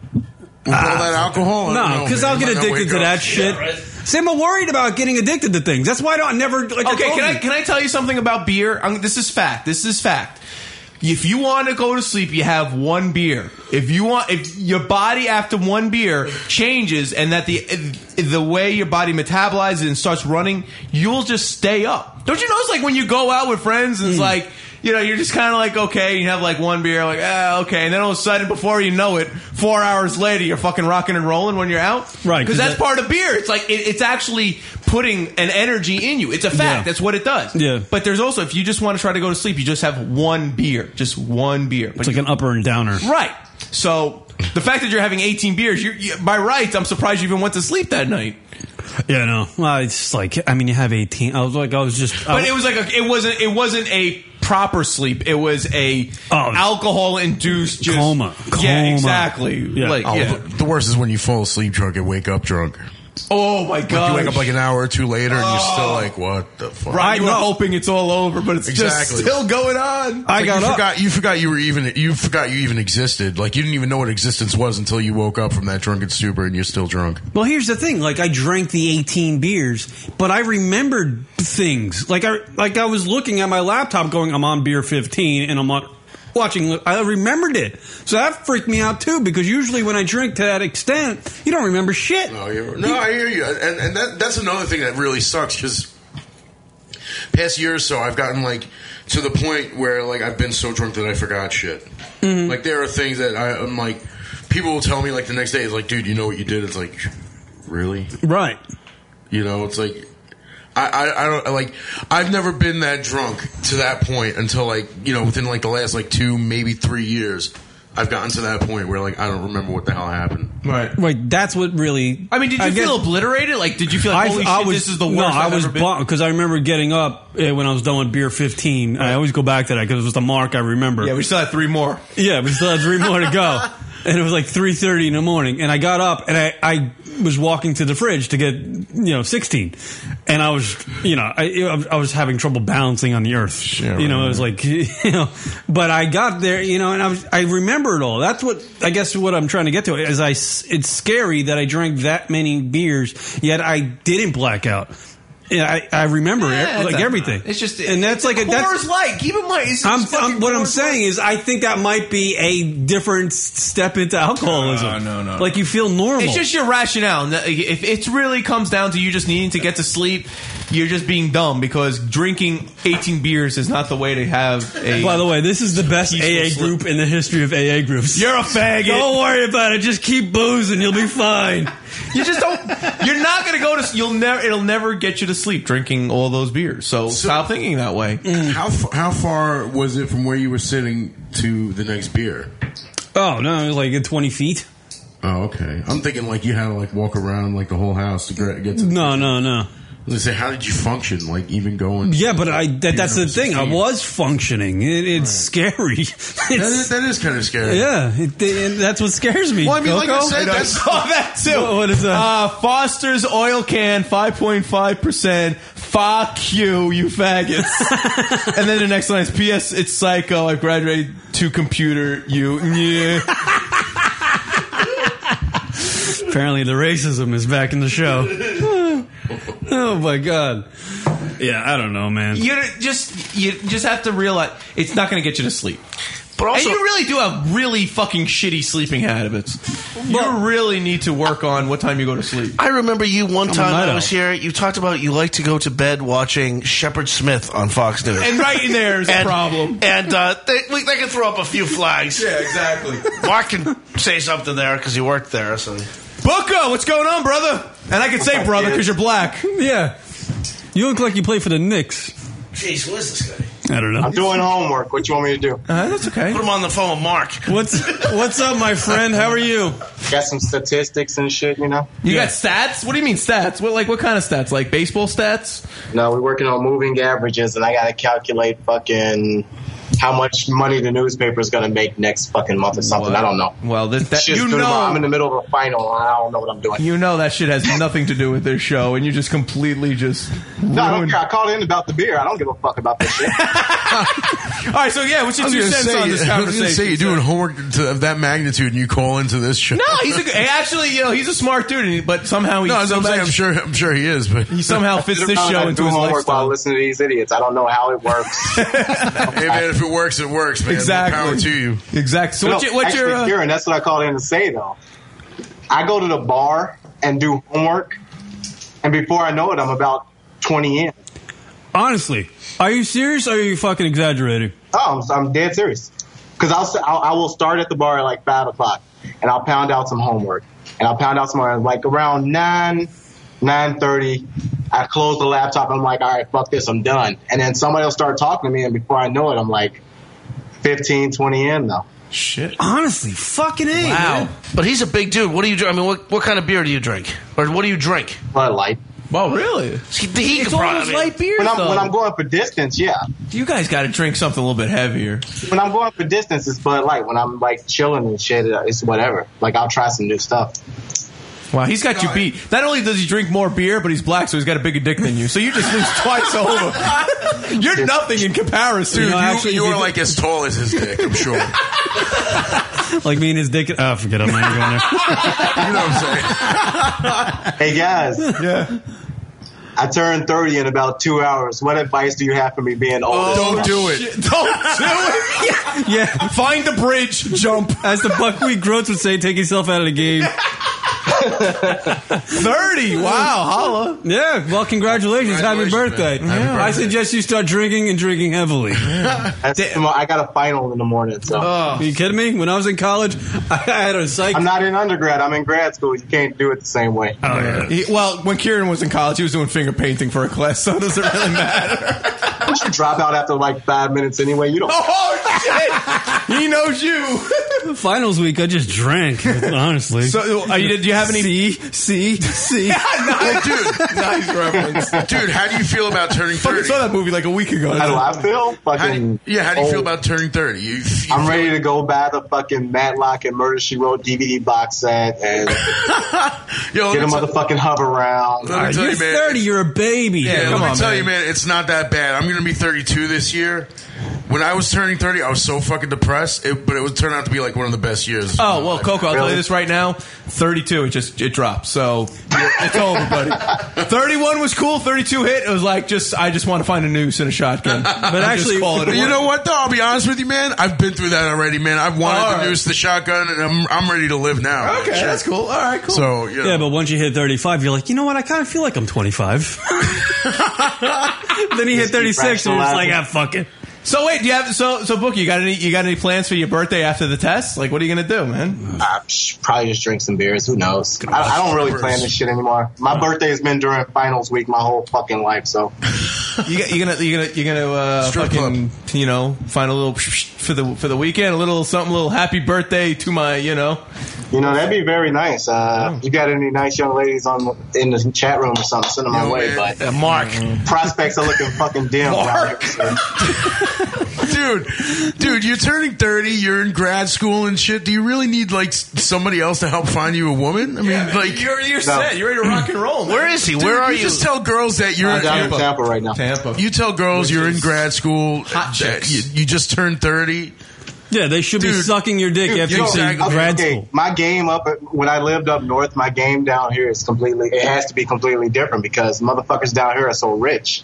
[SPEAKER 12] all that
[SPEAKER 2] Ah,
[SPEAKER 12] alcohol, I don't
[SPEAKER 11] No,
[SPEAKER 12] know,
[SPEAKER 11] because
[SPEAKER 12] man.
[SPEAKER 11] I'll get
[SPEAKER 12] Might not
[SPEAKER 11] addicted
[SPEAKER 12] wake
[SPEAKER 11] to
[SPEAKER 12] up.
[SPEAKER 11] that shit. See, I'm worried about getting addicted to things. That's why I don't I never. Like,
[SPEAKER 2] okay,
[SPEAKER 11] told
[SPEAKER 2] can I
[SPEAKER 11] you.
[SPEAKER 2] can I tell you something about beer? I'm, this is fact. This is fact. If you want to go to sleep, you have one beer. If you want, if your body after one beer changes and that the the way your body metabolizes and starts running, you'll just stay up. Don't you notice like when you go out with friends
[SPEAKER 11] Hmm.
[SPEAKER 2] and it's like. You know, you're just kind of like okay. You have like one beer, like ah, okay, and then all of a sudden, before you know it, four hours later, you're fucking rocking and rolling when you're out, right?
[SPEAKER 11] 'cause
[SPEAKER 2] Because that's
[SPEAKER 11] that-
[SPEAKER 2] part of beer. It's like it, it's actually putting an energy in you. It's a fact.
[SPEAKER 11] Yeah.
[SPEAKER 2] That's what it does.
[SPEAKER 11] Yeah.
[SPEAKER 2] But there's also if you just want to try to go to sleep, you just have one beer, just one beer. But
[SPEAKER 11] It's like an upper and downer.
[SPEAKER 2] right. So the fact that you're having 18 beers, you, you, by rights, I'm surprised you even went to sleep that night.
[SPEAKER 11] Yeah, no. Well, it's like I mean, you have 18. I was like, I was just.
[SPEAKER 2] But
[SPEAKER 11] I,
[SPEAKER 2] it was like a, it wasn't it wasn't a proper sleep. It was a alcohol induced just, coma. Yeah, exactly. Like
[SPEAKER 12] Oh,
[SPEAKER 2] yeah.
[SPEAKER 12] the- The worst is when you fall asleep drunk and wake up drunk.
[SPEAKER 2] Oh my
[SPEAKER 12] Like you
[SPEAKER 2] god.
[SPEAKER 12] wake up like an hour or two later and you're still like, what the fuck?
[SPEAKER 2] Right, you were hoping it's all over, but it's just
[SPEAKER 12] Exactly.
[SPEAKER 2] still going on.
[SPEAKER 12] It's like you forgot you forgot you were even you forgot you even existed. Like you didn't even know what existence was until you woke up from that drunken stupor and you're still drunk.
[SPEAKER 11] Well, here's the thing. Like, I drank the 18 beers, but I remembered things. Like, I like I was looking at my laptop, going, "I'm on beer 15," and I'm on watching. I remembered it, so that freaked me out too. Because usually, when I drink to that extent, you don't remember shit.
[SPEAKER 2] Oh,
[SPEAKER 12] No, you're, Oh, no, I hear you, and and that, that's another thing that really sucks. Because past year or so, I've gotten like to the point where like I've been so drunk that I forgot shit. Like there are things that I, I'm like, people will tell me like the next day, it's like, dude, you know what you did? It's like, really?
[SPEAKER 11] Right.
[SPEAKER 12] You know, it's like. I, I, I don't like I've never been that drunk to that point until like you know within like the last like two maybe three years I've gotten to that point where like I don't remember what the hell happened
[SPEAKER 2] Right.
[SPEAKER 11] Right. That's what really.
[SPEAKER 2] I mean, did you feel obliterated? Like, did you feel like, holy shit, this is the worst
[SPEAKER 11] No,
[SPEAKER 2] I've
[SPEAKER 11] I was
[SPEAKER 2] ever been?
[SPEAKER 11] because I remember getting up uh, when I was done with beer 15. I always go back to that because it was the mark I remember.
[SPEAKER 2] Yeah, we still had three more.
[SPEAKER 11] Yeah, we still had three more to go. And it was like three thirty in the morning, and I got up and I, I was walking to the fridge to get you know sixteen, and I was you know I, I was having trouble balancing on the earth. you know, it was like you know, but I got there, you know, and I was I remember it all. That's what I guess what I'm trying to get to is I s- it's scary that I drank that many beers, yet I didn't black out. Yeah, I, I remember
[SPEAKER 2] Yeah,
[SPEAKER 11] it,
[SPEAKER 2] it's
[SPEAKER 11] like
[SPEAKER 2] a-
[SPEAKER 11] everything.
[SPEAKER 2] it's just-
[SPEAKER 11] and that's like a that's,
[SPEAKER 2] Coors Light. Keep in mind, it's
[SPEAKER 11] I'm,
[SPEAKER 2] just
[SPEAKER 11] I'm-
[SPEAKER 2] fucking
[SPEAKER 11] what I'm
[SPEAKER 2] Coors Light.
[SPEAKER 11] saying is, I think that might be a different s- step into alcoholism.
[SPEAKER 2] No, no, no.
[SPEAKER 11] Like you feel normal.
[SPEAKER 2] It's just your rationale. N- If it really comes down to you just needing to get to sleep, you're just being dumb because drinking 18 beers is not the way to have a.
[SPEAKER 11] By the way, this is the best AA group in the history of AA groups.
[SPEAKER 2] You're a faggot.
[SPEAKER 11] Don't worry about it. Just keep boozing. You'll be fine.
[SPEAKER 2] you just don't. You're not going to go to. You'll never. It'll never get you to sleep drinking all those beers. So, stop thinking that way.
[SPEAKER 12] How f- how far was it from where you were sitting to the next beer?
[SPEAKER 11] Oh no, it was like at 20 feet.
[SPEAKER 12] Oh, okay. I'm thinking like you had to like walk around like the whole house to gra- get to.
[SPEAKER 11] No, no, no.
[SPEAKER 12] They say, how did you function? Like even going?
[SPEAKER 11] Yeah, but I that, that's the thing. I was functioning. It, it's scary.
[SPEAKER 12] That
[SPEAKER 11] It's-
[SPEAKER 12] is, that is kind of scary.
[SPEAKER 11] yeah, it, it- that's what scares me.
[SPEAKER 12] Well, I mean, like I
[SPEAKER 11] Coco.
[SPEAKER 12] said,
[SPEAKER 2] I
[SPEAKER 12] that's-
[SPEAKER 2] saw that too.
[SPEAKER 11] What- what is that?
[SPEAKER 2] Uh, Foster's oil can, five point five percent. Fuck you, you faggots. and then the next line is P.S. It's psycho. I graduated to computer. You, yeah.
[SPEAKER 11] Apparently, the racism is back in the show. oh my god! Yeah, I don't know, man.
[SPEAKER 2] You just you just have to realize it's not going to get you to sleep. But also, and you really do have really fucking shitty sleeping habits. you really need to work on what time you go to sleep.
[SPEAKER 13] I remember you one
[SPEAKER 2] I'm a
[SPEAKER 13] time
[SPEAKER 2] night
[SPEAKER 13] I was here. You talked about you like to go to bed watching Shepard Smith on Fox News,
[SPEAKER 2] And right in there is a
[SPEAKER 13] And-
[SPEAKER 2] problem.
[SPEAKER 13] And uh, they, we, they can throw up a few flags. yeah,
[SPEAKER 2] exactly.
[SPEAKER 13] Mark can say something there because he worked there. So
[SPEAKER 2] Booker, what's going on, brother? And I can say brother because you're black.
[SPEAKER 24] Yeah. You look like you play for the Knicks.
[SPEAKER 13] Jeez, what is this guy?
[SPEAKER 24] I don't know.
[SPEAKER 13] I'm doing
[SPEAKER 24] homework. What you want me to do?
[SPEAKER 2] Uh, that's okay.
[SPEAKER 13] Put him on the phone with Mark.
[SPEAKER 24] What's What's up, my friend? How are you?
[SPEAKER 2] Got some statistics and shit, you know. You got stats? What do you mean stats? What like what kind of stats? Like baseball stats?
[SPEAKER 6] No, we're working on moving averages, and I got to calculate fucking how much money the newspaper's going to make next fucking month or something. I don't know.
[SPEAKER 2] Well, this, that,
[SPEAKER 6] Shit's
[SPEAKER 2] you
[SPEAKER 6] gonna- I'm
[SPEAKER 2] know,
[SPEAKER 6] in the middle of a final, and I don't know what I'm doing.
[SPEAKER 2] you know that shit has nothing to do with this show, and you just completely just.
[SPEAKER 6] No, I don't care. I called in about the beer. I don't give a fuck about this shit.
[SPEAKER 2] All right, so yeah, what's your two cents on this
[SPEAKER 12] I was
[SPEAKER 2] conversation?
[SPEAKER 12] gonna say you're doing
[SPEAKER 2] sir?
[SPEAKER 12] homework to, of that magnitude, and you call into this show.
[SPEAKER 2] No, he's a, hey, actually, you know, he's a smart dude, and he- but somehow he
[SPEAKER 12] No, I'm
[SPEAKER 2] somehow,
[SPEAKER 12] saying I'm sure. I'm sure he is, but he
[SPEAKER 2] somehow fits this show into
[SPEAKER 6] do
[SPEAKER 2] his
[SPEAKER 6] homework
[SPEAKER 2] lifestyle.
[SPEAKER 6] while listening to these idiots. I don't know how it works.
[SPEAKER 12] hey man, if it works, it works, man. More
[SPEAKER 6] Exactly.
[SPEAKER 12] Power to you.
[SPEAKER 2] Exactly.
[SPEAKER 6] No, actually,
[SPEAKER 2] uh,
[SPEAKER 6] Kieran, that's what I called in to say though. I go to the bar and do homework, and before I know it, I'm about twenty in.
[SPEAKER 24] Honestly, are you serious? or Are you fucking exaggerating?
[SPEAKER 6] Oh, I'm, I'm dead serious. Because I'll, s- I'll I will start at the bar at like five o'clock, and I'll pound out some homework, and I'll pound out some homework. Like around nine, nine thirty, I close the laptop. I'm like, all right, fuck this, I'm done. And then somebody will start talking to me, and before I know it, I'm like 15, 20 in now.
[SPEAKER 13] Shit.
[SPEAKER 24] Honestly, fucking a.
[SPEAKER 13] Wow. But he's a big dude. What do you drink? I mean, what, what kind of beer do you drink? Or what do you drink?
[SPEAKER 6] Bud Light.
[SPEAKER 2] Oh, really?
[SPEAKER 13] He, he could probably.
[SPEAKER 6] When I'm, when I'm going for distance, yeah.
[SPEAKER 2] You guys got to drink something a little bit heavier.
[SPEAKER 6] When I'm going for distance, it's Bud Light. When I'm like chilling and shit, uh, it's whatever. Like I'll try some new stuff.
[SPEAKER 2] Wow, he's got you beat. Not only does he drink more beer, but he's black, so he's got a bigger dick than you. So you just lose twice over. You're nothing in comparison.
[SPEAKER 12] Dude, you, you are like as tall as his dick. I'm sure. you know
[SPEAKER 24] Like me and his dick. Oh, forget it. I'm not even going there.
[SPEAKER 12] what I'm saying.
[SPEAKER 6] Hey guys.
[SPEAKER 2] Yeah.
[SPEAKER 6] I turned 30 in about two hours. What advice do you have for me being old?
[SPEAKER 12] Don't do it.
[SPEAKER 2] Don't do it.
[SPEAKER 24] Yeah.
[SPEAKER 2] Find the bridge, jump.
[SPEAKER 24] As the buckwheat groats would say, take yourself out of the game.
[SPEAKER 2] 30. Wow, holla.
[SPEAKER 24] Yeah, well, congratulations. Happy birthday. I suggest you start drinking and drinking heavily.
[SPEAKER 6] That's- well, I got a final in the morning, so.
[SPEAKER 2] Uh.
[SPEAKER 24] Are you kidding me? When I was in college, I had a psych.
[SPEAKER 6] I'm not in undergrad. I'm in grad school. You can't do it the same way.
[SPEAKER 24] Oh, yeah.
[SPEAKER 2] He- well, when Kieran was in college, he was doing finger painting for a class, so it doesn't really matter.
[SPEAKER 6] Don't you drop out after like five minutes anyway? You don't.
[SPEAKER 2] Oh, shit. he knows you.
[SPEAKER 24] Finals week, I just drank, honestly.
[SPEAKER 2] So, uh, you- did you have any-
[SPEAKER 24] See? See? See?
[SPEAKER 12] Well, dude,
[SPEAKER 2] nice reference.
[SPEAKER 12] Dude, how do you feel about turning
[SPEAKER 2] Fucking
[SPEAKER 12] 30?
[SPEAKER 2] saw that movie like a week ago.
[SPEAKER 6] How do I feel?
[SPEAKER 12] How do
[SPEAKER 6] Fucking
[SPEAKER 12] you- yeah, how do you feel
[SPEAKER 6] old.
[SPEAKER 12] about turning 30? You,
[SPEAKER 6] I'm
[SPEAKER 12] you feel-
[SPEAKER 6] ready to go buy the fucking Matlock and Murder She Wrote DVD box set and
[SPEAKER 12] Yo,
[SPEAKER 6] get a
[SPEAKER 12] let me tell-
[SPEAKER 6] motherfucking hub around.
[SPEAKER 12] Let me tell you, man.
[SPEAKER 24] You're a baby.
[SPEAKER 12] Yeah,
[SPEAKER 6] Yeah,
[SPEAKER 12] let
[SPEAKER 6] come
[SPEAKER 12] me
[SPEAKER 6] on,
[SPEAKER 12] tell
[SPEAKER 6] man.
[SPEAKER 12] you, man, it's not that bad. I'm going to be 32 this year. When I was turning 30, I was so fucking depressed, it, but it would turn out to be like one of the best years.
[SPEAKER 2] Oh well, Coco, I'll tell you this right now: thirty-two, it just it drops. So you're- it's over, buddy. Thirty-one was cool. Thirty-two hit. It was like just I just want to find a noose and a shotgun. And just call it a
[SPEAKER 12] you
[SPEAKER 2] work.
[SPEAKER 12] know what though? I'll be honest with you, man. I've been through that already, man. I've wanted
[SPEAKER 2] All
[SPEAKER 12] to
[SPEAKER 2] right.
[SPEAKER 12] noose the shotgun, and I'm I'm ready to live now.
[SPEAKER 2] Okay,
[SPEAKER 12] Shit.
[SPEAKER 2] that's cool. All right, cool.
[SPEAKER 12] So you know.
[SPEAKER 24] Yeah, but once you hit 35, you're like, you know what? I kind of feel like I'm 25. then he hit 36, and it's like, ah, fuck it.
[SPEAKER 2] So wait, do you have so so Bookie? You got any you got any plans for your birthday after the test? Like, what are you gonna do, man?
[SPEAKER 6] Uh, psh, probably just drink some beers. Who knows? I, I don't really plan this shit anymore. My birthday has been during finals week my whole fucking life, so.
[SPEAKER 2] You, got- you gonna you gonna you gonna uh,
[SPEAKER 6] Strip
[SPEAKER 2] fucking you know find a little for the for the weekend, a little something, a little happy birthday to my you know.
[SPEAKER 6] You know, that'd be very nice. Uh, You got any nice young ladies on in the chat room or something, send them my way. But
[SPEAKER 13] Mark.
[SPEAKER 2] Mm-hmm.
[SPEAKER 6] Prospects are looking fucking dim. Mark.
[SPEAKER 12] dude, dude, you're turning 30. You're in grad school and shit. Do you really need like s- somebody else to help find you a woman? I mean,
[SPEAKER 2] Yeah,
[SPEAKER 12] like
[SPEAKER 2] you're- you're No. set. You're ready to rock and roll, man. Where is he?
[SPEAKER 12] Dude,
[SPEAKER 2] Where are
[SPEAKER 12] you?
[SPEAKER 2] you?
[SPEAKER 12] Just tell girls that you're
[SPEAKER 2] I'm down in
[SPEAKER 12] you're-
[SPEAKER 2] Tampa
[SPEAKER 6] right now.
[SPEAKER 2] Tampa.
[SPEAKER 12] You tell girls
[SPEAKER 2] Which
[SPEAKER 12] you're in
[SPEAKER 2] is
[SPEAKER 12] grad school.
[SPEAKER 2] hot
[SPEAKER 12] that
[SPEAKER 2] chicks.
[SPEAKER 12] You, you just turned 30.
[SPEAKER 24] Yeah, they should be
[SPEAKER 12] Dude.
[SPEAKER 24] sucking your dick
[SPEAKER 12] Dude,
[SPEAKER 24] after you
[SPEAKER 12] yo,
[SPEAKER 24] say
[SPEAKER 12] exactly.
[SPEAKER 24] grad
[SPEAKER 6] Okay,
[SPEAKER 24] school.
[SPEAKER 6] My game up when I lived up north, my game down here is completely. It has to be completely different because motherfuckers down here are so rich.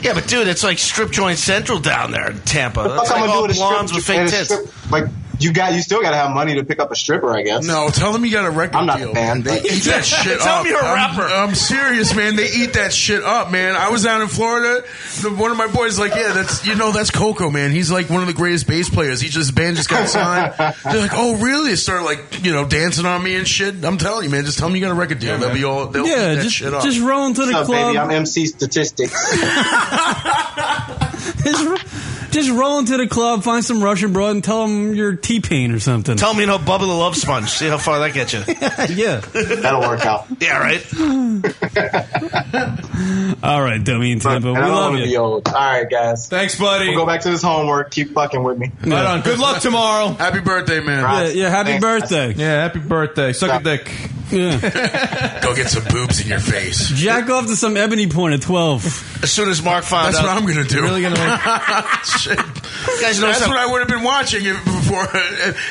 [SPEAKER 13] Yeah, but dude, it's like strip joint central down there in Tampa.
[SPEAKER 6] What the
[SPEAKER 13] That's
[SPEAKER 6] fuck
[SPEAKER 13] like
[SPEAKER 6] I'm
[SPEAKER 13] all
[SPEAKER 6] gonna do with a
[SPEAKER 13] blondes
[SPEAKER 6] strip,
[SPEAKER 13] with fake
[SPEAKER 6] and a
[SPEAKER 13] tits.
[SPEAKER 6] strip- Like you got, you still got to have money to pick up a stripper, I guess.
[SPEAKER 12] No, tell them you got a record
[SPEAKER 6] I'm not
[SPEAKER 12] deal.
[SPEAKER 6] a fan.
[SPEAKER 12] They
[SPEAKER 6] but-
[SPEAKER 12] eat that shit
[SPEAKER 6] Tell
[SPEAKER 12] up.
[SPEAKER 6] them you're a
[SPEAKER 12] I'm- I'm, serious, man. They eat that shit up, man. I was down in Florida. The, one of my boys is like, yeah, that's you know, that's Coco, man. He's like one of the greatest bass players. He just band just got signed. They're like, oh, really? They start like you know dancing on me and shit. I'm telling you, man. Just tell them you got a record deal. they'll be all they'll eat that shit up.
[SPEAKER 11] roll into the
[SPEAKER 6] What's up,
[SPEAKER 11] club.
[SPEAKER 6] Baby, I'm MC Statistics.
[SPEAKER 11] just, just roll into the club, find some Russian broad, and tell them you're T Pain or something.
[SPEAKER 13] Tell me you know Bubba the Love Sponge. See how far that gets you.
[SPEAKER 11] yeah.
[SPEAKER 6] That'll work out.
[SPEAKER 13] Yeah, right?
[SPEAKER 11] All right, dummy in Tampa.
[SPEAKER 6] And
[SPEAKER 11] we
[SPEAKER 6] I don't
[SPEAKER 11] love
[SPEAKER 6] want to be
[SPEAKER 11] you.
[SPEAKER 6] old. All right, guys.
[SPEAKER 2] Thanks, buddy.
[SPEAKER 6] We'll go back to this homework. Keep fucking with me.
[SPEAKER 2] Right on. Good luck tomorrow.
[SPEAKER 12] Happy birthday, man.
[SPEAKER 11] Yeah, yeah, happy birthday.
[SPEAKER 2] Yeah, happy birthday. Suck a dick.
[SPEAKER 12] Go get some boobs in your face.
[SPEAKER 11] Jack off to some ebony porn at 12.
[SPEAKER 13] As soon as Mark found
[SPEAKER 12] That's what I'm gonna do. Shit.
[SPEAKER 13] guys know
[SPEAKER 12] that's
[SPEAKER 13] some-
[SPEAKER 12] what I would have been watching if, before.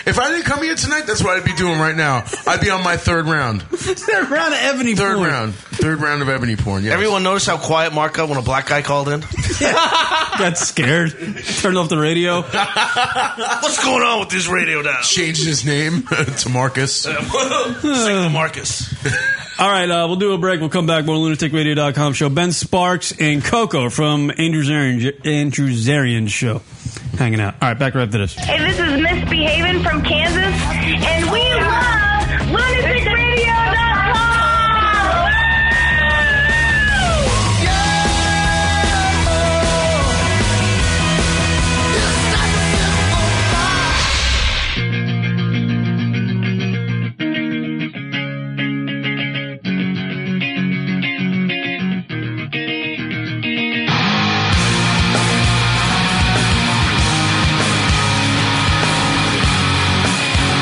[SPEAKER 12] If I didn't come here tonight, that's what I'd be doing right now. I'd be on my third round.
[SPEAKER 11] third round of ebony
[SPEAKER 12] Third round. Third round of ebony porn. Yes.
[SPEAKER 13] Everyone notice how quiet Mark got when a black guy called in?
[SPEAKER 11] Got scared. Turned off the radio.
[SPEAKER 13] What's going on with this radio now?
[SPEAKER 12] changed his name to Marcus.
[SPEAKER 13] Single Marcus.
[SPEAKER 11] All right, uh, we'll do a break. We'll come back. More lunaticradio.com show. Ben Sparks and Coco from Andrew Zarian, Andrew Zarian's show. Hanging out. All right, back right after this.
[SPEAKER 5] Hey, this is Misbehaving from Kansas, and we love lunaticradio.com.
[SPEAKER 9] Thank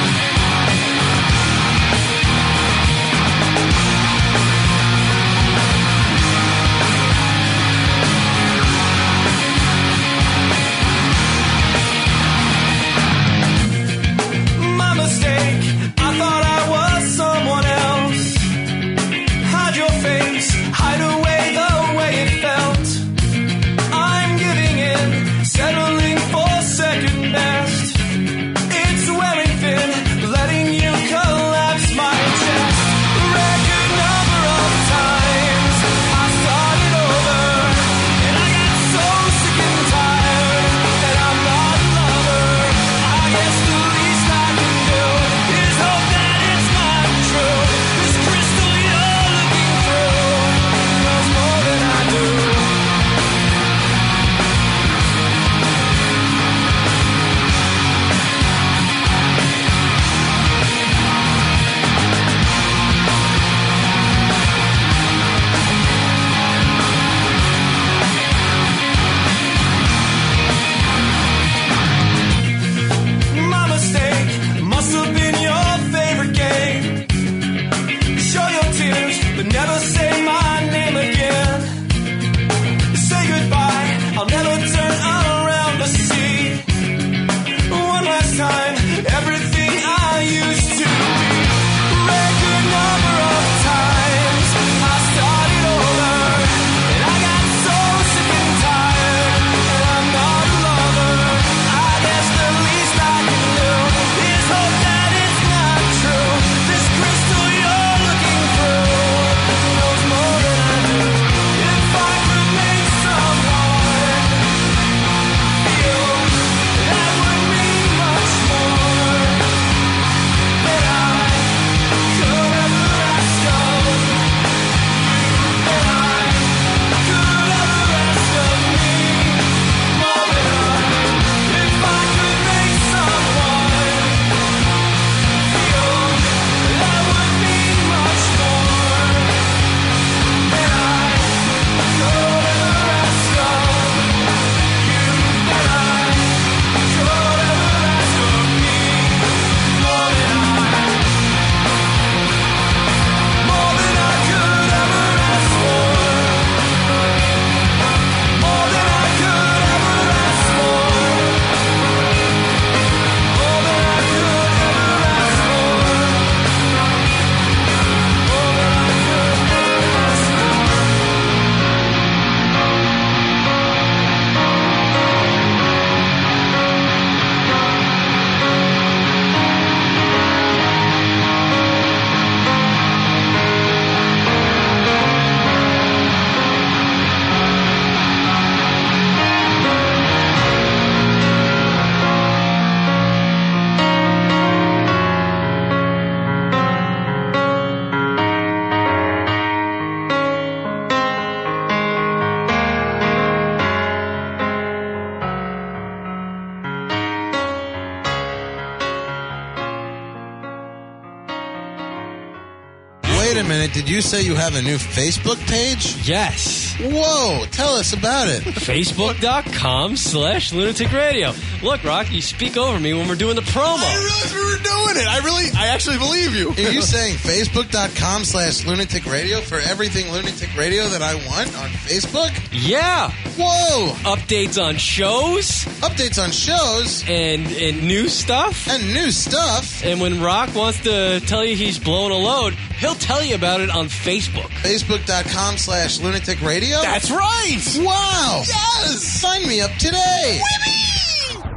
[SPEAKER 5] Wait a minute. Did you say you have a new Facebook page?
[SPEAKER 25] Yes.
[SPEAKER 5] Whoa. Tell us about it.
[SPEAKER 25] Facebook.com slash lunatic radio. Look, Rock, you speak over me when we're doing the promo.
[SPEAKER 5] we were doing it. I really, I actually believe you. Are you saying facebook.com slash lunatic radio for everything lunatic radio that I want on Facebook?
[SPEAKER 25] Yeah.
[SPEAKER 5] Whoa.
[SPEAKER 25] Updates on shows.
[SPEAKER 5] Updates on shows.
[SPEAKER 25] And and new stuff.
[SPEAKER 5] And new stuff.
[SPEAKER 25] And when Rock wants to tell you he's blowing a load, he'll tell you about it on Facebook.
[SPEAKER 5] Facebook.com slash lunatic radio?
[SPEAKER 25] That's
[SPEAKER 5] right. Wow. Yes. Sign me up today.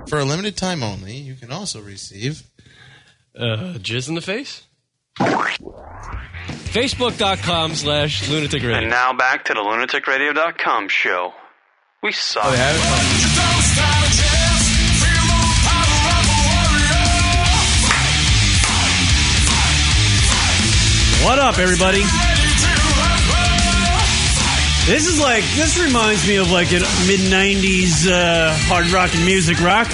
[SPEAKER 5] For a limited time only, you can also receive.
[SPEAKER 25] Uh, jizz in the face? Facebook.com slash lunatic
[SPEAKER 26] And
[SPEAKER 25] radio.
[SPEAKER 26] now back to the lunaticradio.com show. We suck.
[SPEAKER 11] What up, everybody? This is like this reminds me of like a mid '90s uh, hard rock and music rock.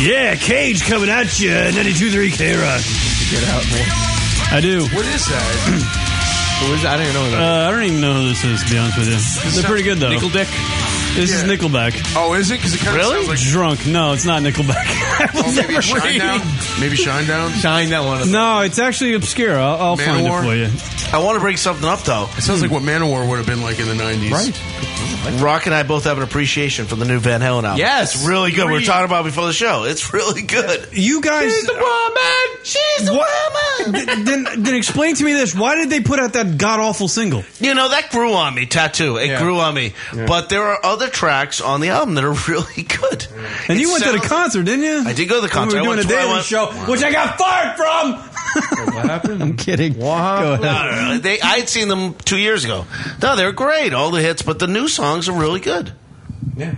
[SPEAKER 11] Yeah, Cage coming at you, 92.3 K Rock.
[SPEAKER 2] Get out,
[SPEAKER 11] man. I do.
[SPEAKER 2] What is that? what is that? I don't even know what that
[SPEAKER 11] Uh, I don't even know who this is, to be honest with you. They're pretty good though.
[SPEAKER 2] Nickel Dick?
[SPEAKER 11] This is Nickelback.
[SPEAKER 12] Oh, is it? Because it kind of
[SPEAKER 11] Really? Drunk? No, it's not Nickelback.
[SPEAKER 12] Oh, maybe Shinedown? Maybe Shinedown?
[SPEAKER 2] Shinedown one
[SPEAKER 11] no, it's actually obscure. I'll, I'll find it
[SPEAKER 12] Manowar?
[SPEAKER 11] for you.
[SPEAKER 13] I want to bring something up though.
[SPEAKER 12] It sounds like what Manowar would have been like in the 90s.
[SPEAKER 13] Right. Rock and I both have an appreciation for the new Van Halen album.
[SPEAKER 12] Yes.
[SPEAKER 13] It's really good. We were
[SPEAKER 12] Agreed.
[SPEAKER 13] talking about it before the show. It's really good.
[SPEAKER 11] You guys.
[SPEAKER 13] She's a
[SPEAKER 11] woman.
[SPEAKER 13] She's
[SPEAKER 11] a woman. then, then explain to me this. Why did they put out that god awful single?
[SPEAKER 13] You know, that grew on me, Tattoo. It grew on me. But there are other tracks on the album that are really good.
[SPEAKER 11] And
[SPEAKER 13] It
[SPEAKER 11] you went to the
[SPEAKER 13] sounds-
[SPEAKER 11] concert, didn't you?
[SPEAKER 13] I did go to the concert.
[SPEAKER 11] We
[SPEAKER 13] I
[SPEAKER 11] were doing
[SPEAKER 13] went
[SPEAKER 11] a
[SPEAKER 13] to- I
[SPEAKER 11] daily
[SPEAKER 13] went-
[SPEAKER 11] show, which I got fired from.
[SPEAKER 2] what happened?
[SPEAKER 11] I'm kidding. Go ahead.
[SPEAKER 13] No, no, no. They, I had seen them two years ago. No, they're great. All the hits, but the new songs are really good.
[SPEAKER 2] Yeah.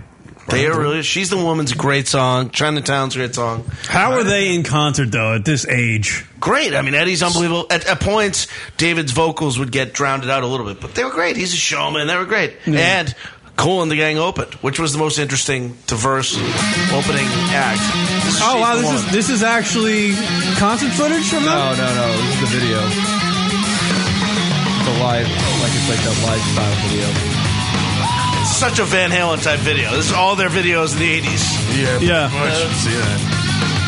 [SPEAKER 13] They are really. She's the woman's a great song. Chinatown's a great song.
[SPEAKER 11] How are they in concert though at this age?
[SPEAKER 13] Great. I mean, Eddie's unbelievable. At, at points, David's vocals would get drowned out a little bit, but they were great. He's a showman. They were great. And Cool and the Gang opened, which was the most interesting, diverse opening act.
[SPEAKER 11] Oh wow, this is this is actually concert footage from them.
[SPEAKER 2] No, no, no. This is the video. The live, like it's like that live style video.
[SPEAKER 13] It's such a Van Halen type video. This is all their videos in the 80s.
[SPEAKER 12] Yeah.
[SPEAKER 11] Yeah.
[SPEAKER 12] pretty Much. See that.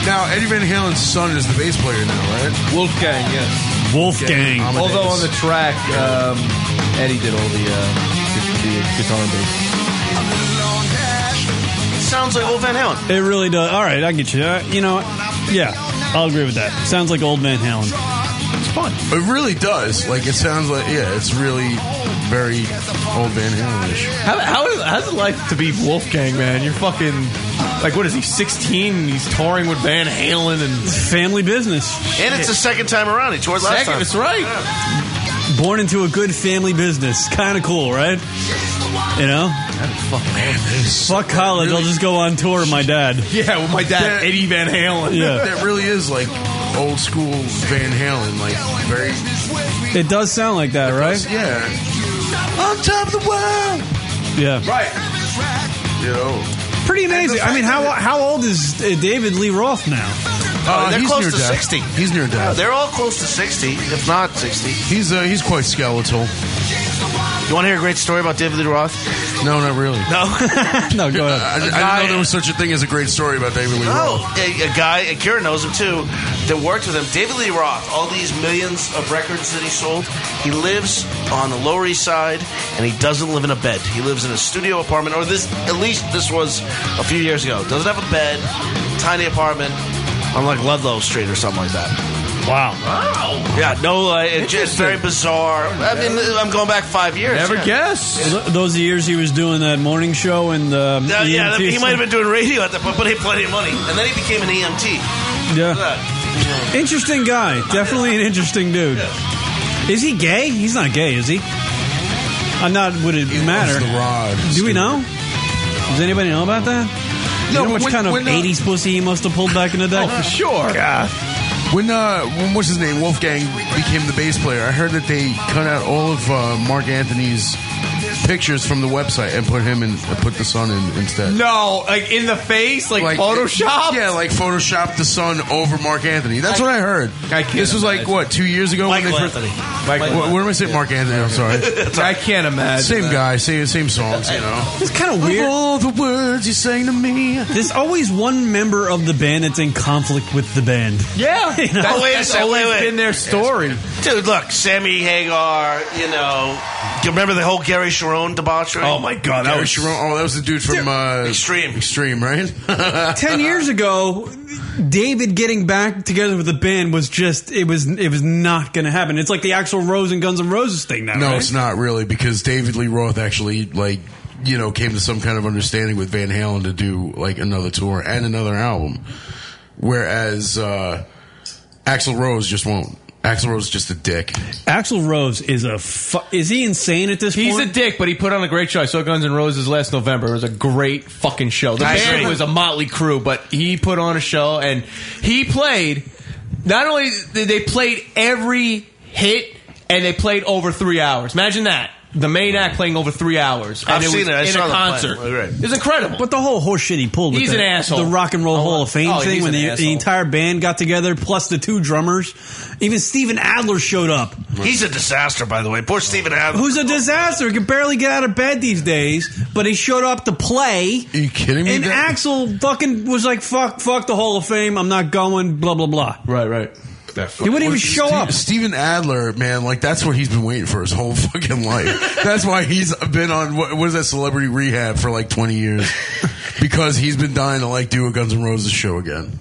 [SPEAKER 12] Now, Eddie Van Halen's son is the bass player now, right?
[SPEAKER 2] Wolfgang, yes.
[SPEAKER 11] Wolfgang.
[SPEAKER 2] Although on the track, um, Eddie did all the, uh, the, the guitar and bass.
[SPEAKER 13] Sounds like old Van Halen.
[SPEAKER 11] It really does. All right, I get you. Uh, you know, yeah, I'll agree with that. Sounds like old Van Halen.
[SPEAKER 12] It's fun. It really does. Like, it sounds like, yeah, it's really very old Van Halen-ish.
[SPEAKER 2] How, how is, how's it like to be Wolfgang, man? You're fucking, like, what is he, 16? And he's touring with Van Halen and.
[SPEAKER 11] Family business.
[SPEAKER 13] And it's the second time around. He toured last
[SPEAKER 2] Second,
[SPEAKER 13] time.
[SPEAKER 2] that's right.
[SPEAKER 11] Born into a good family business. Kind of cool, right? You know? Fuck college. I'll just go on tour with my dad.
[SPEAKER 2] Yeah, with my
[SPEAKER 12] dad,
[SPEAKER 2] Eddie Van Halen.
[SPEAKER 11] Yeah.
[SPEAKER 12] That really is like old school Van Halen, like very.
[SPEAKER 11] It does sound like that, right?
[SPEAKER 12] Yeah. On top of the world.
[SPEAKER 11] Yeah.
[SPEAKER 12] Right. You know.
[SPEAKER 11] Pretty amazing. I mean, how how old is uh, David Lee Roth now?
[SPEAKER 12] Uh, he's near death. He's near death.
[SPEAKER 13] Oh, They're all close to 60, if not 60.
[SPEAKER 12] He's uh, he's quite skeletal.
[SPEAKER 13] You want to hear a great story about David Lee Roth?
[SPEAKER 12] No, not really.
[SPEAKER 13] No.
[SPEAKER 11] no, go ahead.
[SPEAKER 12] I, I didn't know there was such a thing as a great story about David Lee Roth.
[SPEAKER 13] No, Oh, a, a guy, and Kira knows him too, that worked with him. David Lee Roth, all these millions of records that he sold, he lives on the Lower East Side and he doesn't live in a bed. He lives in a studio apartment, or this, at least this was a few years ago. Doesn't have a bed, tiny apartment on like Ludlow Street or something like that.
[SPEAKER 11] Wow.
[SPEAKER 13] Yeah, no, uh, it's just very bizarre. I mean, I'm going back five years. yeah.
[SPEAKER 11] Th- Those years he was doing that morning show and um,
[SPEAKER 13] Uh, Yeah,
[SPEAKER 11] EMT
[SPEAKER 13] yeah, he might have
[SPEAKER 11] stuff.
[SPEAKER 13] been doing radio at that point, but he had plenty of money. And then he became an E EMT.
[SPEAKER 11] Yeah.
[SPEAKER 13] Look at that.
[SPEAKER 11] Interesting guy. Definitely an interesting dude. Is he gay? He's not gay, is he? I'm not. Would it matter?
[SPEAKER 12] the rod.
[SPEAKER 11] Do we know? Does anybody know about that?
[SPEAKER 12] No,
[SPEAKER 11] you know
[SPEAKER 12] but
[SPEAKER 11] which
[SPEAKER 12] when-
[SPEAKER 11] kind of
[SPEAKER 12] when, uh,
[SPEAKER 11] '80s pussy he must have pulled back in the day.
[SPEAKER 12] Oh, for sure. God. When uh, when what's his name? Wolfgang became the bass player. I heard that they cut out all of uh, Mark Anthony's pictures from the website and put him in, put the sun in instead.
[SPEAKER 2] No, like in the face, like, Photoshop.
[SPEAKER 12] Yeah, like Photoshop the sun over Mark Anthony. That's what I heard. this was like what two years ago. when
[SPEAKER 2] Michael
[SPEAKER 12] they first-
[SPEAKER 2] Anthony.
[SPEAKER 12] Mike,
[SPEAKER 2] Michael
[SPEAKER 12] what, what am I saying? Mark Anthony. I'm sorry.
[SPEAKER 2] I can't imagine.
[SPEAKER 12] Same guy, same same songs. You know.
[SPEAKER 11] It's kind of weird. all the words you sang to me. There's always one member of the band that's in conflict with the band.
[SPEAKER 2] Yeah,
[SPEAKER 11] You know? Always-
[SPEAKER 13] That's
[SPEAKER 11] always been
[SPEAKER 2] their story.
[SPEAKER 13] Dude, look, Sammy Hagar, you know. You remember the whole Gary Sharon debauchery?
[SPEAKER 12] Oh my God, that was Sharon. Oh, that was the dude from uh, Extreme. Extreme, right?
[SPEAKER 11] Ten years ago, David getting back together with the band was just it was it was not going to happen. It's like the actual Rose and Guns N' Roses thing now.
[SPEAKER 12] No,
[SPEAKER 11] right?
[SPEAKER 12] it's not really because David Lee Roth actually like you know came to some kind of understanding with Van Halen to do like another tour and another album, whereas uh, Axl Rose just won't. Axl Rose is just a dick.
[SPEAKER 11] Axl Rose is a fu- is he insane at this
[SPEAKER 2] He's
[SPEAKER 11] point?
[SPEAKER 2] a dick, but he put on a great show. I saw Guns N' Roses last November. It was a great fucking show. The
[SPEAKER 11] I
[SPEAKER 2] band
[SPEAKER 11] agree.
[SPEAKER 2] was a motley crew, but he put on a show and he played. Not only did they played every hit, and they played over three hours. Imagine that. The main act playing over three hours. And
[SPEAKER 13] I've
[SPEAKER 2] it
[SPEAKER 13] seen
[SPEAKER 2] was
[SPEAKER 13] it. I
[SPEAKER 2] in
[SPEAKER 13] saw
[SPEAKER 2] a
[SPEAKER 13] them play.
[SPEAKER 2] concert.
[SPEAKER 13] Well, great.
[SPEAKER 2] It's incredible.
[SPEAKER 11] But the whole horseshit he pulled. with
[SPEAKER 2] He's
[SPEAKER 11] the,
[SPEAKER 2] an asshole.
[SPEAKER 11] The Rock and Roll Hall of Fame
[SPEAKER 2] Oh,
[SPEAKER 11] thing
[SPEAKER 2] he's
[SPEAKER 11] when
[SPEAKER 2] an
[SPEAKER 11] the,
[SPEAKER 2] asshole.
[SPEAKER 11] the entire band got together plus the two drummers. Even Steven Adler showed up.
[SPEAKER 13] He's a disaster, by the way. Poor Stephen Adler.
[SPEAKER 11] Who's a disaster? He can barely get out of bed these days, but he showed up to play. Are
[SPEAKER 12] you kidding
[SPEAKER 11] me? And Axel fucking was like, "Fuck, fuck the Hall of Fame. I'm not going." Blah blah blah.
[SPEAKER 2] Right, right.
[SPEAKER 11] He wouldn't even show up.
[SPEAKER 12] Steven Adler, man, like that's what he's been waiting for his whole fucking life. that's why he's been on what, what is that celebrity rehab for like twenty years because he's been dying to like do a Guns N' Roses show again.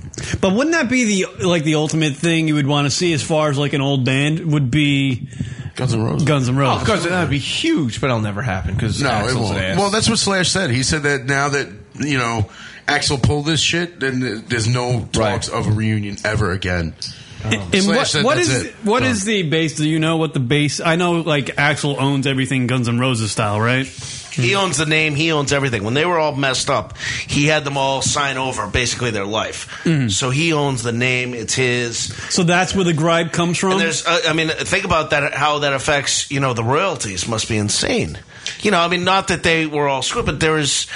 [SPEAKER 11] But wouldn't that be the like the ultimate thing you would want to see as far as like an old band would be
[SPEAKER 12] Guns N' Roses.
[SPEAKER 11] Guns N' Roses.
[SPEAKER 2] Of course, that would be huge, but it'll never happen because
[SPEAKER 12] No, it won't. Well, that's what Slash said. He said that now that you know Axel pulled this shit, then th- there's no talks of a reunion ever again.
[SPEAKER 11] And
[SPEAKER 12] Slash
[SPEAKER 11] what,
[SPEAKER 12] said
[SPEAKER 11] what
[SPEAKER 12] that's
[SPEAKER 11] is
[SPEAKER 12] it.
[SPEAKER 11] what
[SPEAKER 12] Done.
[SPEAKER 11] is the base? Do you know what the base? I know like Axel owns everything Guns N' Roses style, right?
[SPEAKER 13] He owns the name. He owns everything. When they were all messed up, he had them all sign over basically their life. So he owns the name. It's his.
[SPEAKER 11] So that's where the gripe comes from.
[SPEAKER 13] And there's, uh, I mean, think about that. How that affects you know the royalties must be insane. You know, I mean, not that they were all screwed, but there is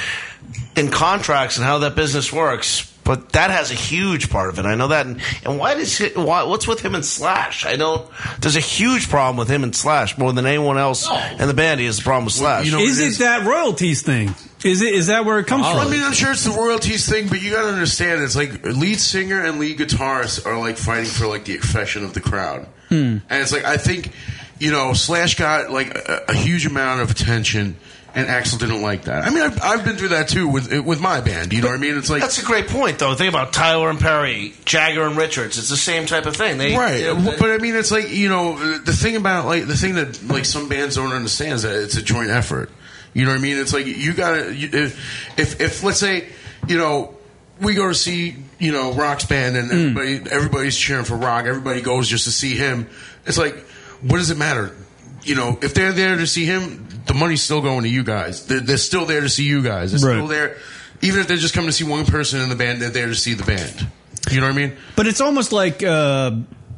[SPEAKER 13] in contracts and how that business works. But that has a huge part of it. I know that. And, and why does he, why, what's with him and Slash? I don't. There's a huge problem with him and Slash more than anyone else in the band. He has a problem with Slash.
[SPEAKER 11] is it, that royalties thing? Is it is that where it comes from?
[SPEAKER 12] I mean, I'm sure it's the royalties thing, but you gotta understand, it's like lead singer and lead guitarist are like fighting for like the affection of the crowd.
[SPEAKER 11] Hmm.
[SPEAKER 12] And it's like I think, you know, Slash got like a, a huge amount of attention, and Axel didn't like that. I mean, I've, I've been through that too with with my band. You know what I mean? It's like
[SPEAKER 13] That's a great point, though. Think about Tyler and Perry, Jagger and Richards. It's the same type of thing. They,
[SPEAKER 12] right,
[SPEAKER 13] they-
[SPEAKER 12] W- but I mean, it's like you know, the thing about like the thing that like some bands don't understand is that it's a joint effort. You know what I mean? It's like you gotta you, if, if if let's say you know we go to see you know Rock's band and everybody everybody's cheering for Rock, everybody goes just to see him. It's like what does it matter? You know, if they're there to see him, the money's still going to you guys. They're, they're still there to see you guys. They're still
[SPEAKER 11] Right.
[SPEAKER 12] there, even if they're just coming to see one person in the band. They're there to see the band. You know what I mean?
[SPEAKER 11] But it's almost like uh,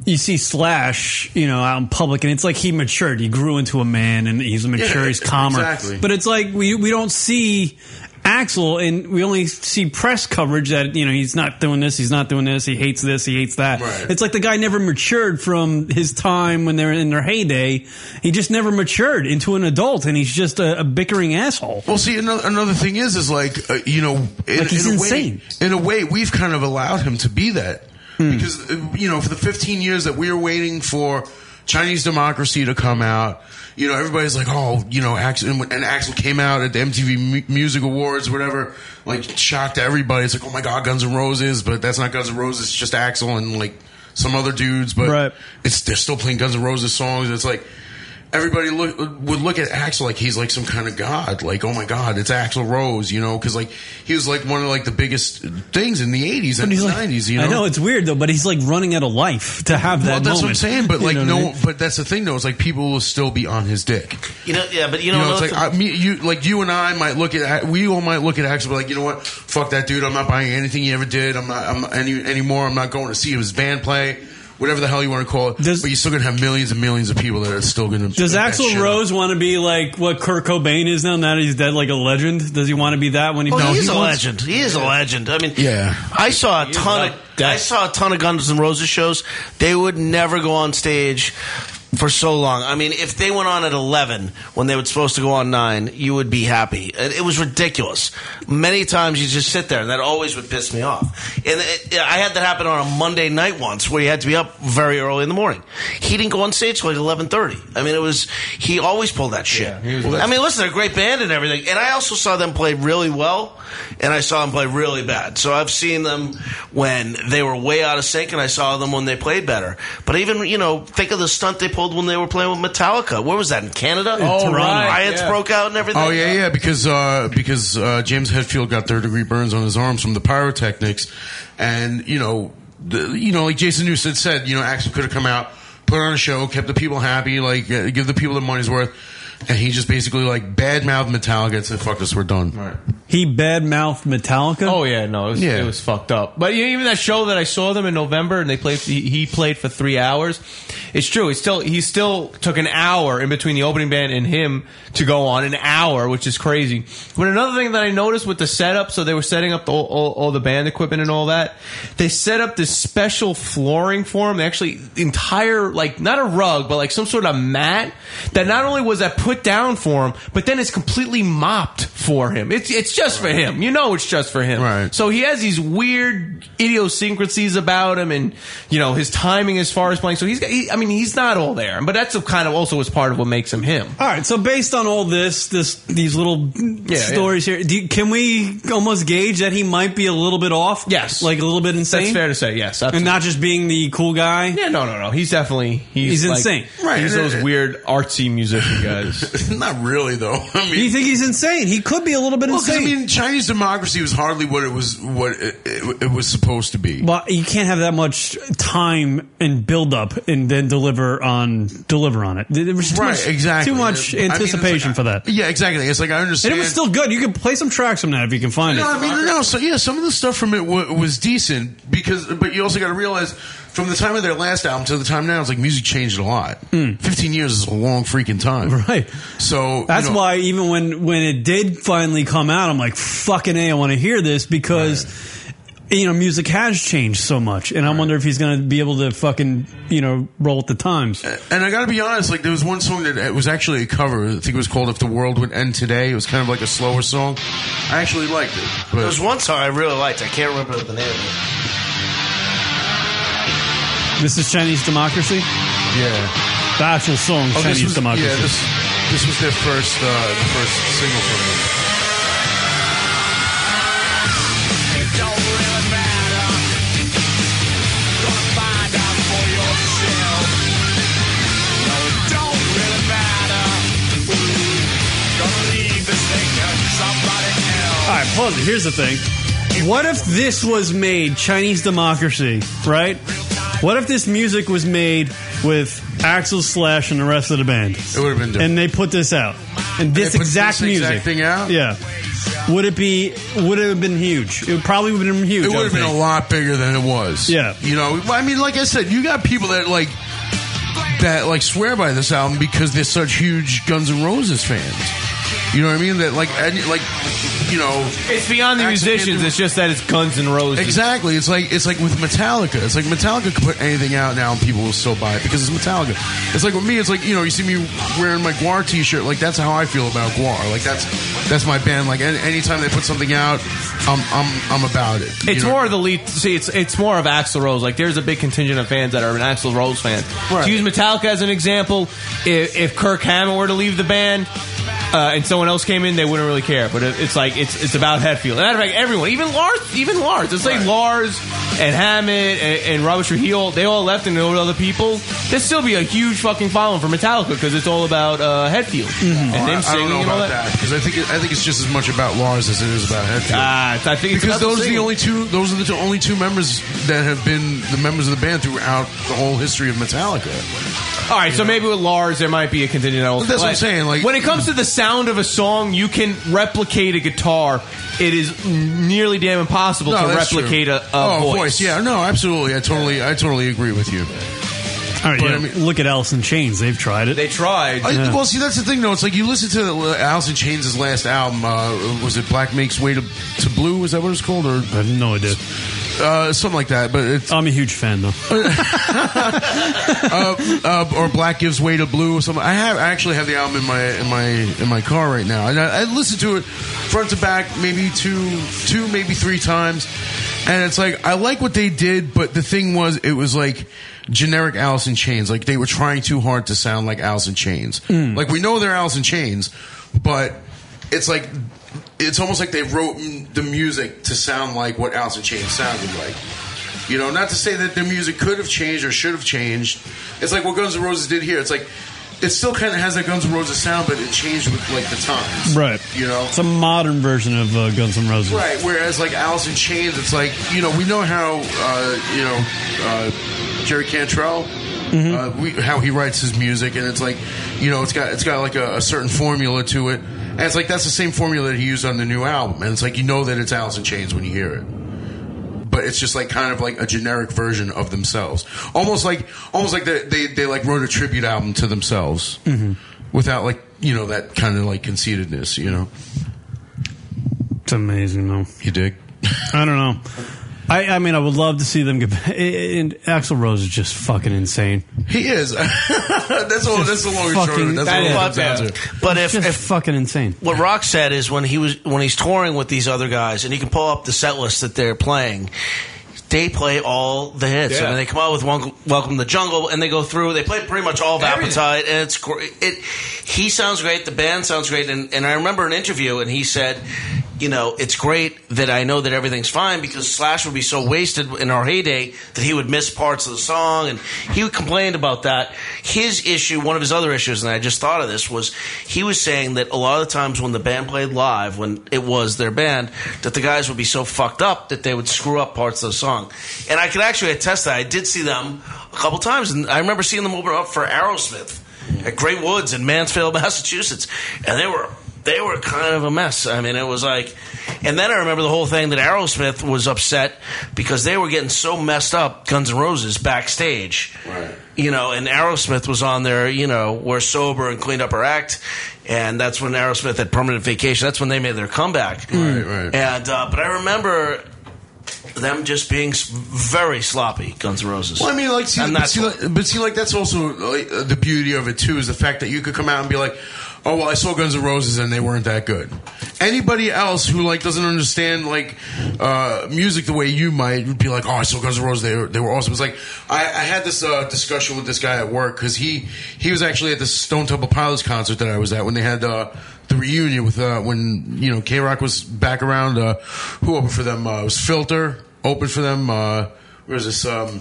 [SPEAKER 11] you see Slash, you know, out in public, and it's like he matured. He grew into a man, and he's mature.
[SPEAKER 12] Yeah,
[SPEAKER 11] he's calmer.
[SPEAKER 12] exactly.
[SPEAKER 11] But it's like we we don't see Axel, and we only see press coverage that you know he's not doing this, he's not doing this, he hates this, he hates that. It's like the guy never matured from his time when they were in their heyday. He just never matured into an adult, and he's just a, a bickering asshole.
[SPEAKER 12] Well, see, another, another thing is, is like uh, you know, in,
[SPEAKER 11] Like he's
[SPEAKER 12] in a
[SPEAKER 11] insane. Hmm.
[SPEAKER 12] Way, in a way, we've kind of allowed him to be that because uh, you know, for the 15 years that we were waiting for Chinese democracy to come out, you know, everybody's like, oh, you know, Axel, and, and Axel came out at the MTV M- Music Awards, whatever, like shocked everybody. It's like, oh my God, Guns N' Roses, but that's not Guns N' Roses. It's just Axel and like some other dudes, but it's they're still playing Guns N' Roses songs. It's like everybody look, would look at Axel like he's like some kind of god. Like, oh my god, it's Axel Rose, you know? Because like he was like one of like the biggest things in the '80s and
[SPEAKER 11] But he's
[SPEAKER 12] the
[SPEAKER 11] like-
[SPEAKER 12] '90s. You know,
[SPEAKER 11] I know it's weird though, but he's like running out of life to have
[SPEAKER 12] well,
[SPEAKER 11] that.
[SPEAKER 12] that's what I'm
[SPEAKER 11] moment.
[SPEAKER 12] saying. But
[SPEAKER 11] You
[SPEAKER 12] like,
[SPEAKER 11] know what I
[SPEAKER 12] no,
[SPEAKER 11] mean?
[SPEAKER 12] but that's the thing though. It's like people will still be on his dick.
[SPEAKER 13] you know, yeah, but you know, another
[SPEAKER 12] it's
[SPEAKER 13] thing-
[SPEAKER 12] like I, me, you, like you and I might look at we all might look at Axel be like, you know what? Fuck that dude. I'm not buying anything he ever did. I'm not I'm not any anymore. I'm not going to see his band play. whatever the hell you want to call it. but you're still gonna have millions and millions of people that are still gonna.
[SPEAKER 11] Does
[SPEAKER 12] that
[SPEAKER 11] Axl
[SPEAKER 12] shit
[SPEAKER 11] Rose want to be like what Kurt Cobain is now? Now that he's dead, like a legend. Does he want to be that when he?
[SPEAKER 13] Oh,
[SPEAKER 11] no,
[SPEAKER 13] he's
[SPEAKER 11] he
[SPEAKER 13] a
[SPEAKER 11] wants-
[SPEAKER 13] legend. He is a legend. I mean,
[SPEAKER 11] Yeah.
[SPEAKER 13] I saw a ton of I saw a ton of Guns N' Roses shows. They would never go on stage for so long. I mean, if they went on at eleven when they were supposed to go on nine, you would be happy. It, it was ridiculous. Many times you just sit there, and that always would piss me off. And it, I had that happen on a Monday night once, where you had to be up very early in the morning. He didn't go on stage till like eleven thirty. I mean, it was he always pulled that shit. I mean, listen, they're a great band and everything. And I also saw them play really well, and I saw them play really bad. So I've seen them when they were way out of sync, and I saw them when they played better. But even you know, think of the stunt they pulled when they were playing with Metallica. Where was that in Canada?
[SPEAKER 12] Oh, right,
[SPEAKER 13] riots
[SPEAKER 12] yeah.
[SPEAKER 13] broke out and everything.
[SPEAKER 12] Oh yeah, yeah, because uh, because uh, James Hetfield got third degree burns on his arms from the pyrotechnics, and you know, the, you know, like Jason Newsted said, you know, Axel could have come out, put on a show, kept the people happy, like uh, give the people their money's worth, and he just basically like badmouthed Metallica and said, "Fuck this, we're done." Right.
[SPEAKER 11] He badmouthed Metallica.
[SPEAKER 2] Oh yeah, no, it was,
[SPEAKER 12] Yeah.
[SPEAKER 2] it was fucked up. But you know, even that show that I saw them in November, and they played. He, he played for three hours. It's true. He still he still took an hour in between the opening band and him to go on an hour, which is crazy. But another thing that I noticed with the setup, so they were setting up the, all, all, all the band equipment and all that. They set up this special flooring for him. They actually entire like not a rug, but like some sort of mat that not only was that put down for him, but then it's completely mopped for him. It's it's just for him. You know, it's just for him. Right. So he has these weird idiosyncrasies about him, and you know his timing as far as playing. So he's he, I mean he's not all there, but that's a kind of also was part of what makes him him.
[SPEAKER 11] All right. So based on all this, this these little stories here, do, you- can we almost gauge that he might be a little bit off? Yes, like a little bit insane.
[SPEAKER 2] That's fair to say. Yes,
[SPEAKER 11] and not just being the cool guy.
[SPEAKER 2] Yeah, no, no, no. He's definitely he's,
[SPEAKER 11] He's
[SPEAKER 2] like-
[SPEAKER 11] insane.
[SPEAKER 12] Right.
[SPEAKER 2] He's those weird artsy musician guys.
[SPEAKER 12] Not really though. I mean,
[SPEAKER 11] you think he's insane? He could be a little bit
[SPEAKER 12] Well, 'cause,
[SPEAKER 11] insane.
[SPEAKER 12] I mean, Chinese democracy was hardly what it was what it, it, it was supposed to be.
[SPEAKER 11] Well, you can't have that much time and build up and then deliver on deliver on it. There was too
[SPEAKER 12] right,
[SPEAKER 11] much,
[SPEAKER 12] exactly.
[SPEAKER 11] Too much
[SPEAKER 12] I mean, it's
[SPEAKER 11] anticipation
[SPEAKER 12] like-
[SPEAKER 11] for that.
[SPEAKER 12] Yeah, exactly. It's like I
[SPEAKER 11] And
[SPEAKER 12] understand.
[SPEAKER 11] it was still good. You can play some tracks from that if you can find
[SPEAKER 12] No,
[SPEAKER 11] it.
[SPEAKER 12] I mean no. So yeah, some of the stuff from it w- was decent because, but you also got to realize from the time of their last album to the time now, it's like music changed a lot. Fifteen years is a long freaking time,
[SPEAKER 11] Hmm. right?
[SPEAKER 12] So
[SPEAKER 11] That's
[SPEAKER 12] you know,
[SPEAKER 11] why even when when it did finally come out, I'm like, fucking a, I want to hear this because you know music has changed so much, and I wonder if he's going to be able to fucking you know roll with the times.
[SPEAKER 12] And I got to be honest, like there was one song that it was actually a cover. I think it was called "If the World Would End Today." It was kind of like a slower song. I actually liked it. But
[SPEAKER 13] There was one song I really liked. I can't remember the name of
[SPEAKER 11] This is Chinese democracy. Yeah, the actual song
[SPEAKER 12] Oh,
[SPEAKER 11] Chinese
[SPEAKER 12] this was,
[SPEAKER 11] democracy.
[SPEAKER 12] Yeah, this, this was their first uh, first single from them.
[SPEAKER 11] All right, pause it. Here's the thing. What if this was made Chinese democracy, right? What if this music was made with Axel Slash and the rest of the band? It
[SPEAKER 12] would have been different.
[SPEAKER 11] And they put this out. And this
[SPEAKER 12] they put
[SPEAKER 11] exact
[SPEAKER 12] this
[SPEAKER 11] music.
[SPEAKER 12] exact thing out?
[SPEAKER 11] Yeah. Would it be would it have been huge? It probably would have been huge.
[SPEAKER 12] It would have been a lot bigger than it was.
[SPEAKER 11] Yeah.
[SPEAKER 12] You know, I mean, like I said, you got people that like that like swear by this album because they're such huge Guns N' Roses fans. You know what I mean? That like, and, like, you know,
[SPEAKER 2] It's beyond the musicians. It's just that it's Guns N' Roses.
[SPEAKER 12] Exactly. It's like it's like with Metallica. It's like Metallica could put anything out now and people will still buy it because it's Metallica. It's like with me. It's like you know you see me wearing my Guar T-shirt. Like that's how I feel about Guar. Like that's that's my band. Like any, anytime they put something out, I'm I'm I'm about it.
[SPEAKER 2] It's more of the lead. See, it's it's more of Axl Rose. Like there's a big contingent of fans that are an Axl Rose fan. To use Metallica as an example, if, if Kirk Hammett were to leave the band. Uh, and someone else came in, they wouldn't really care. But it, it's like it's it's about Hetfield. And matter of fact, everyone, even Lars, even Lars, it's like Lars and Hammett and, and Robert Trujillo, they all left and they were with other people. There'd still be a huge fucking following for Metallica because it's all about uh, Hetfield and
[SPEAKER 12] Mm-hmm. I-
[SPEAKER 2] them
[SPEAKER 12] I
[SPEAKER 2] singing
[SPEAKER 12] don't know
[SPEAKER 2] and all
[SPEAKER 12] about
[SPEAKER 2] that.
[SPEAKER 12] that because I think it, I think it's just as much about Lars as it is about Hetfield.
[SPEAKER 2] Ah, I think it's
[SPEAKER 12] because
[SPEAKER 2] about the
[SPEAKER 12] those are the
[SPEAKER 2] single.
[SPEAKER 12] only two. Those are the two, only two members that have been the members of the band throughout the whole history of Metallica.
[SPEAKER 2] All right, so maybe with Lars there might be a contingent. That's
[SPEAKER 12] That's what I'm saying, like-
[SPEAKER 2] when it comes to the sound of a song, you can replicate a guitar. It is nearly damn impossible
[SPEAKER 12] No,
[SPEAKER 2] to
[SPEAKER 12] that's
[SPEAKER 2] replicate
[SPEAKER 12] true.
[SPEAKER 2] a, a
[SPEAKER 12] Oh,
[SPEAKER 2] voice.
[SPEAKER 12] voice. Yeah, no, absolutely. I totally, I totally agree with you.
[SPEAKER 2] Uh,
[SPEAKER 11] All right,
[SPEAKER 12] But
[SPEAKER 11] yeah,
[SPEAKER 12] I mean-
[SPEAKER 11] look at Alice in Chains. They've tried it. They
[SPEAKER 2] tried.
[SPEAKER 12] I- Well, see, that's the thing, though. It's like you listen to uh, Alice in Chains' last album. Uh, was it Black Makes Way to, to Blue? Was that what it's called? Or I
[SPEAKER 11] have no idea.
[SPEAKER 12] Uh, something like that. But it's,
[SPEAKER 11] I'm a huge fan, though.
[SPEAKER 12] uh, uh, or Black Gives Way to Blue. Or something. I have I actually have the album in my in my in my car right now, and I, I listen to it front to back, maybe two two maybe three times, and it's like I like what they did, but the thing was, it was like. Generic Alice in Chains, like they were trying too hard to sound like Alice in Chains.
[SPEAKER 23] Mm.
[SPEAKER 12] Like we know they're Alice in Chains, but it's like it's almost like they wrote m- the music to sound like what Alice in Chains sounded like. You know, not to say that their music could have changed or should have changed. It's like what Guns N' Roses did here. It's like it still kind of has that Guns N' Roses sound, but it changed with like the times.
[SPEAKER 11] Right.
[SPEAKER 12] You know?
[SPEAKER 11] It's a modern version of uh, Guns N' Roses.
[SPEAKER 12] Right. Whereas like Alice in Chains, it's like you know we know how uh, you know uh, Jerry Cantrell. Uh, we, how he writes his music, and it's like, you know, it's got it's got like a, a certain formula to it, and it's like that's the same formula that he used on the new album, and it's like you know that it's Alice in Chains when you hear it, but it's just like kind of like a generic version of themselves, almost like almost like they they, they like wrote a tribute album to themselves
[SPEAKER 11] Mhm.
[SPEAKER 12] without like you know that kind of like conceitedness, you know.
[SPEAKER 11] It's amazing, though.
[SPEAKER 12] You dig?
[SPEAKER 11] I don't know. I, I mean, I would love to see them get. back. And Axl Rose is just fucking insane.
[SPEAKER 12] He is. that's all. That's the long and short of it.
[SPEAKER 11] Fucking-
[SPEAKER 12] That's what it comes down
[SPEAKER 13] But, uh,
[SPEAKER 12] to.
[SPEAKER 13] but if,
[SPEAKER 11] just
[SPEAKER 13] if
[SPEAKER 11] fucking insane.
[SPEAKER 13] what Rock said is when he was when he's touring with these other guys, and you can pull up the set list that they're playing. They play all the hits,
[SPEAKER 2] Yeah.
[SPEAKER 13] and then they come out with one, "Welcome to the Jungle," and they go through. They play pretty much all of Appetite, and it's gr- it. He sounds great. The band sounds great, and, and I remember an interview, and he said, "You know, it's great that I know that everything's fine because Slash would be so wasted in our heyday that he would miss parts of the song, and he complained about that. His issue, one of his other issues, and I just thought of this was he was saying that a lot of the times when the band played live, when it was their band, that the guys would be so fucked up that they would screw up parts of the song. And I could actually attest that I did see them a couple times, and I remember seeing them open up for Aerosmith at Great Woods in Mansfield, Massachusetts, and they were they were kind of a mess. I mean, it was like, and then I remember the whole thing that Aerosmith was upset because they were getting so messed up, Guns N' Roses backstage, right. you know, and Aerosmith was on there, you know, we're sober and cleaned up our act, and that's when Aerosmith had permanent vacation. That's when they made their comeback,
[SPEAKER 12] Right, right.
[SPEAKER 13] And uh, but I remember them just being s- very sloppy, Guns N' Roses.
[SPEAKER 12] Well, I mean, like, see,
[SPEAKER 13] and
[SPEAKER 12] but
[SPEAKER 13] that's
[SPEAKER 12] see, like, but see, like, that's also like, uh, the beauty of it too is the fact that you could come out and be like, "Oh, well, I saw Guns N' Roses and they weren't that good." Anybody else who like doesn't understand like uh, music the way you might would be like, "Oh, I saw Guns N' Roses; they were, they were awesome." It's like I, I had this uh, discussion with this guy at work because he he was actually at the Stone Temple Pilots concert that I was at when they had. Uh, the reunion with uh, when you know K Rock was back around. Uh, who opened for them? Uh, it was Filter opened for them. Uh, where is this? Um,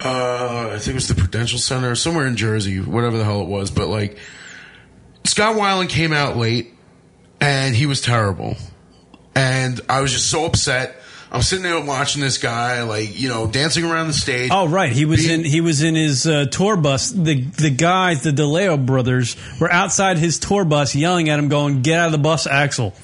[SPEAKER 12] uh, I think it was the Prudential Center, somewhere in Jersey, whatever the hell it was. But like, Scott Weiland came out late, and he was terrible, and I was just so upset. I'm sitting there watching this guy, like you know, dancing around the stage.
[SPEAKER 11] Oh right, he was in he was in his uh, tour bus. The the guys, the DeLeo brothers, were outside his tour bus yelling at him, going, "Get out of the bus, Axel."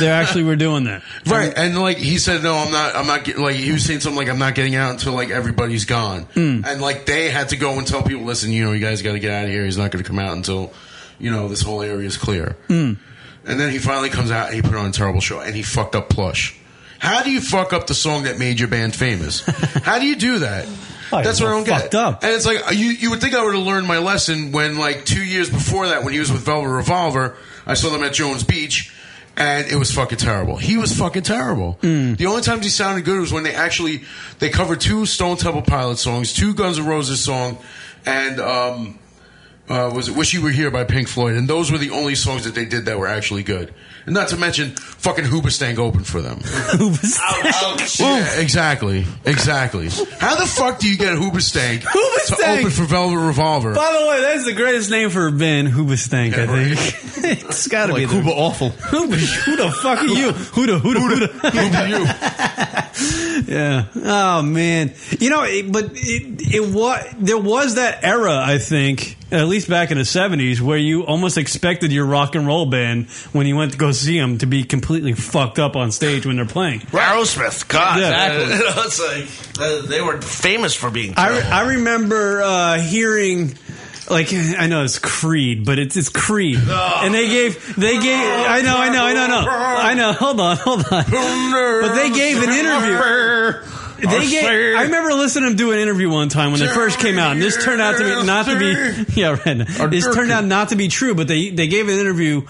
[SPEAKER 11] they actually were doing that.
[SPEAKER 12] Right, and like he said, no, I'm not. I'm not getting. Like he was saying something like, I'm not getting out until like everybody's gone.
[SPEAKER 11] Mm.
[SPEAKER 12] And like they had to go and tell people, listen, you know, you guys got to get out of here. He's not going to come out until, you know, this whole area is clear.
[SPEAKER 11] Mm.
[SPEAKER 12] And then he finally comes out and he put on a terrible show and he fucked up Plush. How do you fuck up the song that made your band famous? How do you do that? That's what I don't get.
[SPEAKER 11] fucked up.
[SPEAKER 12] And it's like you, you would think I would have learned my lesson when, like, two years before that, when he was with Velvet Revolver, I saw them at Jones Beach, and it was fucking terrible. He was fucking terrible. The only times he sounded good was when they actually they covered two Stone Temple Pilots songs, two Guns N' Roses song, and um, uh, was it "Wish You Were Here" by Pink Floyd, and those were the only songs that they did that were actually good. And not to mention, fucking Hoobastank opened for them.
[SPEAKER 13] Oh,
[SPEAKER 12] Yeah, exactly, exactly. How the fuck do you get Hoobastank,
[SPEAKER 11] Hoobastank!
[SPEAKER 12] to open for Velvet Revolver?
[SPEAKER 11] By the way, that's the greatest name for a band, Hoobastank, I think. it's got to be
[SPEAKER 2] Like Hooba
[SPEAKER 11] Awful. Hooba, who the fuck are you? Who the, who the, who the?
[SPEAKER 12] Who the you?
[SPEAKER 11] yeah. Oh man. You know, it, but it, it was there was that era. I think at least back in the seventies where you almost expected your rock and roll band when you went to go see them to be completely fucked up on stage when they're playing.
[SPEAKER 13] Aerosmith, God,
[SPEAKER 11] Yeah.
[SPEAKER 13] You know, it's like uh, they were famous for being.
[SPEAKER 11] I, I remember uh, hearing. Like I know it's Creed, but it's it's Creed, and they gave they gave I know I know I know I know I know. Hold on, hold on. But they gave an interview. They gave. I remember listening to them do an interview one time when they first came out, and this turned out to be not to be yeah right. This turned out not to be true, but they they gave an interview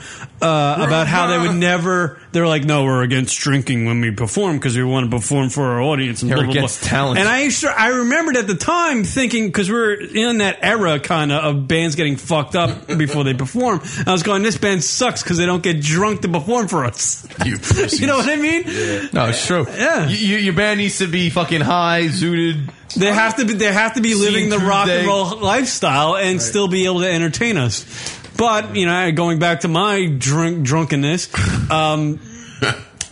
[SPEAKER 11] uh, about how they would never. They're like, no, we're against drinking when we perform because we want to perform for our audience. And
[SPEAKER 2] Here
[SPEAKER 11] blah, blah,
[SPEAKER 2] against
[SPEAKER 11] blah.
[SPEAKER 2] talent.
[SPEAKER 11] And I used to- I remembered at the time thinking because we are in that era kind of of bands getting fucked up before they perform. I was going, this band sucks because they don't get drunk to perform for us. You, know what I mean?
[SPEAKER 2] No, it's true.
[SPEAKER 11] Yeah,
[SPEAKER 2] your band needs to be fucking high, zooted.
[SPEAKER 11] They have to be. They have to be living the rock and roll lifestyle and still be able to entertain us. But you know, going back to my drunk drunkenness, um,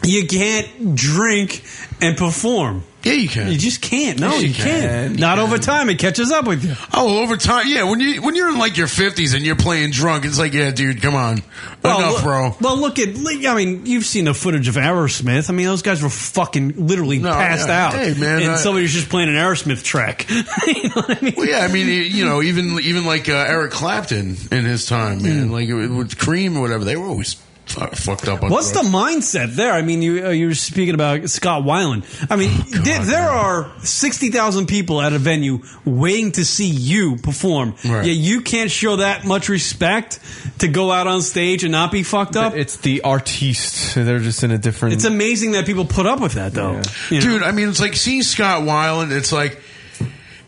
[SPEAKER 11] you can't drink and perform.
[SPEAKER 12] Yeah, you can.
[SPEAKER 11] You just can't. No,
[SPEAKER 12] Yes, you
[SPEAKER 11] you, can't.
[SPEAKER 12] can.
[SPEAKER 11] Not over time. It catches up with you.
[SPEAKER 12] Oh, well, over time, yeah. When you when you're in like your fifties and you're playing drunk, it's like, yeah, dude, come on, enough,
[SPEAKER 11] look,
[SPEAKER 12] bro.
[SPEAKER 11] Well, look at. li- I mean, you've seen the footage of Aerosmith. I mean, those guys were fucking literally passed
[SPEAKER 12] yeah.
[SPEAKER 11] out.
[SPEAKER 12] Hey, man,
[SPEAKER 11] and
[SPEAKER 12] I-
[SPEAKER 11] somebody was just playing an Aerosmith track.
[SPEAKER 12] Well, yeah, I mean, it- you know, even even like uh, Eric Clapton in his time,
[SPEAKER 11] Hmm.
[SPEAKER 12] man, like it- with Cream or whatever, they were always fu- fucked up. On
[SPEAKER 11] What's the
[SPEAKER 12] drugs.
[SPEAKER 11] mindset there? I mean, you uh, you were speaking about Scott Weiland. I mean, there, there are sixty thousand people at a venue waiting to see you perform.
[SPEAKER 2] Right.
[SPEAKER 11] Yet you can't show that much respect to go out on stage and not be fucked up.
[SPEAKER 2] It's the artiste. They're just in a different.
[SPEAKER 11] It's amazing that people put up with that, though. You know?
[SPEAKER 12] dude? I mean, it's like seeing Scott Weiland. It's like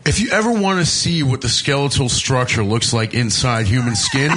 [SPEAKER 12] if you ever want to see what the skeletal structure looks like inside human skin,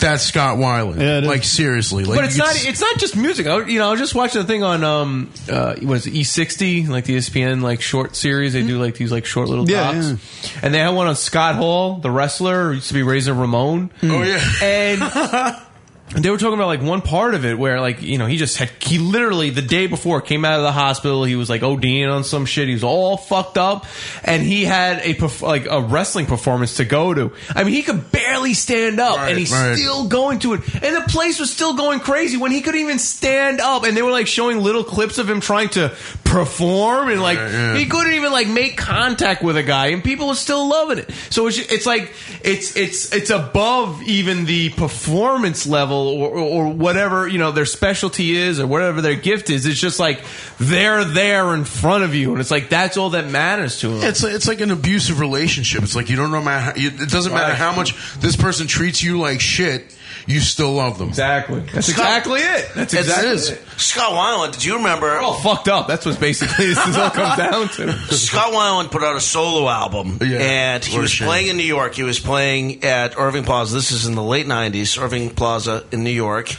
[SPEAKER 12] that's Scott Weiland. like seriously, like
[SPEAKER 2] but it's
[SPEAKER 12] you
[SPEAKER 2] not.
[SPEAKER 12] could s-
[SPEAKER 2] It's not just music. I, you know, I was just watching a thing on um, uh, what is it, E60, like the E ESPN like short series. They do like these like short little
[SPEAKER 11] Yeah,
[SPEAKER 2] docs, and they had one on Scott Hall, the wrestler, who used to be Razor Ramon.
[SPEAKER 12] Oh, yeah.
[SPEAKER 2] and. They were talking about like one part of it where like you know he just had he literally the day before came out of the hospital he was like ODing on some shit he was all fucked up and he had a perf- like a wrestling performance to go to I mean he could barely stand up and he
[SPEAKER 12] right.
[SPEAKER 2] still going to it. And the place was still going crazy when he couldn't even stand up. And they were like showing little clips of him trying to perform and like
[SPEAKER 12] Yeah, yeah.
[SPEAKER 2] he couldn't even like make contact with a guy and people were still loving it. So it's, it's like it's it's it's above even the performance level or, or whatever, you know, their specialty is or whatever their gift is. It's just like they're there in front of you and it's like that's all that matters to them.
[SPEAKER 12] Yeah, it's it's like an abusive relationship. It's like you don't know matter. you- It doesn't matter
[SPEAKER 2] Right.
[SPEAKER 12] how much this person treats you like shit. You still love them.
[SPEAKER 2] Exactly. That's exactly it. That's exactly it.
[SPEAKER 13] Scott Weiland, did you remember?
[SPEAKER 2] Oh, fucked up. That's what basically this all comes down to.
[SPEAKER 13] Scott Weiland put out a solo album, and he
[SPEAKER 2] what a
[SPEAKER 13] was
[SPEAKER 2] shame.
[SPEAKER 13] playing in New York. He was playing at Irving Plaza. This is in the late '90s, Irving Plaza in New York,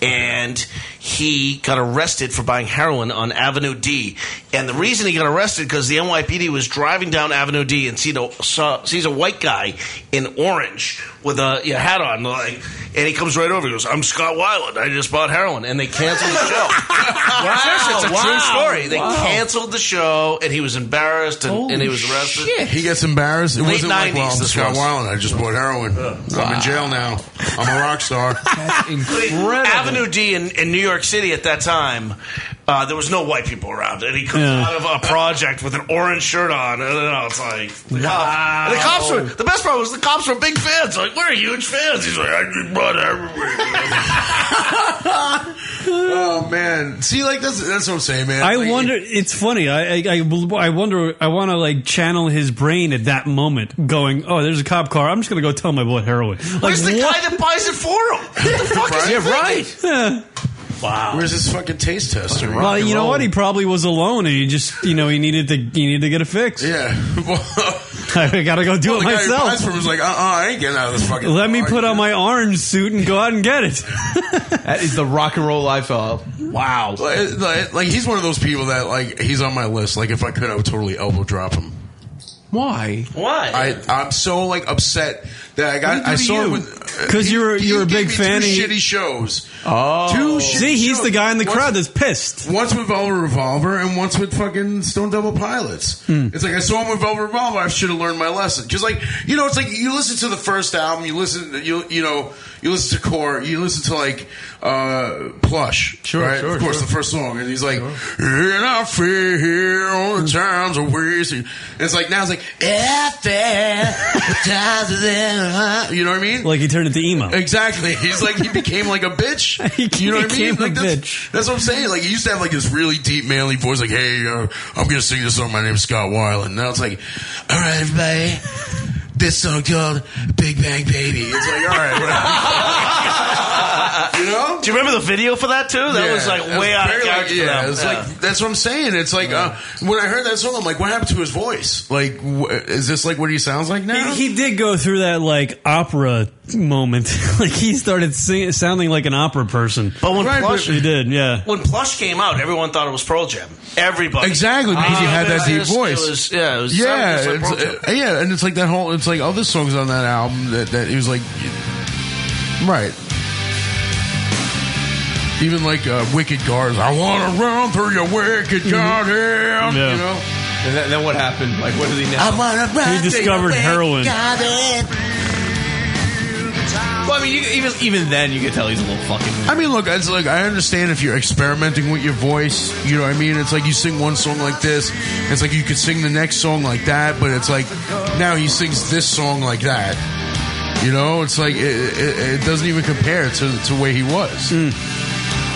[SPEAKER 13] and he got arrested for buying heroin on Avenue D. And the reason he got arrested because the NYPD was driving down Avenue D and seen a, saw, sees a white guy in orange with a you know, hat on, like, and he comes right over. He goes, "I'm Scott Weiland. I just bought heroin," and they canceled the show.
[SPEAKER 2] Wow,
[SPEAKER 13] Seriously, it's a true
[SPEAKER 2] wow,
[SPEAKER 13] story. They
[SPEAKER 2] wow.
[SPEAKER 13] canceled the show, and he was embarrassed, and, and he was arrested.
[SPEAKER 12] He gets embarrassed. It
[SPEAKER 13] Late
[SPEAKER 12] wasn't like,
[SPEAKER 13] 90s
[SPEAKER 12] well, I'm
[SPEAKER 13] this
[SPEAKER 12] Scott
[SPEAKER 13] was.
[SPEAKER 12] Weiland. I just bought heroin. I'm in jail now. I'm a rock star.
[SPEAKER 13] Avenue D in, in New York City at that time, uh, there was no white people around, and he comes
[SPEAKER 11] Yeah.
[SPEAKER 13] out of a project with an orange shirt on, and I was like, the,
[SPEAKER 27] Wow.
[SPEAKER 13] cops, the cops were. The best part was the cops were big fans. Like we're huge fans. He's like, I just bought everywhere.
[SPEAKER 12] oh man, see, like that's that's what I'm saying, man.
[SPEAKER 11] I
[SPEAKER 12] Like,
[SPEAKER 11] wonder. It's funny. I, I I I wonder. I want to like channel his brain at that moment, going, "Oh, there's a cop car. I'm just gonna go tell my boy heroin." Like,
[SPEAKER 13] Where's the
[SPEAKER 11] what?
[SPEAKER 13] guy that buys it for him? What the fuck is he
[SPEAKER 11] Yeah, right.
[SPEAKER 13] thinking?
[SPEAKER 11] Wow.
[SPEAKER 12] Where's his fucking taste tester?
[SPEAKER 11] Well, you know what? He probably was alone, and he just, you know, he needed to, he needed to get a fix.
[SPEAKER 12] Yeah.
[SPEAKER 11] I gotta go do
[SPEAKER 12] the
[SPEAKER 11] it
[SPEAKER 12] guy who
[SPEAKER 11] myself.
[SPEAKER 12] buys from him is like, uh, uh I ain't getting out of this fucking.
[SPEAKER 11] Let me put on my orange suit and go out and get it.
[SPEAKER 2] that is the rock and roll lifestyle. Wow.
[SPEAKER 12] Like, like- like, he's one of those people that like he's on my list. Like if I could, I would totally elbow drop him.
[SPEAKER 2] Why?
[SPEAKER 13] Why?
[SPEAKER 12] I I'm so like upset that I got.
[SPEAKER 2] What did he
[SPEAKER 12] I saw
[SPEAKER 2] do to you?
[SPEAKER 12] him with uh,
[SPEAKER 24] Because you're you're a big
[SPEAKER 12] me
[SPEAKER 24] fan.
[SPEAKER 12] two
[SPEAKER 24] and you-
[SPEAKER 12] shitty shows.
[SPEAKER 24] Oh.
[SPEAKER 12] two shitty
[SPEAKER 24] See, he's
[SPEAKER 12] shows.
[SPEAKER 24] the guy in the
[SPEAKER 12] Once-
[SPEAKER 24] crowd that's pissed.
[SPEAKER 12] Once with Velvet Revolver, and once with fucking Stone Double Pilots.
[SPEAKER 23] Hmm.
[SPEAKER 12] It's like I saw him with Velvet Revolver. I should have learned my lesson. Just like you know, it's like you listen to the first album, you listen, you you know, you listen to Core, you listen to like uh, Plush,
[SPEAKER 23] Sure,
[SPEAKER 12] right?
[SPEAKER 23] sure,
[SPEAKER 12] of course,
[SPEAKER 23] sure.
[SPEAKER 12] the first song, and he's like, and I fear here all
[SPEAKER 23] Hmm.
[SPEAKER 12] the times I wasted. And it's like now it's like after, you know what I mean?
[SPEAKER 24] Like he turned into emo.
[SPEAKER 12] Exactly. He's like he became like a bitch. you know what I
[SPEAKER 24] became
[SPEAKER 12] mean? Like
[SPEAKER 24] a
[SPEAKER 12] that's,
[SPEAKER 24] bitch.
[SPEAKER 12] that's what I'm saying. Like he used to have like this really deep manly voice, like, "Hey, uh, I'm gonna sing this song. My name's Scott Weiland." Now it's like, "All right, everybody, this song called Big Bang Baby." It's like, all right, whatever. you know?
[SPEAKER 13] Do you remember the video for that too? That was like
[SPEAKER 12] that's
[SPEAKER 13] way out of
[SPEAKER 12] very, like,
[SPEAKER 13] character. for
[SPEAKER 12] yeah,
[SPEAKER 13] them.
[SPEAKER 12] it's like that's what I'm saying. It's like uh, when I heard that song, I'm like, what happened to his voice? Like, wh- is this like what he sounds like now?
[SPEAKER 24] He did go through that like opera moment. like he started sing- sounding like an opera person.
[SPEAKER 12] Oh,
[SPEAKER 13] But when Right, Plush-
[SPEAKER 24] he did, yeah.
[SPEAKER 13] when Plush came out, everyone thought it was Pearl Jam. Everybody
[SPEAKER 12] Exactly, because he
[SPEAKER 13] Uh,
[SPEAKER 12] had that
[SPEAKER 13] it
[SPEAKER 12] deep
[SPEAKER 13] was-
[SPEAKER 12] voice.
[SPEAKER 13] It was, yeah, it was
[SPEAKER 12] yeah,
[SPEAKER 13] sounded
[SPEAKER 12] it's,
[SPEAKER 13] just like Pearl Jam.
[SPEAKER 12] uh, yeah, and it's like that whole. It's like other songs on that album that that he was like, right. Even like uh, Wicked Guards, I want to run through your wicked goddamn. You know,
[SPEAKER 2] And then, then what happened? Like, what does he now?
[SPEAKER 12] I wanna He run to discovered your heroin.
[SPEAKER 2] Well, I mean, you, even even then, you could tell he's a little fucking.
[SPEAKER 12] I mean, look, it's like I understand if you're experimenting with your voice. You know what I mean? It's like you sing one song like this. It's like you could sing the next song like that, but it's like now he sings this song like that. You know, it's like it, it, it doesn't even compare to to the way he was.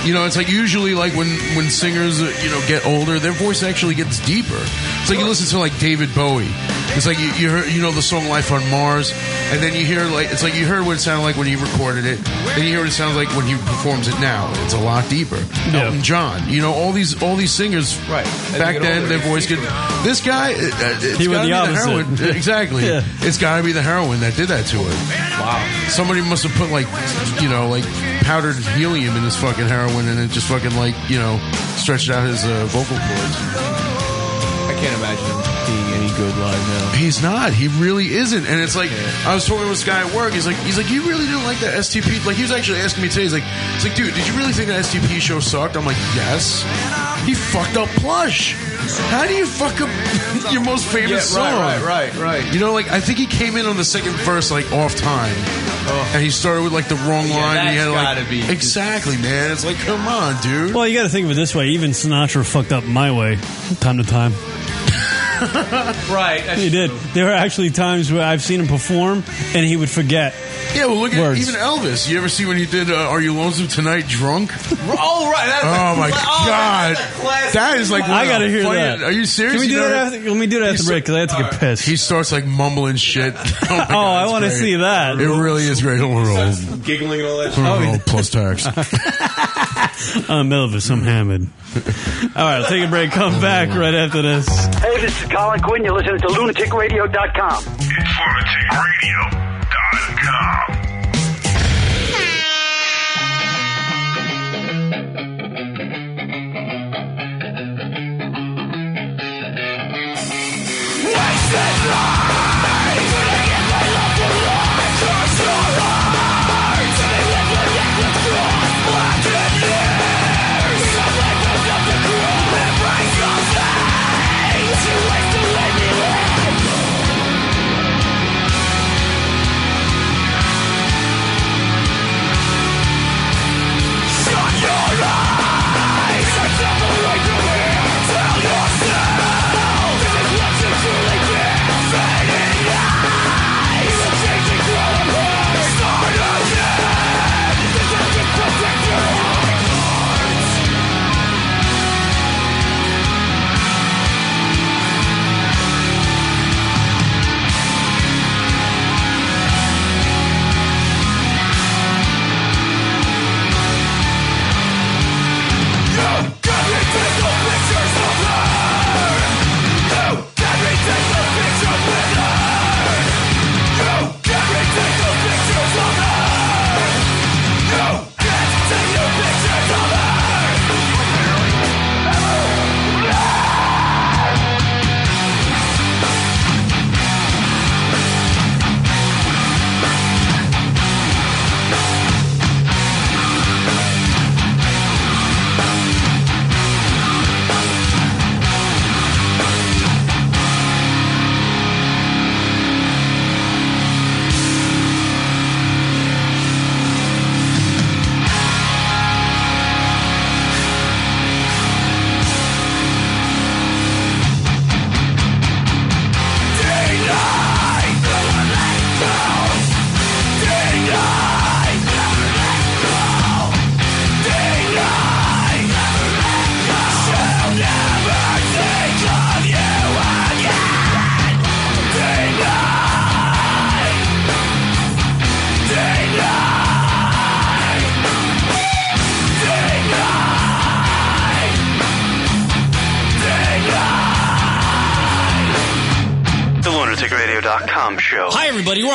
[SPEAKER 12] You know, it's like usually like when when singers uh, you know get older, their voice actually gets deeper. It's like you listen to like David Bowie. It's like you you, heard, you know the song "Life on Mars," and then you hear like it's like you heard what it sounded like when he recorded it. Then you hear what it sounds like when he performs it now. It's a lot deeper. Elton John, you know all these all these singers right back
[SPEAKER 2] get
[SPEAKER 12] then
[SPEAKER 2] older,
[SPEAKER 12] their
[SPEAKER 2] they
[SPEAKER 12] voice could. This guy, it, it's
[SPEAKER 2] He went
[SPEAKER 12] gotta be
[SPEAKER 2] the opposite.
[SPEAKER 12] the heroin. exactly.
[SPEAKER 2] Yeah.
[SPEAKER 12] It's got to be the heroin that did that to him. Wow. Somebody must have put like, you know, like powdered helium in his fucking heroin, and it just fucking like, you know, stretched out his uh, vocal cords.
[SPEAKER 2] I can't imagine him being any good live now.
[SPEAKER 12] He's not. He really isn't. And it's like I was talking to this guy at work. He's like, he's like, you really didn't like that STP. Like he was actually asking me today. He's like, it's like, dude, did you really think that STP show sucked? I'm like, yes. He fucked up plush. How do you fuck up your most famous
[SPEAKER 2] Yeah, right,
[SPEAKER 12] song?
[SPEAKER 2] right, right, right.
[SPEAKER 12] You know, like I think he came in on the second verse like off time, and he started with like the wrong
[SPEAKER 2] Oh. Yeah,
[SPEAKER 12] line. and he
[SPEAKER 2] that's
[SPEAKER 12] had,
[SPEAKER 2] gotta
[SPEAKER 12] like,
[SPEAKER 2] be-
[SPEAKER 12] exactly, man. It's like, come on, dude.
[SPEAKER 24] Well, you got to think of it this way. Even Sinatra fucked up my way, time to time.
[SPEAKER 2] right.
[SPEAKER 24] He did. There are actually times where I've seen him perform, and he would forget.
[SPEAKER 12] Yeah, well, look at
[SPEAKER 24] Words.
[SPEAKER 12] even Elvis. You ever see when he did uh, "Are You Lonesome Tonight?" Drunk.
[SPEAKER 2] Oh right. That's
[SPEAKER 12] Oh
[SPEAKER 2] a
[SPEAKER 12] my
[SPEAKER 2] cla- oh,
[SPEAKER 12] god,
[SPEAKER 2] that's a classic.
[SPEAKER 12] that is like one
[SPEAKER 24] I
[SPEAKER 12] of
[SPEAKER 24] got to
[SPEAKER 12] the
[SPEAKER 24] hear
[SPEAKER 12] funniest-
[SPEAKER 24] that.
[SPEAKER 12] Are you serious?
[SPEAKER 24] Can we
[SPEAKER 12] You
[SPEAKER 24] do
[SPEAKER 12] know-
[SPEAKER 24] that? After, let me do that after
[SPEAKER 12] He's-
[SPEAKER 24] break because I have to get pissed.
[SPEAKER 12] He starts like mumbling shit. Oh, my God,
[SPEAKER 24] I
[SPEAKER 12] it's
[SPEAKER 24] wanna
[SPEAKER 12] great.
[SPEAKER 24] see that.
[SPEAKER 12] It really is great. Hold on, hold on.
[SPEAKER 2] Giggling and all that.
[SPEAKER 12] Hold on, hold on. plus tax.
[SPEAKER 24] I'm Elvis. I'm Hammond. All right, I'll take a break. Come back right after this.
[SPEAKER 13] Hey, this is Colin Quinn. You're listening to lunaticradio.com.
[SPEAKER 10] Wasted
[SPEAKER 28] LunaticRadio.com show.
[SPEAKER 29] Hi, everybody. We're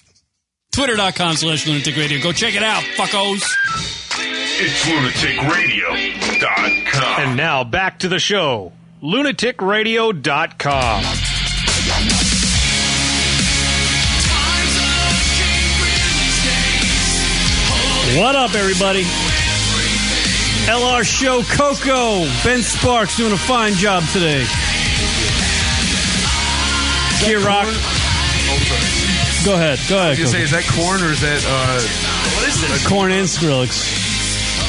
[SPEAKER 29] Twitter.com slash lunatic radio. Go check it out, fuckos.
[SPEAKER 3] It's lunaticradio.com.
[SPEAKER 30] And now back to the show. LunaticRadio.com.
[SPEAKER 11] What up, everybody? LR Show Coco. Ben Sparks doing a fine job today. Here, Rock. Go ahead. Go
[SPEAKER 12] I was gonna
[SPEAKER 11] ahead. Coco.
[SPEAKER 12] say, is that corn or is that uh, what is this?
[SPEAKER 11] Corn and Skrillex.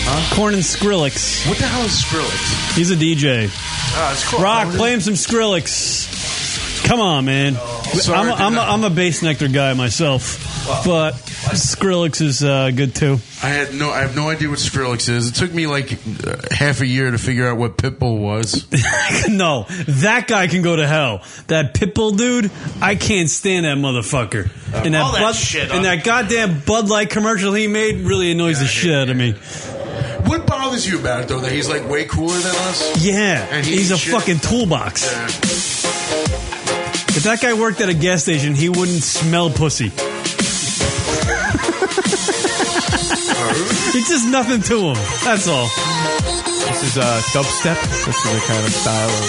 [SPEAKER 11] Huh? Corn and Skrillex.
[SPEAKER 12] What the hell is Skrillex?
[SPEAKER 11] He's a DJ.
[SPEAKER 12] Ah, it's cool.
[SPEAKER 11] Rock, play him some Skrillex. Come on, man.
[SPEAKER 12] Sorry,
[SPEAKER 11] I'm, a,
[SPEAKER 12] dude,
[SPEAKER 11] I'm, a,
[SPEAKER 12] I-
[SPEAKER 11] I'm a bass nectar guy myself, but Skrillex is uh, good too.
[SPEAKER 12] I had no, I have no idea what Skrillex is. It took me like uh, half a year to figure out what Pitbull was.
[SPEAKER 11] no, that guy can go to hell. That Pitbull dude, I can't stand that motherfucker. and that,
[SPEAKER 13] All that
[SPEAKER 11] Bud,
[SPEAKER 13] shit on-
[SPEAKER 11] and that goddamn Bud Light commercial he made really annoys the shit out of me.
[SPEAKER 12] What bothers you about it though? That he's like way cooler than us.
[SPEAKER 11] Yeah,
[SPEAKER 12] And he
[SPEAKER 11] he's a
[SPEAKER 12] eats shit.
[SPEAKER 11] fucking toolbox.
[SPEAKER 12] Yeah.
[SPEAKER 11] If that guy worked at a gas station, he wouldn't smell pussy. it's just nothing to him. That's all.
[SPEAKER 2] This is uh, dubstep. This is the kind of style of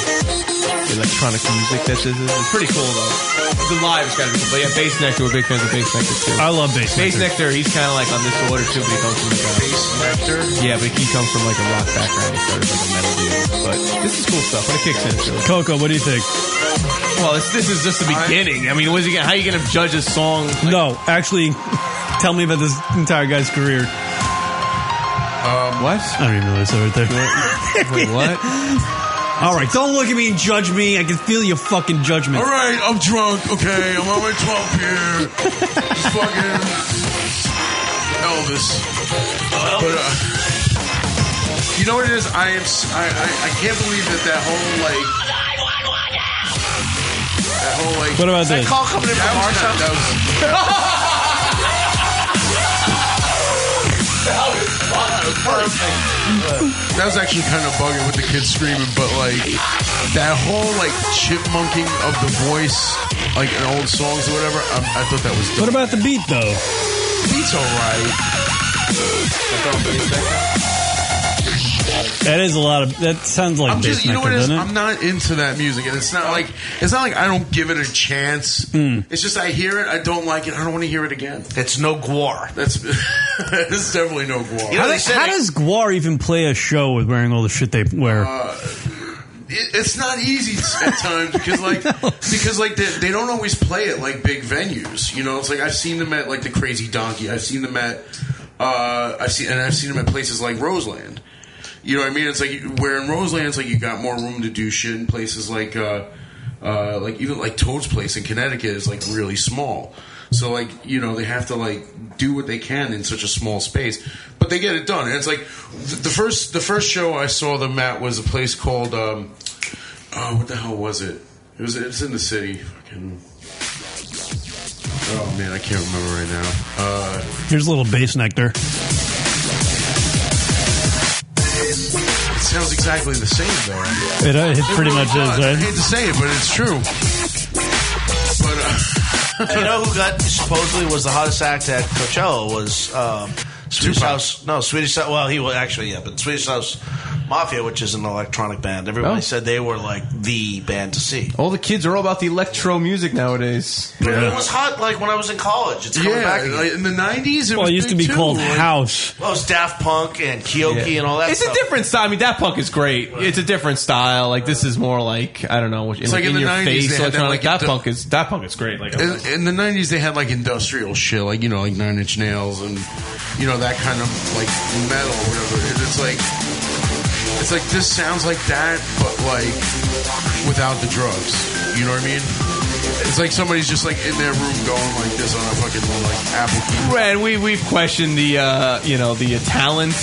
[SPEAKER 2] electronic music that this is. It's pretty cool though. The live's got to be cool. But yeah, Bass Nectar, we're big fans of Bass Nectar too.
[SPEAKER 11] I love Bass
[SPEAKER 2] Bass Nectar, he's kind of like on this order too, but he comes from like a... Bass Nectar? Yeah, but he comes from like a rock background. He started like a metal dude. But this is cool stuff. When it kicks in, it's really
[SPEAKER 11] Coco, what do you think?
[SPEAKER 2] Well, this, this is just the beginning. I mean, what is he gonna, how are you going to judge a song?
[SPEAKER 11] no, actually, tell me about this entire guy's career.
[SPEAKER 12] Um,
[SPEAKER 2] what?
[SPEAKER 11] I don't even know what's over there.
[SPEAKER 2] Wait, what?
[SPEAKER 11] All right, don't look at me and judge me. I can feel your fucking judgment.
[SPEAKER 12] All right, I'm drunk. Okay, I'm on my 12th beer. Fucking Elvis. But uh, you know what it is? I am. s- I, I, I can't believe that that whole like. That whole like.
[SPEAKER 11] What about Is that this? call
[SPEAKER 12] coming in from our time? That was. That was actually kind of bugging with the kids screaming, but like that whole like chipmunking of the voice, like in old songs or whatever. um, I, I thought that was
[SPEAKER 11] What about the beat though?
[SPEAKER 12] beats alright.
[SPEAKER 11] That is a lot of. That sounds like
[SPEAKER 12] I'm
[SPEAKER 11] Bass
[SPEAKER 12] just, you know
[SPEAKER 11] Nectar,
[SPEAKER 12] what it is?
[SPEAKER 11] doesn't it?
[SPEAKER 12] I'm not into that music, and it's not like it's not like I don't give it a chance. It's just I hear it, I don't like it, I don't want to hear it again.
[SPEAKER 13] It's no guar.
[SPEAKER 12] That's it's definitely no guar.
[SPEAKER 11] how does, how does Guar even play a show with wearing all the shit they wear?
[SPEAKER 12] Uh, It- it's not easy at times because like because like they, they don't always play at like big venues. You know, it's like I've seen them at like the Crazy Donkey. I've seen them at uh, I've seen and I've seen them at places like Roseland. You know what I mean? It's like you- where in Roseland, it's like you got more room to do shit in places like uh, uh, like even like Toad's place in Connecticut is like really small. So like you know they have to like do what they can in such a small space, but they get it done. And it's like th- the first the first show I saw them at was a place called um, oh what the hell was it? It was it's in the city. Fucking oh man, I can't remember right now. Uh,
[SPEAKER 11] Here's a little Bass Nectar.
[SPEAKER 12] it sounds exactly the same though.
[SPEAKER 11] It, uh, it pretty much is,
[SPEAKER 12] does. I
[SPEAKER 11] right?
[SPEAKER 12] hate to say it, but it's true. But uh,
[SPEAKER 13] And you know who got supposedly was the hottest act at Coachella was um, Swedish House. No, Swedish House. Well, he was actually yeah, but Swedish House Mafia, which is an electronic band. Everybody
[SPEAKER 2] Oh.
[SPEAKER 13] said they were like the band to see.
[SPEAKER 2] All the kids are all about the electro music nowadays.
[SPEAKER 13] But it was hot like when I was in college. It's coming
[SPEAKER 12] Yeah,
[SPEAKER 13] back again.
[SPEAKER 12] like, in the '90s, it
[SPEAKER 2] Well,
[SPEAKER 12] was
[SPEAKER 2] it used to
[SPEAKER 12] big, too,
[SPEAKER 2] be called
[SPEAKER 12] like-
[SPEAKER 11] House.
[SPEAKER 13] Well, it's Daft Punk and Kyoki
[SPEAKER 2] Yeah.
[SPEAKER 13] and all that.
[SPEAKER 2] It's
[SPEAKER 13] stuff.
[SPEAKER 2] a different style. I mean, that Punk is great. It's a different style. Like this is more like I don't know. It's like, in,
[SPEAKER 12] the
[SPEAKER 2] your
[SPEAKER 12] 90s,
[SPEAKER 2] face.
[SPEAKER 12] they had that,
[SPEAKER 2] electronic.
[SPEAKER 12] like,
[SPEAKER 2] That
[SPEAKER 12] the-
[SPEAKER 2] Punk is that Punk is great. Like I love it.
[SPEAKER 12] In, in the '90s, they had like industrial shit, like you know, like Nine Inch Nails and you know that kind of like metal, or whatever. And it's like it's like this sounds like that, but like without the drugs. You know what I mean? It's like somebody's just like in their room going like this on a fucking like Apple keyboard.
[SPEAKER 2] Ren, we we've questioned the uh, you know the uh, talent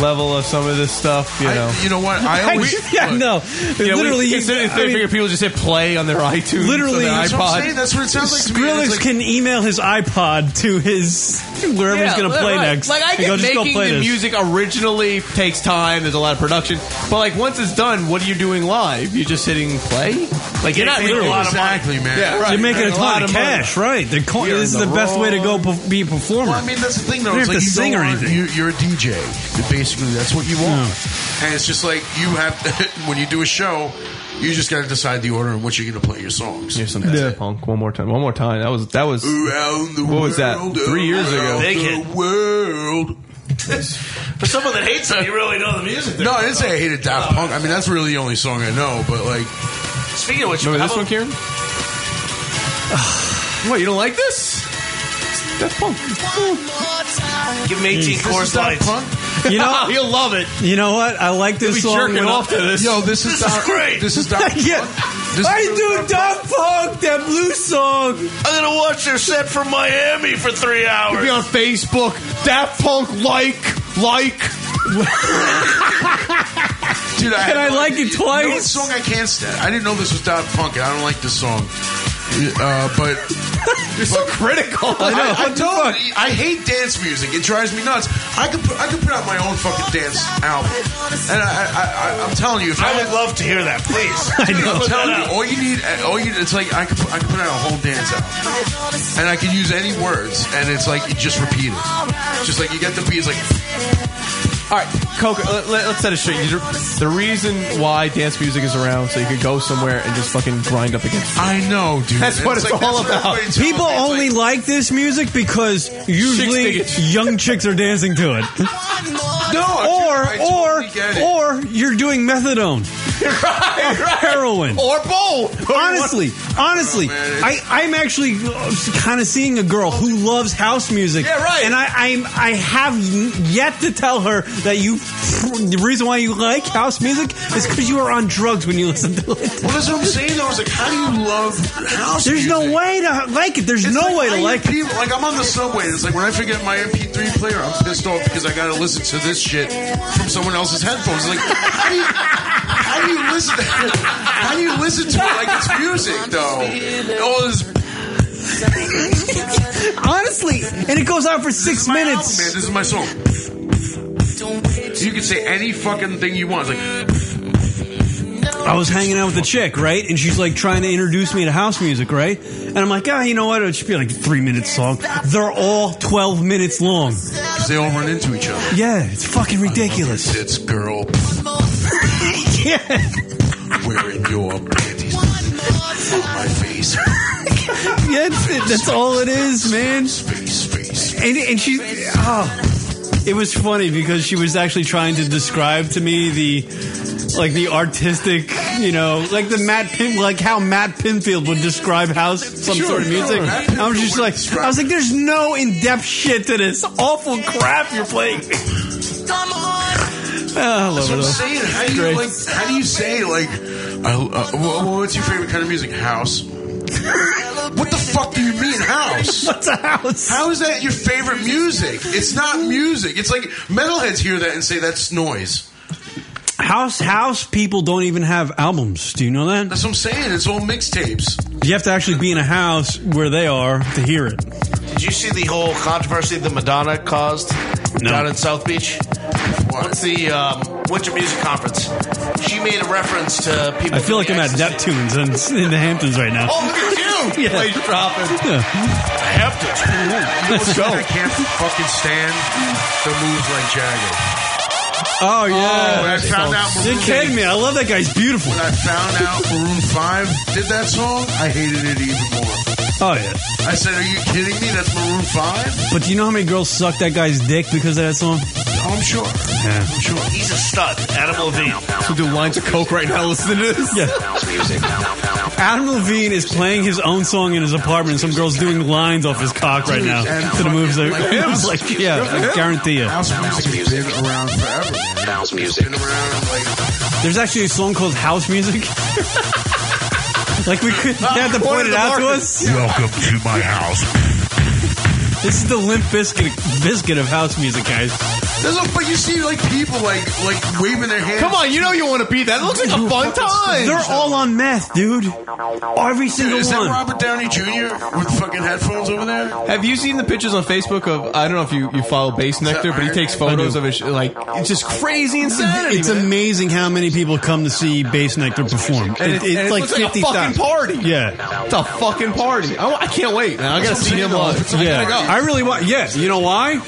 [SPEAKER 2] level of some of this stuff. You know,
[SPEAKER 12] you know what? I always-
[SPEAKER 2] yeah, no,
[SPEAKER 12] Yeah, we-
[SPEAKER 2] literally,
[SPEAKER 12] it's-
[SPEAKER 2] considering
[SPEAKER 12] I mean-
[SPEAKER 2] figure people just hit play on their iTunes,
[SPEAKER 12] Literally-
[SPEAKER 2] on their
[SPEAKER 12] That's what I'm
[SPEAKER 2] iPod.
[SPEAKER 12] saying. That's what it sounds like to me.
[SPEAKER 11] Skrillex
[SPEAKER 12] It's like-
[SPEAKER 11] can email his iPod to his wherever he's going to
[SPEAKER 2] right,
[SPEAKER 11] play
[SPEAKER 2] right.
[SPEAKER 11] next.
[SPEAKER 2] Like I
[SPEAKER 11] and
[SPEAKER 2] get
[SPEAKER 11] go, just
[SPEAKER 2] making
[SPEAKER 11] go play
[SPEAKER 2] the
[SPEAKER 11] this.
[SPEAKER 2] music originally takes time. There's a lot of production, but like once it's done, what are you doing live? You're just hitting play. Like you're not
[SPEAKER 12] Making
[SPEAKER 2] literally
[SPEAKER 12] a lot of money. Exactly, man.
[SPEAKER 2] Yeah, right.
[SPEAKER 11] You're making a
[SPEAKER 2] Making a
[SPEAKER 11] ton
[SPEAKER 2] lot
[SPEAKER 11] of
[SPEAKER 2] of money.
[SPEAKER 11] cash, right? The co-
[SPEAKER 12] We are
[SPEAKER 11] this
[SPEAKER 12] in
[SPEAKER 11] is the,
[SPEAKER 12] the
[SPEAKER 11] best way to go
[SPEAKER 12] wrong-
[SPEAKER 11] perf- be a performer.
[SPEAKER 12] Well, I mean, that's the thing, though.
[SPEAKER 11] You
[SPEAKER 12] it's
[SPEAKER 11] don't
[SPEAKER 12] like
[SPEAKER 11] have to
[SPEAKER 12] you
[SPEAKER 11] sing
[SPEAKER 12] don't
[SPEAKER 11] or
[SPEAKER 12] want-
[SPEAKER 11] anything.
[SPEAKER 12] You, you're a DJ. Basically, that's what you want. And it's just like you have to, when you do a show, you just got to decide the order in which you're going to play your songs.
[SPEAKER 2] Here's some Daft Punk. One more time. One more time. That was that was
[SPEAKER 12] Around the
[SPEAKER 2] what was that?
[SPEAKER 12] world,
[SPEAKER 2] Three years ago.
[SPEAKER 12] around The world.
[SPEAKER 13] For someone that hates it, you really know the music.
[SPEAKER 12] No, I didn't say I hated Daft Punk. I mean, that's really the only song I know. But like,
[SPEAKER 13] Speaking of which,
[SPEAKER 12] Remember
[SPEAKER 13] how
[SPEAKER 12] this
[SPEAKER 13] about-
[SPEAKER 12] one, Kieran?
[SPEAKER 2] What you don't like this? That's punk.
[SPEAKER 13] Give me 18 course lights.
[SPEAKER 11] You know,
[SPEAKER 2] you'll love it.
[SPEAKER 11] You know what? I like this song. when I-
[SPEAKER 12] Yo, Oh, this is Daft- This is Daft Punk.
[SPEAKER 11] yeah.
[SPEAKER 12] This
[SPEAKER 11] I do Daft Punk, that blue song.
[SPEAKER 13] I'm gonna watch their set from Miami for three
[SPEAKER 2] You'll be
[SPEAKER 13] hours.
[SPEAKER 2] on Facebook. Daft Punk like like.
[SPEAKER 12] Dude, I
[SPEAKER 11] And I like it twice.
[SPEAKER 12] You know what song I can't stand. I didn't know this was Daft Punk, and I don't like this song. Uh, but you're so
[SPEAKER 2] critical.
[SPEAKER 12] I know. I,
[SPEAKER 2] What the
[SPEAKER 12] don't.
[SPEAKER 2] fuck?
[SPEAKER 12] I hate dance music. It drives me nuts. I could put, I could put out my own fucking dance album, and I, I, I I'm telling you, if I, would love
[SPEAKER 13] to hear that, please.
[SPEAKER 12] I know.
[SPEAKER 13] Put
[SPEAKER 12] I'm telling you,
[SPEAKER 13] that out.
[SPEAKER 12] all you need, all you it's like I could put, I could put out a whole dance album, and I could use any words, and it's like you just repeat it. Just like you get the beats, like
[SPEAKER 2] All right, Coco, let, let, us set it straight. The reason why dance music is around so you could go somewhere and just fucking grind up against.
[SPEAKER 12] I know, dude.
[SPEAKER 2] That's what it's, all about.
[SPEAKER 11] People only like this music because usually young chicks are dancing to it.
[SPEAKER 12] no,
[SPEAKER 11] or or or you're doing methadone,
[SPEAKER 2] right, right.
[SPEAKER 11] heroin,
[SPEAKER 2] or both.
[SPEAKER 11] Honestly,
[SPEAKER 12] Oh,
[SPEAKER 11] honestly, I I'm actually kind of seeing a girl who loves house music.
[SPEAKER 2] Yeah, right.
[SPEAKER 11] And I I'm, I have yet to tell her that you the reason why you like house music is because you were on drugs when you listened to it.
[SPEAKER 12] Well, that's what I'm saying. Though, I was like, how do you love house?
[SPEAKER 11] There's no way to like it. There's no way to like it.
[SPEAKER 12] People, like I'm on the subway. and It's like when I forget my MP3 player, I'm pissed off because I got to listen to this shit from someone else's headphones. Like, how do you, how do you listen? To, how do you listen to it like it's music though? All this
[SPEAKER 11] Honestly, and it goes on for six minutes.
[SPEAKER 12] man, this is my song. You can say any fucking thing you want. It's like,
[SPEAKER 11] I was hanging out with a chick, right? And she's like trying to introduce me to house music, right? And I'm like, ah, you know what? It should be like a three minute song. They're all 12 minutes long.
[SPEAKER 12] because they all run into each other.
[SPEAKER 11] Yeah, it's fucking ridiculous.
[SPEAKER 12] It's girl
[SPEAKER 11] yeah.
[SPEAKER 12] wearing your panties on my face.
[SPEAKER 11] yeah, that's, it. that's all it is, man. And, and she, oh, it was funny because she was actually trying to describe to me the, like the artistic, you know, like the Matt Pin, like how Matt Pinfield would describe house some
[SPEAKER 12] Sure,
[SPEAKER 11] sort of music.
[SPEAKER 12] sure. Matt
[SPEAKER 11] I was just like, I was like, there's no in depth shit to this awful crap you're playing. Oh, I love
[SPEAKER 12] That's
[SPEAKER 11] it.
[SPEAKER 12] what I'm
[SPEAKER 11] all.
[SPEAKER 12] saying. How do you
[SPEAKER 11] Great.
[SPEAKER 12] like? How do you say like? I, uh, wha- what's your favorite kind of music? House. what the fuck do you mean house?
[SPEAKER 11] What's a house?
[SPEAKER 12] How is that your favorite music? It's not music. It's like metalheads hear that and say that's noise.
[SPEAKER 11] House house people don't even have albums. Do you know that?
[SPEAKER 12] That's what I'm saying. It's all mixtapes.
[SPEAKER 11] You have to actually be in a house where they are to hear it.
[SPEAKER 13] Did you see the whole controversy that Madonna caused down in South Beach? What's the um, Winter Music Conference? She made a reference to people.
[SPEAKER 11] I feel like I'm at Neptune's in, in the Hamptons right now.
[SPEAKER 13] Oh, look at you!
[SPEAKER 11] Yeah.
[SPEAKER 13] Please drop it.
[SPEAKER 11] Yeah.
[SPEAKER 13] I have to.
[SPEAKER 12] You know what's I can't fucking stand the moves like Jagger.
[SPEAKER 11] Oh yeah.
[SPEAKER 12] when I found out
[SPEAKER 11] You're
[SPEAKER 12] Maroon-
[SPEAKER 11] kidding me. I love that guy's beautiful.
[SPEAKER 12] When I found out Maroon Five did that song, I hated it even more.
[SPEAKER 11] Oh yeah.
[SPEAKER 12] I said, "Are you kidding me? That's Maroon 5?
[SPEAKER 11] But do you know how many girls sucked that guy's dick because of that song?
[SPEAKER 12] Oh, I'm sure.
[SPEAKER 11] Yeah.
[SPEAKER 12] I'm sure.
[SPEAKER 13] He's a stud. Adam Levine.
[SPEAKER 2] So do lines of coke right now. Listen to this.
[SPEAKER 11] Yeah. Adam Levine is playing his own song in his apartment. and Some girls doing lines off his cock right now
[SPEAKER 12] And
[SPEAKER 11] to the moves. Like,
[SPEAKER 12] fucking,
[SPEAKER 11] I was
[SPEAKER 12] like,
[SPEAKER 11] like, yeah,
[SPEAKER 12] good for
[SPEAKER 11] I
[SPEAKER 12] him.
[SPEAKER 11] guarantee you.
[SPEAKER 12] House music has been around forever. man. It's been around, like,
[SPEAKER 11] There's actually a song called House Music. Like we could they have to point it out to us.
[SPEAKER 3] Welcome to my house.
[SPEAKER 11] This is the limp biscuit biscuit of house music, guys.
[SPEAKER 12] There's a, but you see like people like like waving their hands.
[SPEAKER 11] Come on, you know you wanna be that. It looks like a fun time. They're all on meth, dude. Every single
[SPEAKER 12] is
[SPEAKER 11] one.
[SPEAKER 12] that Robert Downey Jr. with fucking headphones over there?
[SPEAKER 2] Have you seen the pictures on Facebook of I don't know if you, you follow Bass Nectar, but he takes photos of his like it's just crazy insanity.
[SPEAKER 11] It's amazing how many people come to see Bass Nectar perform.
[SPEAKER 2] And
[SPEAKER 11] It-
[SPEAKER 2] it-
[SPEAKER 11] it's
[SPEAKER 2] and it
[SPEAKER 11] like
[SPEAKER 2] looks like a
[SPEAKER 11] fifty
[SPEAKER 2] fucking party.
[SPEAKER 11] Yeah,
[SPEAKER 2] It's a fucking party. I, I can't wait, man. I gotta see him live.
[SPEAKER 11] Yeah,
[SPEAKER 2] I gotta
[SPEAKER 11] I really want. Yes, you know why?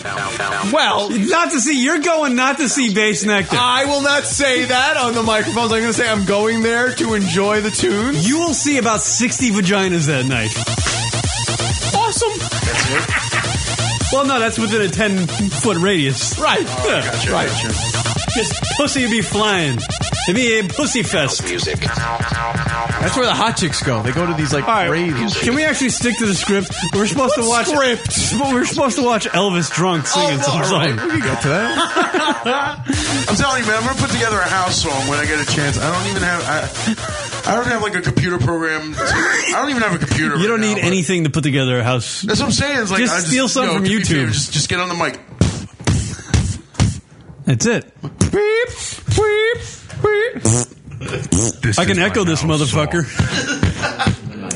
[SPEAKER 2] Well,
[SPEAKER 11] not to see. You're going not to see Bass Nectar.
[SPEAKER 2] I will not say that on the microphones. I'm going to say I'm going there to enjoy the tunes.
[SPEAKER 11] You will see about 60 vaginas that night.
[SPEAKER 2] go. Awesome.
[SPEAKER 11] Well, no, that's within a 10 foot radius.
[SPEAKER 2] Right.
[SPEAKER 11] Yeah, right. Just pussy would be flying. It'd be a pussy fest.
[SPEAKER 2] Music. That's where the hot chicks go. They go to these like raves.
[SPEAKER 11] Can we actually stick to the script? We're supposed to watch
[SPEAKER 2] What Oh,
[SPEAKER 11] script. We're supposed to watch Elvis drunk singing some song.
[SPEAKER 12] I'm telling you, man, I'm gonna put together a house song when I get a chance. I don't even have. I, I don't have like a computer program. to- I don't even have a computer.
[SPEAKER 11] You don't
[SPEAKER 12] uh,
[SPEAKER 11] need anything to put together a house.
[SPEAKER 12] That's what I'm saying. It's like,
[SPEAKER 11] just
[SPEAKER 12] I
[SPEAKER 11] steal some
[SPEAKER 12] yo,
[SPEAKER 11] from
[SPEAKER 12] do me a
[SPEAKER 11] YouTube.
[SPEAKER 12] favor, just, just get on the mic.
[SPEAKER 11] That's it. I can echo this motherfucker.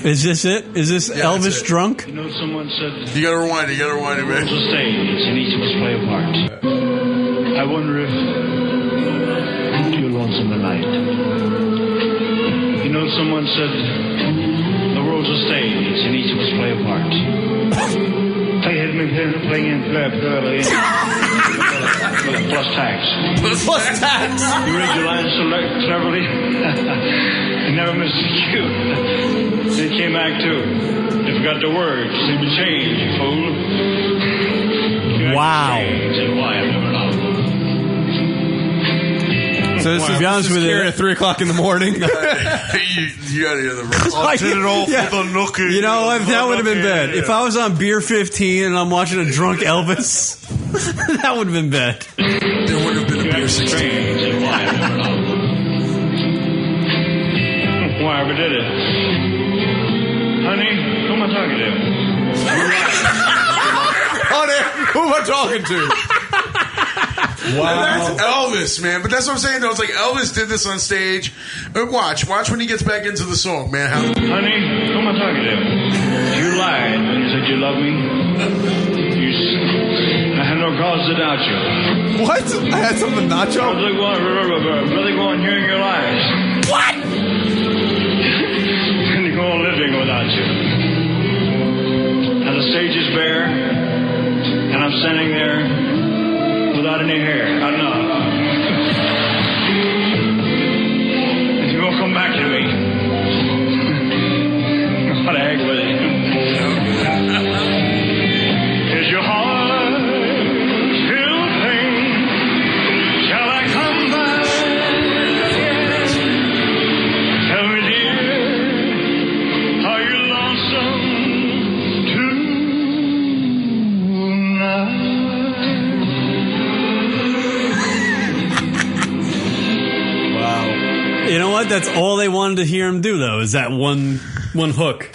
[SPEAKER 11] Is this it? Is this
[SPEAKER 12] Yeah, that's
[SPEAKER 11] Elvis
[SPEAKER 12] it.
[SPEAKER 11] drunk?
[SPEAKER 12] You know, someone said. You gotta rewind it. You gotta rewind it, man. Just saying, it's in each of us play a part. I wonder if
[SPEAKER 13] You're lonesome tonight. You know, someone said the roles are stage and each of us play a part. Play Edmonton, play in Flap, plus tax.
[SPEAKER 2] Plus tax.
[SPEAKER 13] You read your lines select cleverly. You never missed a cue. They came back too. They forgot the words. They would change, you fool. You wow. Change and why I've never known.
[SPEAKER 2] So this is,
[SPEAKER 13] Wow. Be
[SPEAKER 2] this
[SPEAKER 13] honest
[SPEAKER 2] is
[SPEAKER 13] with you.
[SPEAKER 2] Karen at three o'clock in the morning.
[SPEAKER 12] you, you gotta hear the.
[SPEAKER 11] Like, yeah.
[SPEAKER 12] nookie.
[SPEAKER 11] You know, if that would have been bad. If I was on beer fifteen and I'm watching a drunk Elvis, that would have been bad.
[SPEAKER 12] There would have been a beer sixteen.
[SPEAKER 13] Why ever did it? Honey, who am I talking to?
[SPEAKER 2] Honey, who am I talking to?
[SPEAKER 12] Wow. That's Elvis, man. But that's what I'm saying, though. It's like Elvis did this on stage. Uh, Watch. Watch when he gets back into the song, man. How-
[SPEAKER 11] Mm.
[SPEAKER 13] Honey, who am I talking to? You lied when you said you love me. You s- I had no cause to doubt you.
[SPEAKER 2] What? I had something nacho?
[SPEAKER 13] I was really going, really going hearing your lies. What? and to go on living without you. And the stage is bare, and I'm standing there without any hair. I know. And you won't come back to me. What the heck with it? Is your heart still pain? Shall I come back? Tell me, dear, are you lonesome
[SPEAKER 11] You know what? That's all they wanted to hear him do, though, is that one one hook.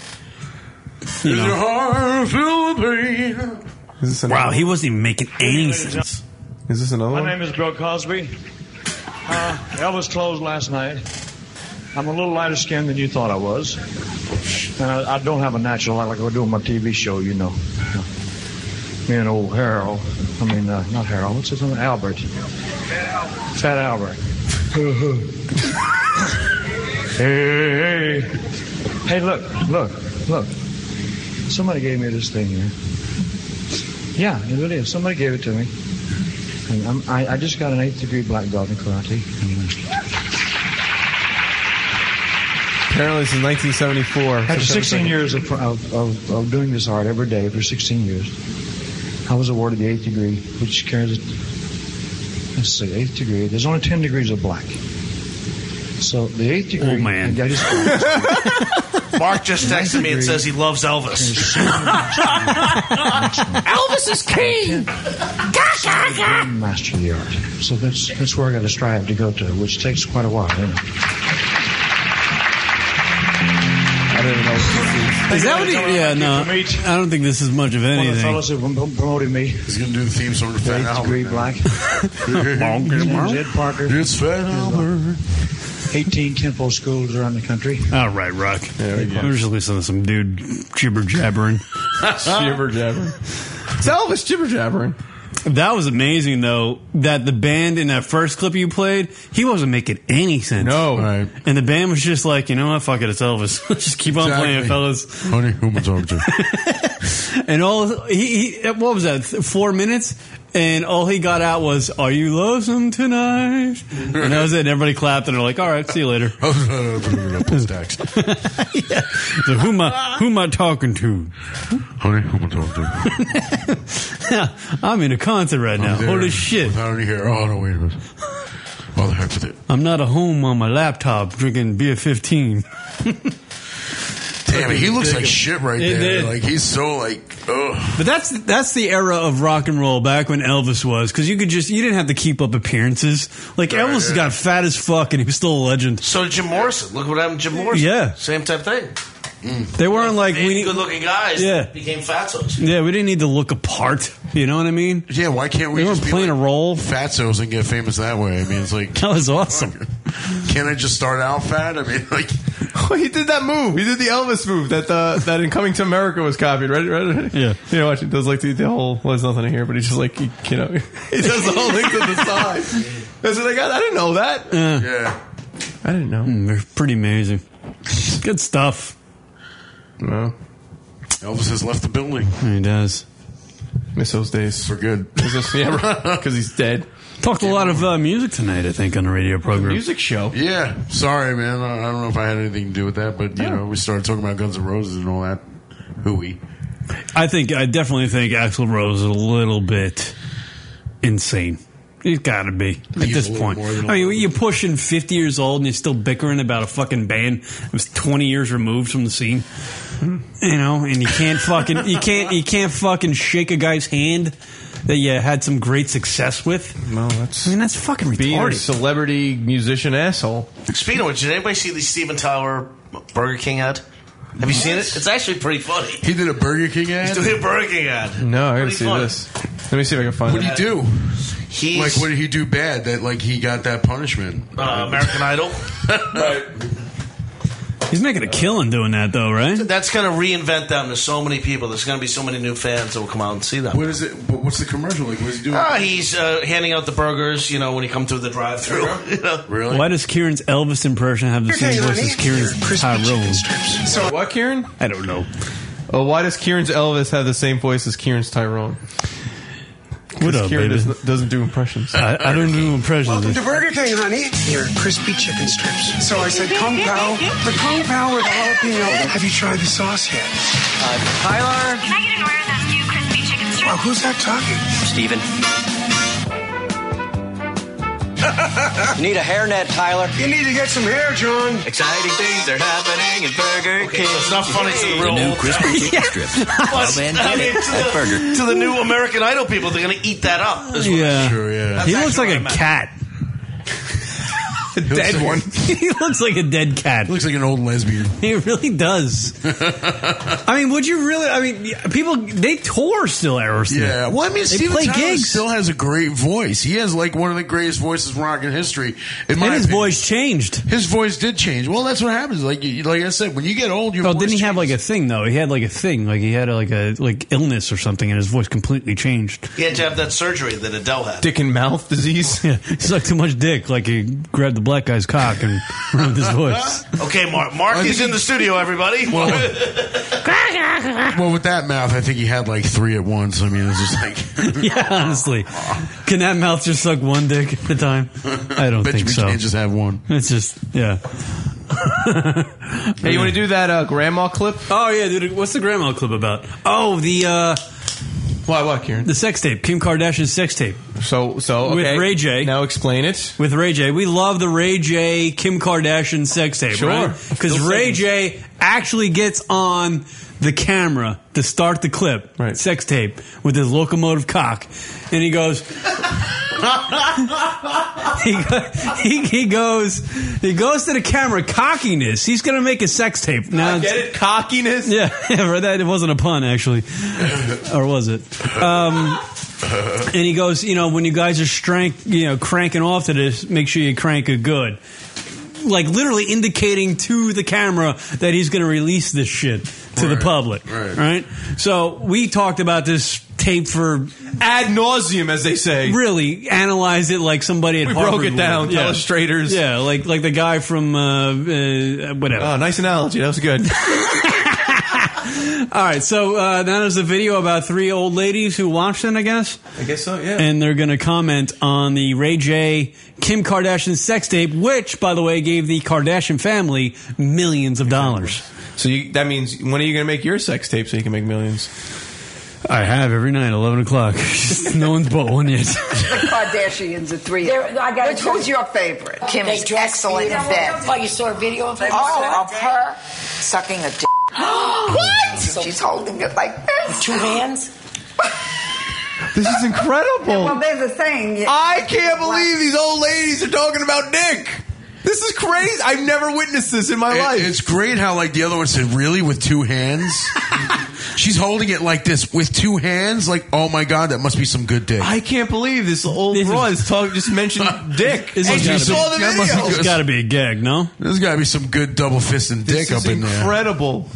[SPEAKER 11] You
[SPEAKER 12] Is
[SPEAKER 11] know.
[SPEAKER 12] your heart filled with pain?
[SPEAKER 11] Wow, he wasn't even making any sense.
[SPEAKER 2] Is this another
[SPEAKER 13] My name is Bill Cosby. Uh, Elvis closed last night. I'm a little lighter skinned than you thought I was. And I, I don't have a natural light like I do on my TV show, you know. Me and old Harold. I mean, uh, not Harold. What's his name? Albert. Fat Albert. hey, hey. Hey, look, look, look. Somebody gave me this thing here. Yeah, it really is. Somebody gave it to me. And I'm, I, I just got an eighth degree black belt in karate.
[SPEAKER 2] Apparently, this is 1974.
[SPEAKER 13] After
[SPEAKER 2] September
[SPEAKER 13] 16
[SPEAKER 2] second.
[SPEAKER 13] years of, of, of, of doing this art every day for 16 years, I was awarded the eighth degree, which carries, let's see, eighth degree. There's only 10 degrees of black. So the eighth degree. Oh, man. I just,
[SPEAKER 31] Mark just texted me and says he loves Elvis.
[SPEAKER 13] Elvis is king! Grand master of the art. So that's, that's where I got to strive to go to, which takes quite a while. Isn't it?
[SPEAKER 32] whatever that was.
[SPEAKER 11] Is that what he? Yeah, no. I don't think this is much of
[SPEAKER 1] One of the
[SPEAKER 11] anything.
[SPEAKER 1] fellas who prom- promoted me. He's going to do the theme song to Fat Albert. Degree Black. Zed Parker. It's Fat Albert. 18 temple schools around the country.
[SPEAKER 11] All right, Rock. I'm just listening to some dude jibber jabbering.
[SPEAKER 32] Jibber
[SPEAKER 13] Ah.
[SPEAKER 32] jabber.
[SPEAKER 11] Elvis jibber jabbering. That was amazing, though. That the band in that first clip you played, he wasn't making any sense. No, and the band was just like, you know what, fuck it, it's Elvis. just keep on playing it,
[SPEAKER 12] Exactly.
[SPEAKER 11] fellas.
[SPEAKER 12] Honey, who am I talking to?
[SPEAKER 11] And all he, he what was that? th- Four minutes, and all he got out was, "Are you lonesome tonight?" And that was it. And everybody clapped, and they're like, "All right, see you later."
[SPEAKER 12] uh,
[SPEAKER 11] Yeah. So who am I? Who am I talking to?
[SPEAKER 12] Honey, who am I talking to?
[SPEAKER 11] I'm in a concert right now.
[SPEAKER 12] I'm there
[SPEAKER 11] Holy shit!
[SPEAKER 12] Without any hair. Oh, no, wait a minute. Oh, the heck with it.
[SPEAKER 11] I'm not at home on my laptop drinking beer 15.
[SPEAKER 12] Damn it, he looks like shit right
[SPEAKER 11] He
[SPEAKER 12] there.
[SPEAKER 11] did.
[SPEAKER 12] Like, he's so, like, ugh.
[SPEAKER 11] But that's that's the era of rock and roll back when Elvis was because you could just you didn't have to keep up appearances. Like Elvis got fat as fuck and he was still a legend.
[SPEAKER 13] So Jim Morrison, look what happened to Jim Morrison.
[SPEAKER 11] Yeah.
[SPEAKER 13] same type of thing.
[SPEAKER 11] They weren't like we need-
[SPEAKER 13] good-looking guys.
[SPEAKER 11] Yeah.
[SPEAKER 13] became fatzos.
[SPEAKER 11] Yeah, we didn't need to look apart. You know what I mean?
[SPEAKER 12] Yeah, why can't we
[SPEAKER 11] They
[SPEAKER 12] just
[SPEAKER 11] weren't
[SPEAKER 12] be
[SPEAKER 11] playing a role?
[SPEAKER 12] Fatzos and get famous that way? I mean, it's like.
[SPEAKER 11] That was awesome.
[SPEAKER 12] Can I just start out fat? I mean, like.
[SPEAKER 32] he did that move. He did the Elvis move that the that in Coming to America was copied. Right, right.
[SPEAKER 11] Yeah.
[SPEAKER 32] You know, watch it does like the, the whole. Well, there's nothing here, but he's just like he, you know, he does the whole thing to the side. That's what I got. I didn't know that.
[SPEAKER 12] yeah.
[SPEAKER 11] I didn't know. they're pretty amazing. Good stuff.
[SPEAKER 32] No.
[SPEAKER 12] Elvis has left the building.
[SPEAKER 11] He does.
[SPEAKER 32] Miss those days.
[SPEAKER 12] We're good.
[SPEAKER 32] yeah, because he's dead.
[SPEAKER 11] Talked a lot of uh, music tonight, I think, on the radio program.
[SPEAKER 32] show.
[SPEAKER 12] Yeah. Sorry, man. I I don't know if I had anything to do with that, but, you know, we started talking about Guns N' Roses and all that hooey.
[SPEAKER 11] I think I definitely think Axl Rose is a little bit insane. He's got to be at
[SPEAKER 12] he's
[SPEAKER 11] this
[SPEAKER 12] a little
[SPEAKER 11] point.
[SPEAKER 12] more than a
[SPEAKER 11] I mean, you're pushing 50 years old and you're still bickering about a fucking band that was 20 years removed from the scene. You know, and you can't fucking you can't you can't fucking shake a guy's hand that you had some great success with.
[SPEAKER 32] No, that's
[SPEAKER 11] I mean that's fucking
[SPEAKER 32] Being a
[SPEAKER 11] retarded.
[SPEAKER 32] celebrity musician asshole.
[SPEAKER 13] Speaking of which, did anybody see the Steven Tyler Burger King ad? Have you seen it? It's actually pretty funny.
[SPEAKER 12] He did a Burger King ad?
[SPEAKER 13] He's doing a Burger King ad.
[SPEAKER 32] No, I gotta
[SPEAKER 13] Pretty
[SPEAKER 32] see
[SPEAKER 13] funny.
[SPEAKER 32] this. Let me see if I can find
[SPEAKER 12] What did he
[SPEAKER 32] it.
[SPEAKER 12] do?
[SPEAKER 13] He's-
[SPEAKER 12] like, what did he do bad that like he got that punishment?
[SPEAKER 13] Uh, American Idol. right.
[SPEAKER 11] He's making a killing doing that though, right?
[SPEAKER 13] That's going to reinvent them to so many people. There's going to be so many new fans that will come out and see them.
[SPEAKER 12] What is it? but What's the commercial like? What's he doing?
[SPEAKER 13] Ah, he's uh, handing out the burgers, you know, when you come through the drive-through. You know?
[SPEAKER 12] Really?
[SPEAKER 11] Why does Kieran's Elvis impression have the same voice as Kieran's Tyrone?
[SPEAKER 32] So what, Kieran?
[SPEAKER 11] I don't know.
[SPEAKER 32] Oh, why does Kieran's Elvis have the same voice as Kieran's Tyrone?
[SPEAKER 11] What up,
[SPEAKER 32] Kieran
[SPEAKER 11] baby?
[SPEAKER 32] Doesn't, doesn't do impressions.
[SPEAKER 11] I, I don't do impressions.
[SPEAKER 4] Welcome to Burger King, honey. Here, crispy chicken strips. So I said, Kung Pao. The Kung Pao with jalapeno. Have you tried the sauce yet? Uh, Tyler. Can I get an order of that new crispy chicken strip? Well, who's that talking?
[SPEAKER 33] Steven. you need a hairnet, Tyler.
[SPEAKER 4] You need to get some hair, John.
[SPEAKER 33] Exciting things are happening at Burger
[SPEAKER 13] Okay, so it's not funny to the
[SPEAKER 33] The
[SPEAKER 13] real
[SPEAKER 33] new
[SPEAKER 13] old-
[SPEAKER 33] crispy chicken
[SPEAKER 13] Yeah.
[SPEAKER 33] strips.
[SPEAKER 13] Plus,
[SPEAKER 33] Well, man,
[SPEAKER 13] I
[SPEAKER 33] get
[SPEAKER 13] mean,
[SPEAKER 33] it
[SPEAKER 13] to
[SPEAKER 33] at
[SPEAKER 13] the-
[SPEAKER 33] Burger.
[SPEAKER 13] To the new American Idol people, they're going to eat that up. is what-
[SPEAKER 11] Yeah.
[SPEAKER 13] That's
[SPEAKER 11] He looks like
[SPEAKER 13] actually what I
[SPEAKER 11] a
[SPEAKER 13] meant.
[SPEAKER 11] cat. a
[SPEAKER 13] dead one.
[SPEAKER 11] he looks like a dead cat.
[SPEAKER 12] Looks like an old lesbian.
[SPEAKER 11] He really does. I mean, would you really? I mean, people they tour still Aerosmith.
[SPEAKER 12] Yeah. Well, I mean,
[SPEAKER 11] they
[SPEAKER 12] Steven
[SPEAKER 11] play
[SPEAKER 12] Tyler
[SPEAKER 11] gigs.
[SPEAKER 12] still has a great voice. He has like one of the greatest voices in rock in history. In my
[SPEAKER 11] and his
[SPEAKER 12] opinion.
[SPEAKER 11] voice changed.
[SPEAKER 12] His voice did change. Well, that's what happens. Like, you, like I said, when you get old, your
[SPEAKER 11] Oh,
[SPEAKER 12] voice
[SPEAKER 11] didn't he have
[SPEAKER 12] changes.
[SPEAKER 11] like a thing though? He had like a thing, like he had like a like illness or something, and his voice completely changed.
[SPEAKER 13] He had to have that surgery that Adele had.
[SPEAKER 11] Dick and mouth disease. yeah, he sucked too much dick. Like he grabbed the black guy's cock and ruined his voice.
[SPEAKER 13] Okay, Mark. Mark
[SPEAKER 12] I
[SPEAKER 13] is
[SPEAKER 12] think
[SPEAKER 13] in the studio, everybody.
[SPEAKER 12] Well, with that mouth, I think he had like three at once. I mean, it's just like.
[SPEAKER 11] yeah, honestly, can that mouth just suck one dick at a time? I don't
[SPEAKER 12] Bet
[SPEAKER 11] think
[SPEAKER 12] you
[SPEAKER 11] so.
[SPEAKER 12] can't just have one.
[SPEAKER 11] It's just yeah.
[SPEAKER 32] Hey, you want to do that uh, grandma clip?
[SPEAKER 11] Oh yeah, dude. What's the grandma clip about? Oh, the uh
[SPEAKER 32] Why what, Kieran?
[SPEAKER 11] the sex tape, Kim Kardashian's sex tape.
[SPEAKER 32] So so
[SPEAKER 11] with
[SPEAKER 32] okay.
[SPEAKER 11] Ray J.
[SPEAKER 32] Now explain it.
[SPEAKER 11] With Ray J, we love the Ray J Kim Kardashian sex tape,
[SPEAKER 32] Sure.
[SPEAKER 11] Because
[SPEAKER 32] Still
[SPEAKER 11] Ray J actually gets on the camera to start the clip, right. sex tape with his locomotive cock, and he goes, he, go- he, he goes he goes to the camera cockiness. He's gonna make a sex tape. Now
[SPEAKER 2] get it?
[SPEAKER 11] cockiness. Yeah, yeah, right, that it wasn't a pun actually, or was it? Um, and he goes, you know, when you guys are strank, you know, cranking off to this, make sure you crank it good. Like literally indicating to the camera that he's going to release this shit to the public, right. So we talked about this tape for
[SPEAKER 2] ad nauseum, as they say.
[SPEAKER 11] Really analyzed it like somebody at
[SPEAKER 2] We
[SPEAKER 11] Harvard
[SPEAKER 2] broke it down,
[SPEAKER 11] would. Yeah.
[SPEAKER 2] illustrators.
[SPEAKER 11] Yeah, like like the guy from uh, uh, whatever.
[SPEAKER 2] Oh, nice analogy. That was good.
[SPEAKER 11] All right, so uh, that is a video about three old ladies who watched it, I guess.
[SPEAKER 2] I guess so. Yeah.
[SPEAKER 11] And they're going to comment on the Ray J Kim Kardashian sex tape, which, by the way, gave the Kardashian family millions of dollars.
[SPEAKER 2] So you, that means when are you going to make your sex tape so you can make millions?
[SPEAKER 11] I have every night, eleven o'clock. no one's bought one yet.
[SPEAKER 9] Kardashians are three. Which who's your favorite? Kim
[SPEAKER 34] They
[SPEAKER 9] is
[SPEAKER 34] dress
[SPEAKER 9] excellent in
[SPEAKER 34] me up.
[SPEAKER 9] bed.
[SPEAKER 34] Oh, you saw a video of her?
[SPEAKER 9] Oh, of her sucking a dick. what? She's holding it like this. Two hands.
[SPEAKER 2] This is incredible.
[SPEAKER 9] Well, there's a saying.
[SPEAKER 2] I can't believe these old ladies are talking about Nick. This is crazy. I've never witnessed this in my
[SPEAKER 12] It-
[SPEAKER 2] life.
[SPEAKER 12] It's great how like the other one said, really with two hands. She's holding it like this with two hands. Like, oh my god, that must be some good dick.
[SPEAKER 2] I can't believe this old broad is talk, just mentioned Dick.
[SPEAKER 12] This
[SPEAKER 2] and
[SPEAKER 12] has
[SPEAKER 2] you
[SPEAKER 12] gotta
[SPEAKER 2] saw
[SPEAKER 12] be-
[SPEAKER 2] the
[SPEAKER 12] that must be
[SPEAKER 2] video.
[SPEAKER 12] good. It's gotta
[SPEAKER 11] be a gag, no?
[SPEAKER 12] There's got to be some good double fisted dick
[SPEAKER 2] This
[SPEAKER 12] up
[SPEAKER 2] is
[SPEAKER 12] in there.
[SPEAKER 2] incredible.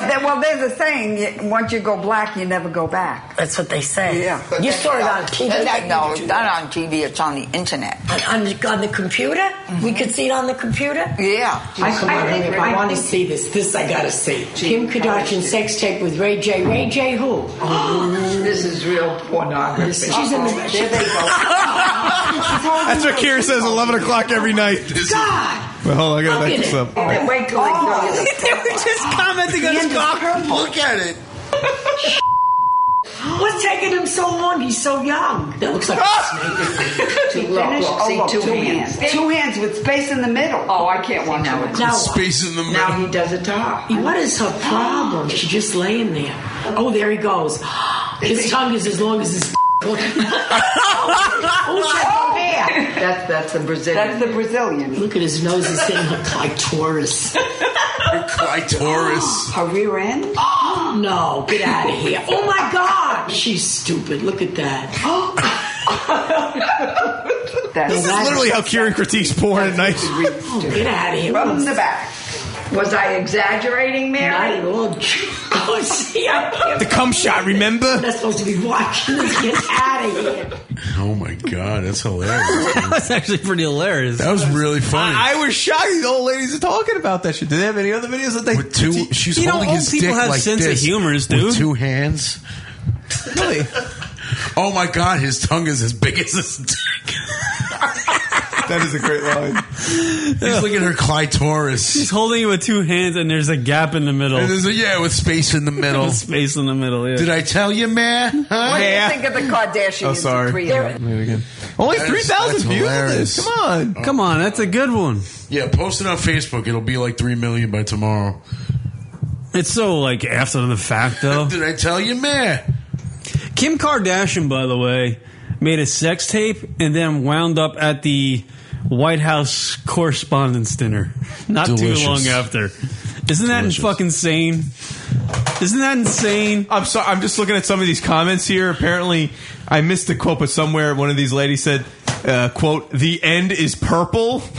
[SPEAKER 9] There- Well, there's a saying: you- once you go black, you never go back. That's what they say. Yeah.
[SPEAKER 34] You saw it on TV.
[SPEAKER 9] No, not on TV. It's on the internet. Mm-hmm.
[SPEAKER 34] On, on, the, on the computer? We could see it on the computer?
[SPEAKER 9] Yeah.
[SPEAKER 34] I,
[SPEAKER 9] I- I think-
[SPEAKER 34] I,
[SPEAKER 9] I
[SPEAKER 34] want to
[SPEAKER 9] think-
[SPEAKER 34] see this. This I got to see. Kim Kardashian sex tape with Ray J. Ray J. Who? this is real pornography. She's in the.
[SPEAKER 9] Uh-oh.
[SPEAKER 34] There
[SPEAKER 9] they
[SPEAKER 2] That's what Kira says. Eleven o'clock every night.
[SPEAKER 34] God.
[SPEAKER 2] Well, I gotta
[SPEAKER 34] I'll
[SPEAKER 2] back
[SPEAKER 34] get
[SPEAKER 2] this
[SPEAKER 34] it.
[SPEAKER 2] up.
[SPEAKER 9] Wait till they go to the-
[SPEAKER 34] they were just commenting
[SPEAKER 9] on his cock.
[SPEAKER 34] Look at it. What's taking him so long? He's so young. That looks like a snake.
[SPEAKER 9] Finish. Oh, look, two hands. Two hands with space in the middle. Oh, I can't watch that.
[SPEAKER 34] Now-
[SPEAKER 12] Space in the middle.
[SPEAKER 9] Now he does it to her.
[SPEAKER 34] What is her problem? She's just laying there. Oh, there he goes. His tongue is as long as his. oh, yeah.
[SPEAKER 9] That's that's the Brazilian. That's the Brazilian.
[SPEAKER 34] Look at his nose is sitting up like Taurus.
[SPEAKER 12] Clitoris.
[SPEAKER 9] Her rear end.
[SPEAKER 34] Oh, no, get out of here. Oh, my God. She's stupid. Look at that.
[SPEAKER 2] This is literally how Kieran critiques porn at night.
[SPEAKER 34] Get out of here.
[SPEAKER 9] From the back. Was I exaggerating,
[SPEAKER 34] Not
[SPEAKER 9] Mary?
[SPEAKER 34] at all. Oh, see, I can't.
[SPEAKER 2] The cum shot. Remember?
[SPEAKER 34] I'm not supposed to be watching this. Get out of here.
[SPEAKER 12] Oh my god, that's hilarious.
[SPEAKER 11] that was actually pretty hilarious.
[SPEAKER 12] That was really funny.
[SPEAKER 2] I, I was shocked. These old ladies are talking about that shit. Do they have any other videos that they? With
[SPEAKER 12] two, she's
[SPEAKER 2] you
[SPEAKER 12] holding
[SPEAKER 2] know, old
[SPEAKER 12] his
[SPEAKER 2] people
[SPEAKER 12] dick
[SPEAKER 2] have
[SPEAKER 12] like
[SPEAKER 2] sense
[SPEAKER 12] this
[SPEAKER 2] of humor,
[SPEAKER 12] with
[SPEAKER 2] dude.
[SPEAKER 12] two hands.
[SPEAKER 2] Really?
[SPEAKER 12] Oh my god, his tongue is as big as his dick.
[SPEAKER 2] that is a great line.
[SPEAKER 12] He's looking at her clitoris.
[SPEAKER 11] She's holding it with two hands, and there's a gap in the middle.
[SPEAKER 12] And there's a- yeah, with space in the middle.
[SPEAKER 11] space in the middle. Yeah.
[SPEAKER 12] Did I tell you, man? Huh?
[SPEAKER 9] What do you think of the Kardashians?
[SPEAKER 11] Oh, sorry.
[SPEAKER 9] The three of them?
[SPEAKER 2] Only
[SPEAKER 12] That
[SPEAKER 2] three
[SPEAKER 12] is- that's
[SPEAKER 2] thousand views. on
[SPEAKER 12] hilarious.
[SPEAKER 2] this. Come on.
[SPEAKER 11] Come on, that's a good one.
[SPEAKER 12] Yeah, post it on Facebook. It'll be like three million by tomorrow.
[SPEAKER 11] It's so like after the fact
[SPEAKER 2] Oh.
[SPEAKER 11] though.
[SPEAKER 12] Did I tell you, man?
[SPEAKER 11] Kim Kardashian, by the way, made a sex tape and then wound up at the White House Correspondents' Dinner. Not
[SPEAKER 2] Delicious.
[SPEAKER 11] too long after. Isn't that fucking insane? Isn't that insane?
[SPEAKER 2] I'm sorry. I'm just looking at some of these comments here. Apparently, I missed the quote, but somewhere one of these ladies said, uh, "quote The end is purple."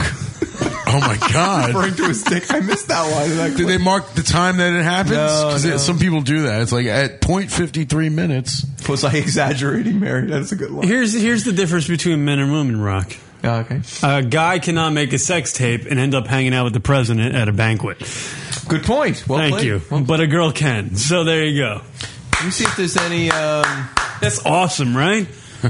[SPEAKER 12] Oh my god!
[SPEAKER 2] Referring to his dick. I missed that one. That
[SPEAKER 12] Did they mark the time that it happens?
[SPEAKER 2] No,
[SPEAKER 12] 'Cause
[SPEAKER 2] no.
[SPEAKER 12] it- some people do that. It's like at point fifty three minutes.
[SPEAKER 2] Was I exaggerating, Mary? That's a good line.
[SPEAKER 11] Here's here's the difference between men and women, Rock.
[SPEAKER 2] okay.
[SPEAKER 11] A guy cannot make a sex tape and end up hanging out with the president at a banquet.
[SPEAKER 2] Good point. Well
[SPEAKER 11] Thank
[SPEAKER 2] played.
[SPEAKER 11] you. but a girl can. So there you go.
[SPEAKER 2] Let me see if there's any. Um...
[SPEAKER 11] That's awesome, right?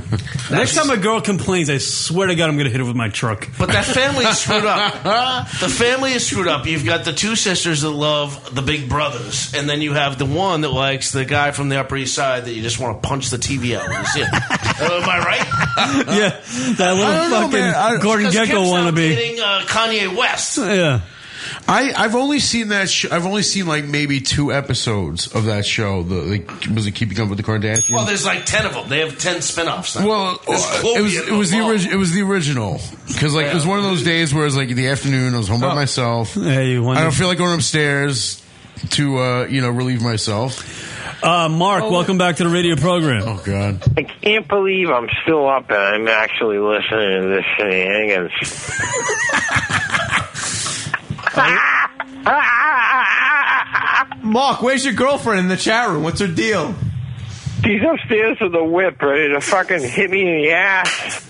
[SPEAKER 11] Next time a girl complains, I swear to God, I'm going to hit her with my truck.
[SPEAKER 13] But that family is screwed up. the family is screwed up. You've got the two sisters that love the big brothers, and then you have the one that likes the guy from the Upper East Side that you just want to punch the TV out when you see it. Uh, am I right?
[SPEAKER 11] yeah, that
[SPEAKER 13] I
[SPEAKER 11] little
[SPEAKER 13] don't know,
[SPEAKER 11] fucking
[SPEAKER 13] man. I-
[SPEAKER 11] Gordon
[SPEAKER 13] because
[SPEAKER 11] Gecko
[SPEAKER 13] Kim's now
[SPEAKER 11] wannabe.
[SPEAKER 13] dating, uh, Kanye West.
[SPEAKER 11] Yeah.
[SPEAKER 12] I I've only seen that. Sh- I've only seen like maybe two episodes of that show. The, the was it Keeping Up with the Kardashians?
[SPEAKER 13] Well, there's like ten of them. They have ten spin-offs. Now.
[SPEAKER 12] Well, uh,
[SPEAKER 13] There's Chloe
[SPEAKER 12] it was
[SPEAKER 13] in
[SPEAKER 12] it was the
[SPEAKER 13] alone.
[SPEAKER 12] original. It was the original because like it was one of those days where it was like in the afternoon. I was
[SPEAKER 13] Oh.
[SPEAKER 12] home by myself. I don't feel like going upstairs to uh, you know relieve myself.
[SPEAKER 11] Uh, Mark, welcome back to the radio program.
[SPEAKER 12] Oh God,
[SPEAKER 3] I can't believe I'm still up and I'm actually listening to this shenanigans.
[SPEAKER 2] Mark, where's your girlfriend in the chat room? What's her deal?
[SPEAKER 3] She's upstairs with a whip ready to fucking hit me in the ass.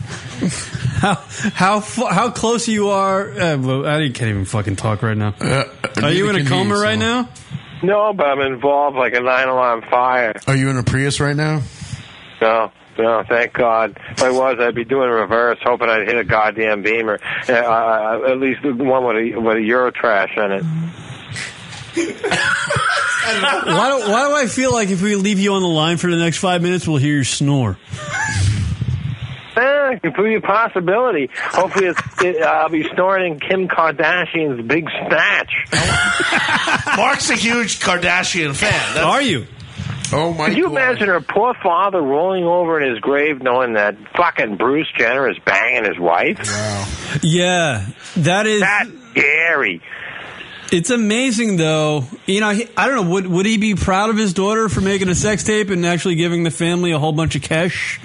[SPEAKER 11] How how fu- how close you are? Uh, well, I can't even fucking talk right now. are you in
[SPEAKER 12] neither
[SPEAKER 11] a
[SPEAKER 12] can
[SPEAKER 11] coma
[SPEAKER 12] he,
[SPEAKER 11] right
[SPEAKER 12] Uh, so-
[SPEAKER 11] now?
[SPEAKER 3] No, but I'm involved like a nine alarm fire.
[SPEAKER 12] Are you in a Prius right now?
[SPEAKER 3] No, no, thank God. If I was, I'd be doing reverse, hoping I'd hit a goddamn beamer. Uh, uh, at least one with a, with a Euro trash in it.
[SPEAKER 11] why do why do I feel like if we leave you on the line for the next five minutes, we'll hear you snore?
[SPEAKER 3] Eh, complete possibility. Hopefully, it's, it, I'll be snoring in Kim Kardashian's big snatch.
[SPEAKER 13] Mark's a huge Kardashian fan. That's-
[SPEAKER 11] Are you?
[SPEAKER 12] Oh
[SPEAKER 3] Could you imagine her poor father rolling over in his grave, knowing that fucking Bruce Jenner is banging his wife? Wow,
[SPEAKER 11] Yeah, that is that
[SPEAKER 3] scary.
[SPEAKER 11] It's amazing, though. You know, he, I don't know. Would would he be proud of his daughter for making a sex tape and actually giving the family a whole bunch of cash?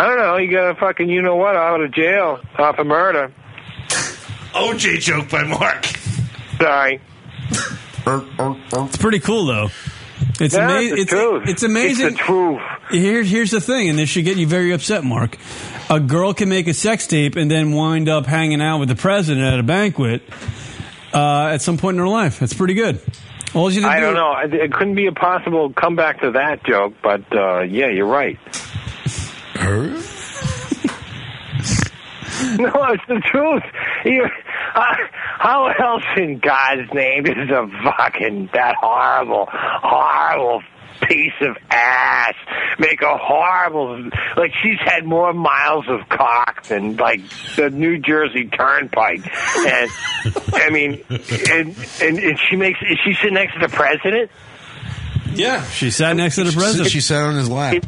[SPEAKER 3] I don't know. You got a fucking you know what out of jail off of murder.
[SPEAKER 13] OJ joke by Mark.
[SPEAKER 3] Sorry.
[SPEAKER 11] It's pretty cool, though. It's,
[SPEAKER 3] Yeah,
[SPEAKER 11] ama-
[SPEAKER 3] it's the
[SPEAKER 11] it's,
[SPEAKER 3] truth.
[SPEAKER 11] it's amazing.
[SPEAKER 3] It's the truth.
[SPEAKER 11] Here, here's the thing, and this should get you very upset, Mark. A girl can make a sex tape and then wind up hanging out with the president at a banquet uh, at some point in her life. That's pretty good. All you have to
[SPEAKER 3] I
[SPEAKER 11] do-
[SPEAKER 3] don't know. I- It couldn't be a possible comeback to that joke, but uh, yeah, you're right.
[SPEAKER 12] Her?
[SPEAKER 3] No, it's the truth. You, uh, how else in God's name is a fucking that horrible, horrible piece of ass make a horrible like she's had more miles of cock than like the New Jersey Turnpike, and I mean, and and, and she makes is she sitting next to the president?
[SPEAKER 11] Yeah, she sat next to the president.
[SPEAKER 12] She sat on his lap.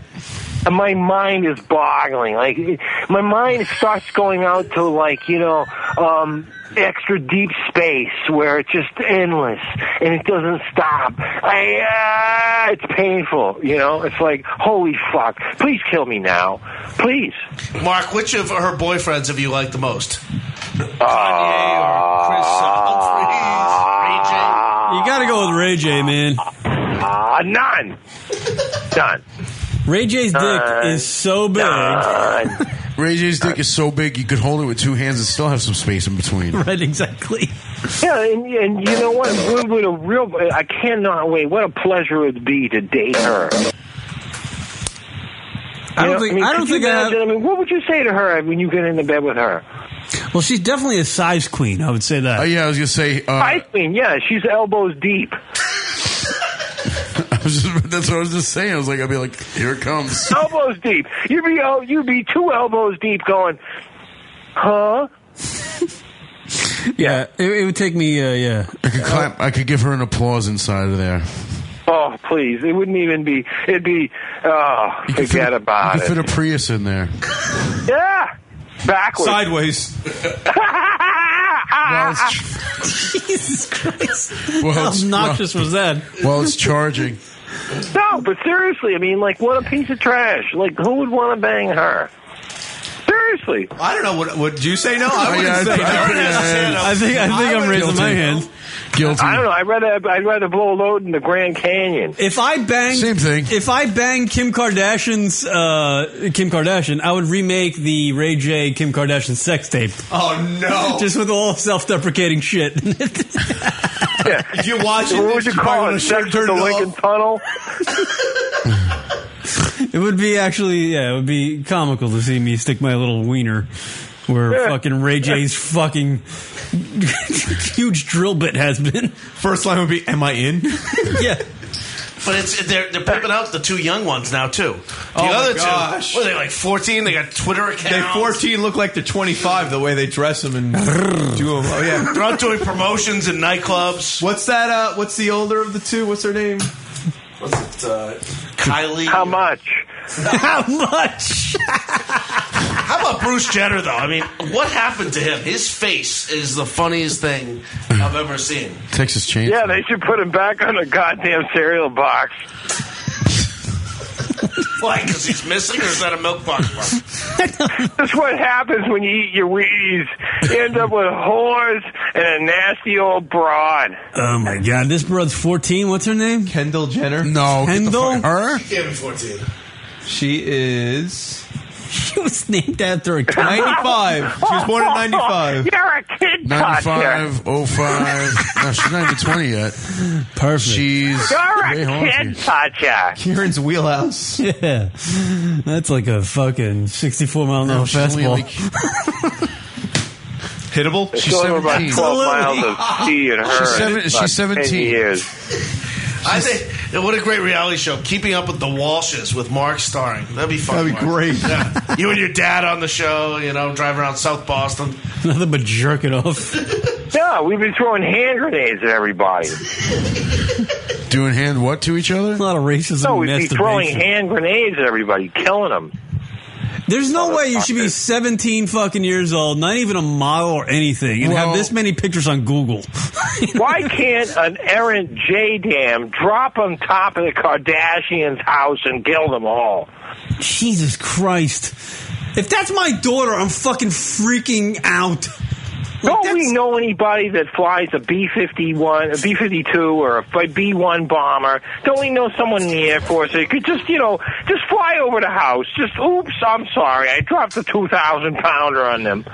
[SPEAKER 3] And my mind is boggling. Like it- my mind starts going out to like you know um, extra deep space where it's just endless and it doesn't stop. I, uh, it's painful. You know, it's like holy fuck! Please kill me now, please.
[SPEAKER 13] Mark, which of her boyfriends have you liked the most?
[SPEAKER 11] You got to go with Ray J, man.
[SPEAKER 3] Uh, none. None.
[SPEAKER 11] Ray J's dick
[SPEAKER 3] Uh,
[SPEAKER 11] is so big.
[SPEAKER 12] Ray J's dick is so big you could hold it with two hands and still have some space in between. Uh,
[SPEAKER 11] Right, exactly.
[SPEAKER 3] Yeah, and, and you know what? What would a real? I cannot wait. What a pleasure it would be to date her.
[SPEAKER 11] I
[SPEAKER 3] You know,
[SPEAKER 11] don't think.
[SPEAKER 3] mean,
[SPEAKER 11] I don't
[SPEAKER 3] could you
[SPEAKER 11] think. uh, I have,
[SPEAKER 3] imagine- I mean, what would you say to her when you get into bed with her?
[SPEAKER 11] well, she's definitely a size queen. I would say that. Oh
[SPEAKER 12] yeah, I was gonna say. Uh,
[SPEAKER 3] I mean, yeah, she's elbows deep.
[SPEAKER 12] I was just, that's what I was just saying. I was like, I'd be like, here it comes.
[SPEAKER 3] elbows deep. You'd be oh, you'd be two elbows deep, going, huh?
[SPEAKER 11] yeah, it, it would take me. Uh, yeah,
[SPEAKER 12] I could clap. I could give her an applause inside of there.
[SPEAKER 3] Oh, please! It wouldn't even be. It'd be. Oh,
[SPEAKER 12] You could
[SPEAKER 3] forget
[SPEAKER 12] fit a-
[SPEAKER 3] about
[SPEAKER 12] You could
[SPEAKER 3] it.
[SPEAKER 12] fit a Prius in there.
[SPEAKER 3] yeah, backwards.
[SPEAKER 12] Sideways.
[SPEAKER 11] Jesus Christ!
[SPEAKER 12] Well,
[SPEAKER 11] How
[SPEAKER 12] it's-
[SPEAKER 11] obnoxious
[SPEAKER 12] well-
[SPEAKER 11] was that?
[SPEAKER 12] Well, it's charging.
[SPEAKER 3] No, but seriously, I mean, like, what a piece of trash! Like, who would want to bang her? Seriously.
[SPEAKER 2] I don't know. Would, would you say no?
[SPEAKER 3] Oh,
[SPEAKER 2] I wouldn't
[SPEAKER 3] yeah, I-
[SPEAKER 2] say no.
[SPEAKER 3] I-
[SPEAKER 2] Aaron has his hand up.
[SPEAKER 11] I think. I think I am raising my hand.
[SPEAKER 12] Guilty.
[SPEAKER 3] I don't know. I'd rather I'd rather blow a load in the Grand Canyon.
[SPEAKER 11] If I bang,
[SPEAKER 12] same thing.
[SPEAKER 11] If I bang Kim Kardashian's uh, Kim Kardashian, I would remake the Ray J Kim Kardashian sex tape.
[SPEAKER 2] Oh no!
[SPEAKER 11] Just with all self-deprecating shit.
[SPEAKER 2] if you're watching,
[SPEAKER 3] What
[SPEAKER 2] this,
[SPEAKER 3] would you
[SPEAKER 2] probably
[SPEAKER 3] call
[SPEAKER 2] wanna
[SPEAKER 3] it?
[SPEAKER 2] shut-
[SPEAKER 3] Sex
[SPEAKER 2] turn
[SPEAKER 3] at the
[SPEAKER 2] it off.
[SPEAKER 3] Lincoln Tunnel?
[SPEAKER 11] It would be actually, yeah, it would be comical to see me stick my little wiener where fucking Ray J's fucking huge drill bit has been.
[SPEAKER 2] First line would be, "Am I in?"
[SPEAKER 11] yeah.
[SPEAKER 13] But it's they're they're pimping out the two young ones now too. The
[SPEAKER 2] Oh, my
[SPEAKER 13] other
[SPEAKER 2] gosh.
[SPEAKER 13] two, what are they like fourteen? They got Twitter accounts.
[SPEAKER 2] They 14 look like they're 25 the way they dress them and do them. Oh yeah,
[SPEAKER 13] they're out doing promotions in nightclubs.
[SPEAKER 2] What's that? Uh, what's the older of the two? What's her name?
[SPEAKER 13] What's it, uh, Kylie?
[SPEAKER 3] How much?
[SPEAKER 13] How much? How about Bruce Jenner though? I mean, what happened to him? His face is the funniest thing I've ever seen.
[SPEAKER 12] Texas Chainsaw.
[SPEAKER 3] Yeah, they should put him back on a goddamn cereal box.
[SPEAKER 13] Why? Because he's missing, or is that a milk box? mark?
[SPEAKER 3] That's what happens when you eat your Wheaties. You end up with whores and a nasty old broad.
[SPEAKER 11] Oh my God! This broad's fourteen. What's her name?
[SPEAKER 2] Kendall Jenner.
[SPEAKER 11] No, Kendall. her.
[SPEAKER 13] She gave him fourteen.
[SPEAKER 2] She is.
[SPEAKER 11] She was named after a
[SPEAKER 2] guy. 95. She was born in 95.
[SPEAKER 3] You're a kid,
[SPEAKER 12] 95, 05. No, she's not even 20 yet.
[SPEAKER 11] Perfect.
[SPEAKER 12] She's way haunted.
[SPEAKER 3] Pacha.
[SPEAKER 2] Kieran's wheelhouse.
[SPEAKER 11] Yeah, that's like a fucking sixty-four mile an hour fastball.
[SPEAKER 2] Hittable.
[SPEAKER 3] She's only about 12 miles of tea in her.
[SPEAKER 12] She's,
[SPEAKER 3] and
[SPEAKER 12] seven,
[SPEAKER 3] it's
[SPEAKER 12] she's
[SPEAKER 3] about 10
[SPEAKER 12] 17.
[SPEAKER 3] years.
[SPEAKER 13] I think what a great reality show. Keeping up with the Walshes with Mark starring. That'd be fun.
[SPEAKER 2] That'd be
[SPEAKER 13] Mark.
[SPEAKER 2] great.
[SPEAKER 13] Yeah. You and your dad on the show. You know, drive around South Boston.
[SPEAKER 11] Nothing but jerk it off.
[SPEAKER 3] No, we've been throwing hand grenades at everybody.
[SPEAKER 12] Doing hand what to each other? A
[SPEAKER 11] lot of racism.
[SPEAKER 3] No, we'd be throwing hand grenades at everybody, killing them.
[SPEAKER 11] There's no way you should be 17 fucking years old, not even a model or anything, and have this many pictures on Google.
[SPEAKER 3] Why can't an errant J dam drop on top of the Kardashians' house and kill them all?
[SPEAKER 11] Jesus Christ. If that's my daughter, I'm fucking freaking out.
[SPEAKER 3] Don't we know anybody that flies a B fifty one, a B fifty two, or a B one bomber? Don't we know someone in the Air Force that could just, you know, just fly over the house? Just, oops, I'm sorry, I dropped a two thousand pounder on them.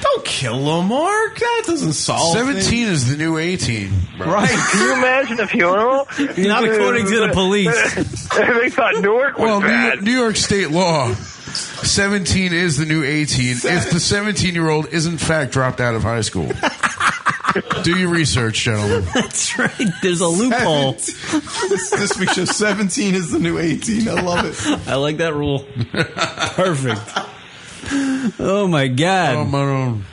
[SPEAKER 2] Don't kill them, Mark. That doesn't solve.
[SPEAKER 12] 17
[SPEAKER 2] things.
[SPEAKER 12] is the new 18. Bro.
[SPEAKER 2] Right.
[SPEAKER 3] Can you imagine a funeral?
[SPEAKER 12] Not according to the police.
[SPEAKER 3] they thought Newark was
[SPEAKER 12] Well, New
[SPEAKER 3] bad.
[SPEAKER 12] York, New York State law. 17 is the new 18 if the 17 year old is in fact dropped out of high school. Do your research, gentlemen.
[SPEAKER 11] That's right. There's a loophole.
[SPEAKER 2] this, this week's show 17 is the new 18. I love it.
[SPEAKER 11] I like that rule. Perfect. Oh my God. Oh, my own.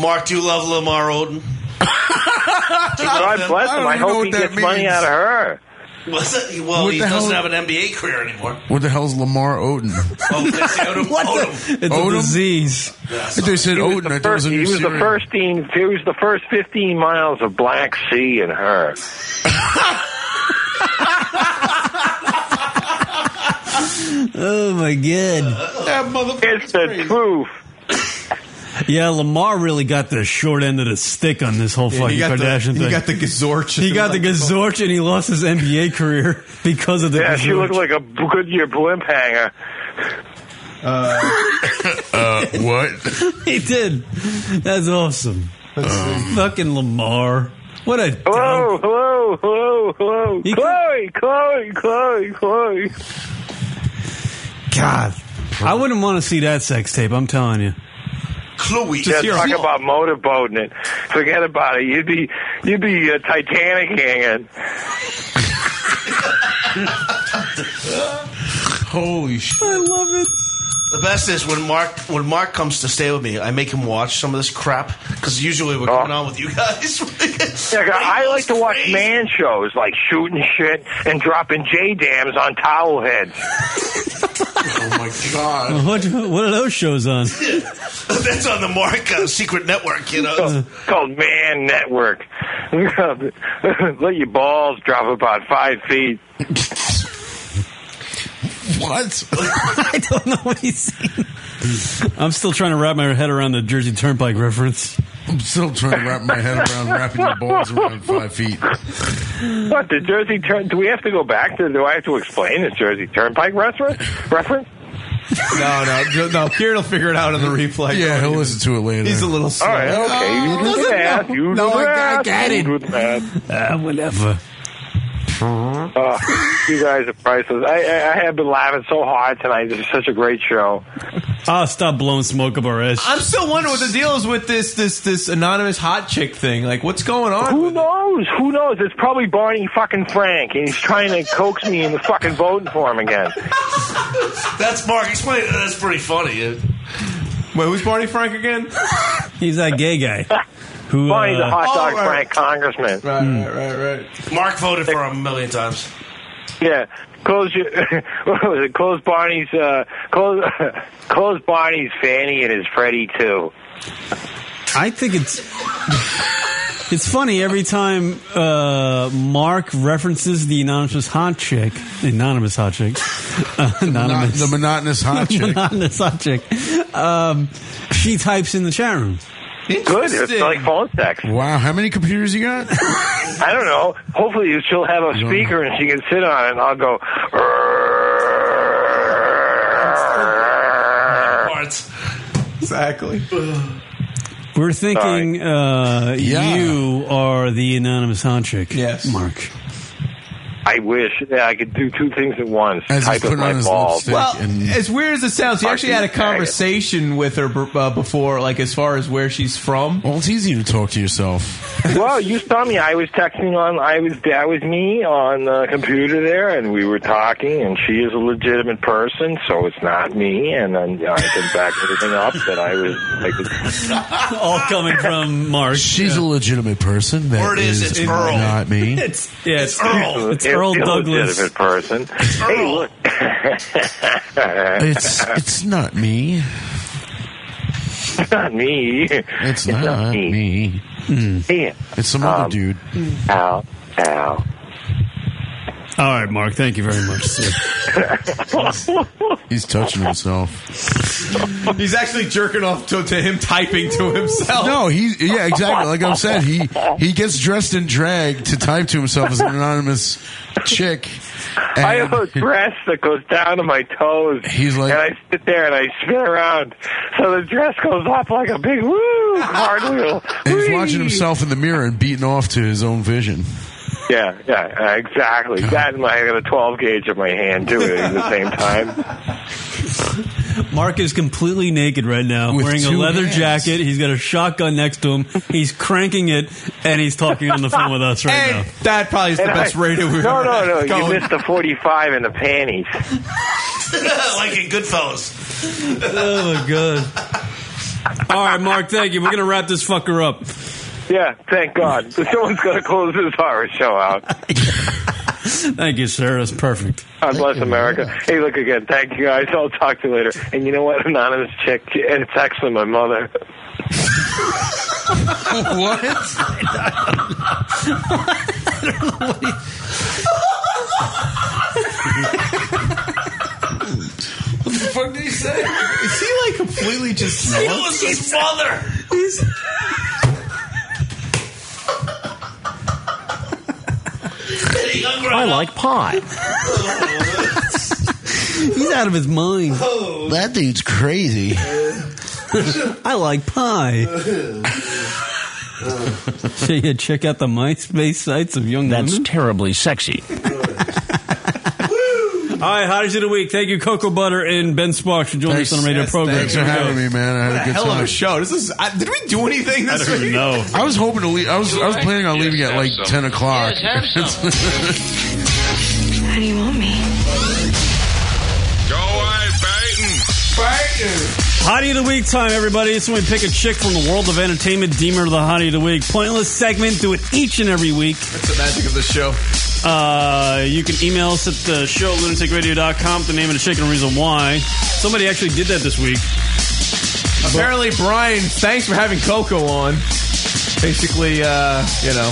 [SPEAKER 13] Mark, do you love Lamar Odom?
[SPEAKER 3] God bless him. I, hope he gets money out of her.
[SPEAKER 13] What's that? Well,
[SPEAKER 12] What
[SPEAKER 13] he
[SPEAKER 12] the hell-
[SPEAKER 13] doesn't have an NBA career anymore.
[SPEAKER 12] What the hell's Lamar Odin?
[SPEAKER 13] Oh, that's Odom. Odom.
[SPEAKER 12] It's a Odom?
[SPEAKER 11] disease.
[SPEAKER 12] They said
[SPEAKER 3] He was
[SPEAKER 12] Odin.
[SPEAKER 3] the
[SPEAKER 12] I thought it was
[SPEAKER 3] first-
[SPEAKER 12] a new
[SPEAKER 3] He was the
[SPEAKER 12] cereal.
[SPEAKER 3] first team. He was the first 15 miles of Black Sea in her.
[SPEAKER 11] Oh, my God.
[SPEAKER 2] That motherfucker.
[SPEAKER 3] It's the truth.
[SPEAKER 11] Yeah, Lamar really got the short end of the stick on this whole
[SPEAKER 2] Yeah,
[SPEAKER 11] fucking
[SPEAKER 2] he got the-
[SPEAKER 11] Kardashian
[SPEAKER 2] he
[SPEAKER 11] thing.
[SPEAKER 2] got the Gazorch.
[SPEAKER 11] He got the Gazorch and he lost his NBA career because of the
[SPEAKER 3] yeah, she
[SPEAKER 11] Gazorch.
[SPEAKER 3] looked like a Goodyear blimp hanger.
[SPEAKER 12] Uh, what?
[SPEAKER 11] he did. That's awesome. Fucking Lamar. What a.
[SPEAKER 3] Hello, Oh, hello, hello, hello. Chloe, Chloe, Chloe, Chloe.
[SPEAKER 11] God. I wouldn't want to see that sex tape, I'm telling you.
[SPEAKER 13] Chloe.
[SPEAKER 3] Just talk about motorboating it. Forget about it. You'd be you'd be uh, Titanic hanging.
[SPEAKER 12] Holy shit!
[SPEAKER 11] I love it.
[SPEAKER 13] The best is when Mark when Mark comes to stay with me, I make him watch some of this crap because usually we're going on with you guys.
[SPEAKER 3] Oh. Yeah, I like to watch man shows like shooting shit and dropping J dams on towel heads.
[SPEAKER 13] oh my god,
[SPEAKER 11] What, what are those shows on?
[SPEAKER 13] that's on the Mark uh, Secret Network, you know.
[SPEAKER 3] It's called Man Network. Let your balls drop about five feet.
[SPEAKER 12] What?
[SPEAKER 11] I don't know what he's saying. I'm still trying to wrap my head around the Jersey Turnpike reference.
[SPEAKER 12] I'm still trying to wrap my head around wrapping your balls around five feet.
[SPEAKER 3] What the Jersey Turn? Do we have to go back to? Do I have to explain this Jersey Turnpike restaurant reference?
[SPEAKER 2] No, no, ju- no. Kieran will figure it out on the replay.
[SPEAKER 12] Yeah, he'll listen to it later.
[SPEAKER 2] He's a little slow.
[SPEAKER 3] All right, okay.
[SPEAKER 2] No,
[SPEAKER 3] you do
[SPEAKER 2] doesn't
[SPEAKER 3] that.
[SPEAKER 2] know.
[SPEAKER 3] You do
[SPEAKER 2] No, I- I
[SPEAKER 3] that.
[SPEAKER 2] get
[SPEAKER 3] you
[SPEAKER 2] it.
[SPEAKER 3] do that.
[SPEAKER 11] Uh, whatever.
[SPEAKER 3] Oh, you guys are priceless. I, I, I have been laughing so hard tonight. This is such a great show.
[SPEAKER 11] Oh, stop blowing smoke up our ass.
[SPEAKER 32] I'm still wondering what the deal is with this this this anonymous hot chick thing. Like, what's going on?
[SPEAKER 3] Who knows? Who knows? It's probably Barney fucking Frank, and he's trying to coax me into fucking voting for him again.
[SPEAKER 13] That's Mark. Explain. That's pretty funny. Uh, dude.
[SPEAKER 32] Wait, who's Barney Frank again?
[SPEAKER 11] He's that gay guy. Who, uh,
[SPEAKER 3] Barney's a hot dog
[SPEAKER 13] Oh, right.
[SPEAKER 3] Frank congressman.
[SPEAKER 32] Right, right, right.
[SPEAKER 13] Mark voted for him a million times.
[SPEAKER 3] Yeah. Close your, what was it? Close Barney's, uh, close, close Barney's Fanny and his Freddy too.
[SPEAKER 11] I think it's it's funny every time uh, Mark references the anonymous hot chick, anonymous hot chick, uh, anonymous,
[SPEAKER 12] the monotonous hot chick.
[SPEAKER 11] monotonous hot chick. Um, she types in the chat room.
[SPEAKER 3] Good. It's like phone sex.
[SPEAKER 12] Wow, how many computers you got?
[SPEAKER 3] I don't know. Hopefully she'll have a speaker and she can sit on it and I'll go,
[SPEAKER 32] Exactly.
[SPEAKER 11] We're thinking uh, you are the anonymous hot chick. Yes, Mark.
[SPEAKER 3] I wish that I could do two things at once.
[SPEAKER 11] As he's
[SPEAKER 3] Type with
[SPEAKER 11] putting
[SPEAKER 3] my
[SPEAKER 11] on his
[SPEAKER 3] balls.
[SPEAKER 11] lipstick
[SPEAKER 32] Well, as weird as it sounds, he actually had a conversation with her b- uh, before, like as far as where she's from.
[SPEAKER 12] Well, it's easy to talk to yourself.
[SPEAKER 3] well, you saw me. I was texting on. I was that was me on the computer there, and we were talking. And she is a legitimate person, so it's not me. And then I can back everything up that I was. I was
[SPEAKER 11] All coming from Mark.
[SPEAKER 12] She's a legitimate person. That
[SPEAKER 3] Or it is, it's Earl.
[SPEAKER 12] Not me.
[SPEAKER 11] It's yeah, it's,
[SPEAKER 3] Earl.
[SPEAKER 11] It's Earl Douglas.
[SPEAKER 3] Legitimate person. Hey, look.
[SPEAKER 12] it's it's not me.
[SPEAKER 3] It's not me.
[SPEAKER 12] It's not, me. It's some
[SPEAKER 3] Um,
[SPEAKER 12] other dude.
[SPEAKER 3] Ow. Ow.
[SPEAKER 11] All right, Mark. Thank you very much. sir.
[SPEAKER 12] He's touching himself.
[SPEAKER 32] He's actually jerking off to, to him typing to himself.
[SPEAKER 12] No, he yeah, exactly. Like I'm saying, he he gets dressed in drag to type to himself as an anonymous chick.
[SPEAKER 3] I have a dress that goes down to my toes.
[SPEAKER 12] He's like,
[SPEAKER 3] and I sit there and I spin around, so the dress goes up like a big woo cartwheel.
[SPEAKER 12] And he's watching himself in the mirror and beating off to his own vision.
[SPEAKER 3] Yeah, yeah, uh, exactly. That and I got a 12 gauge in my hand too at the same time.
[SPEAKER 11] Mark is completely naked right now,
[SPEAKER 3] With
[SPEAKER 11] wearing a
[SPEAKER 3] two
[SPEAKER 11] leather
[SPEAKER 3] hands.
[SPEAKER 11] jacket. He's got a shotgun next to him. He's cranking it, and he's talking on the phone with us right now.
[SPEAKER 32] That probably
[SPEAKER 3] And I- No, no, no. You missed the 45 in the panties.
[SPEAKER 13] like in Goodfellas.
[SPEAKER 11] oh my god! All right, Mark. Thank you. We're gonna wrap this fucker up.
[SPEAKER 3] Yeah, thank God. Someone's going to close this horror show out.
[SPEAKER 11] Thank you, sir. That's perfect.
[SPEAKER 3] God bless America. Hey, look again. Thank you guys. I'll talk to you later. And you know what? Anonymous chick and it's actually my mother.
[SPEAKER 12] what?
[SPEAKER 32] What the fuck did he say? Is he like completely just?
[SPEAKER 13] He was his mother.
[SPEAKER 32] He's-
[SPEAKER 11] I like pie. He's out of his mind.
[SPEAKER 12] That dude's crazy.
[SPEAKER 11] I like pie. So you check out the MySpace sites of young That's terribly sexy. All right, hottest of the week. Thank you, Cocoa Butter and Ben Sparks, for joining us on the radio program.
[SPEAKER 12] Thanks for
[SPEAKER 11] Here we go.
[SPEAKER 12] having me, man. I had a good
[SPEAKER 32] hell
[SPEAKER 12] time.
[SPEAKER 32] of a show. This is. I, did we do anything this
[SPEAKER 12] I don't
[SPEAKER 32] week?
[SPEAKER 12] know. I was hoping to leave. I was I was planning on leaving at like ten o'clock.
[SPEAKER 32] Yes,
[SPEAKER 5] How do you want me?
[SPEAKER 10] Go away, Peyton. Peyton.
[SPEAKER 11] Hottie of the Week time, everybody. It's when we pick a chick from the world of entertainment, deem her the Hottie of the Week. Pointless segment, do it each and every week.
[SPEAKER 32] That's the magic of the show.
[SPEAKER 11] Uh, you can email us at the show, lunaticradio.com, the name of the chick and the reason why. Somebody actually did that this week.
[SPEAKER 32] Apparently, Brian, thanks for having Coco on. Basically, uh, you know,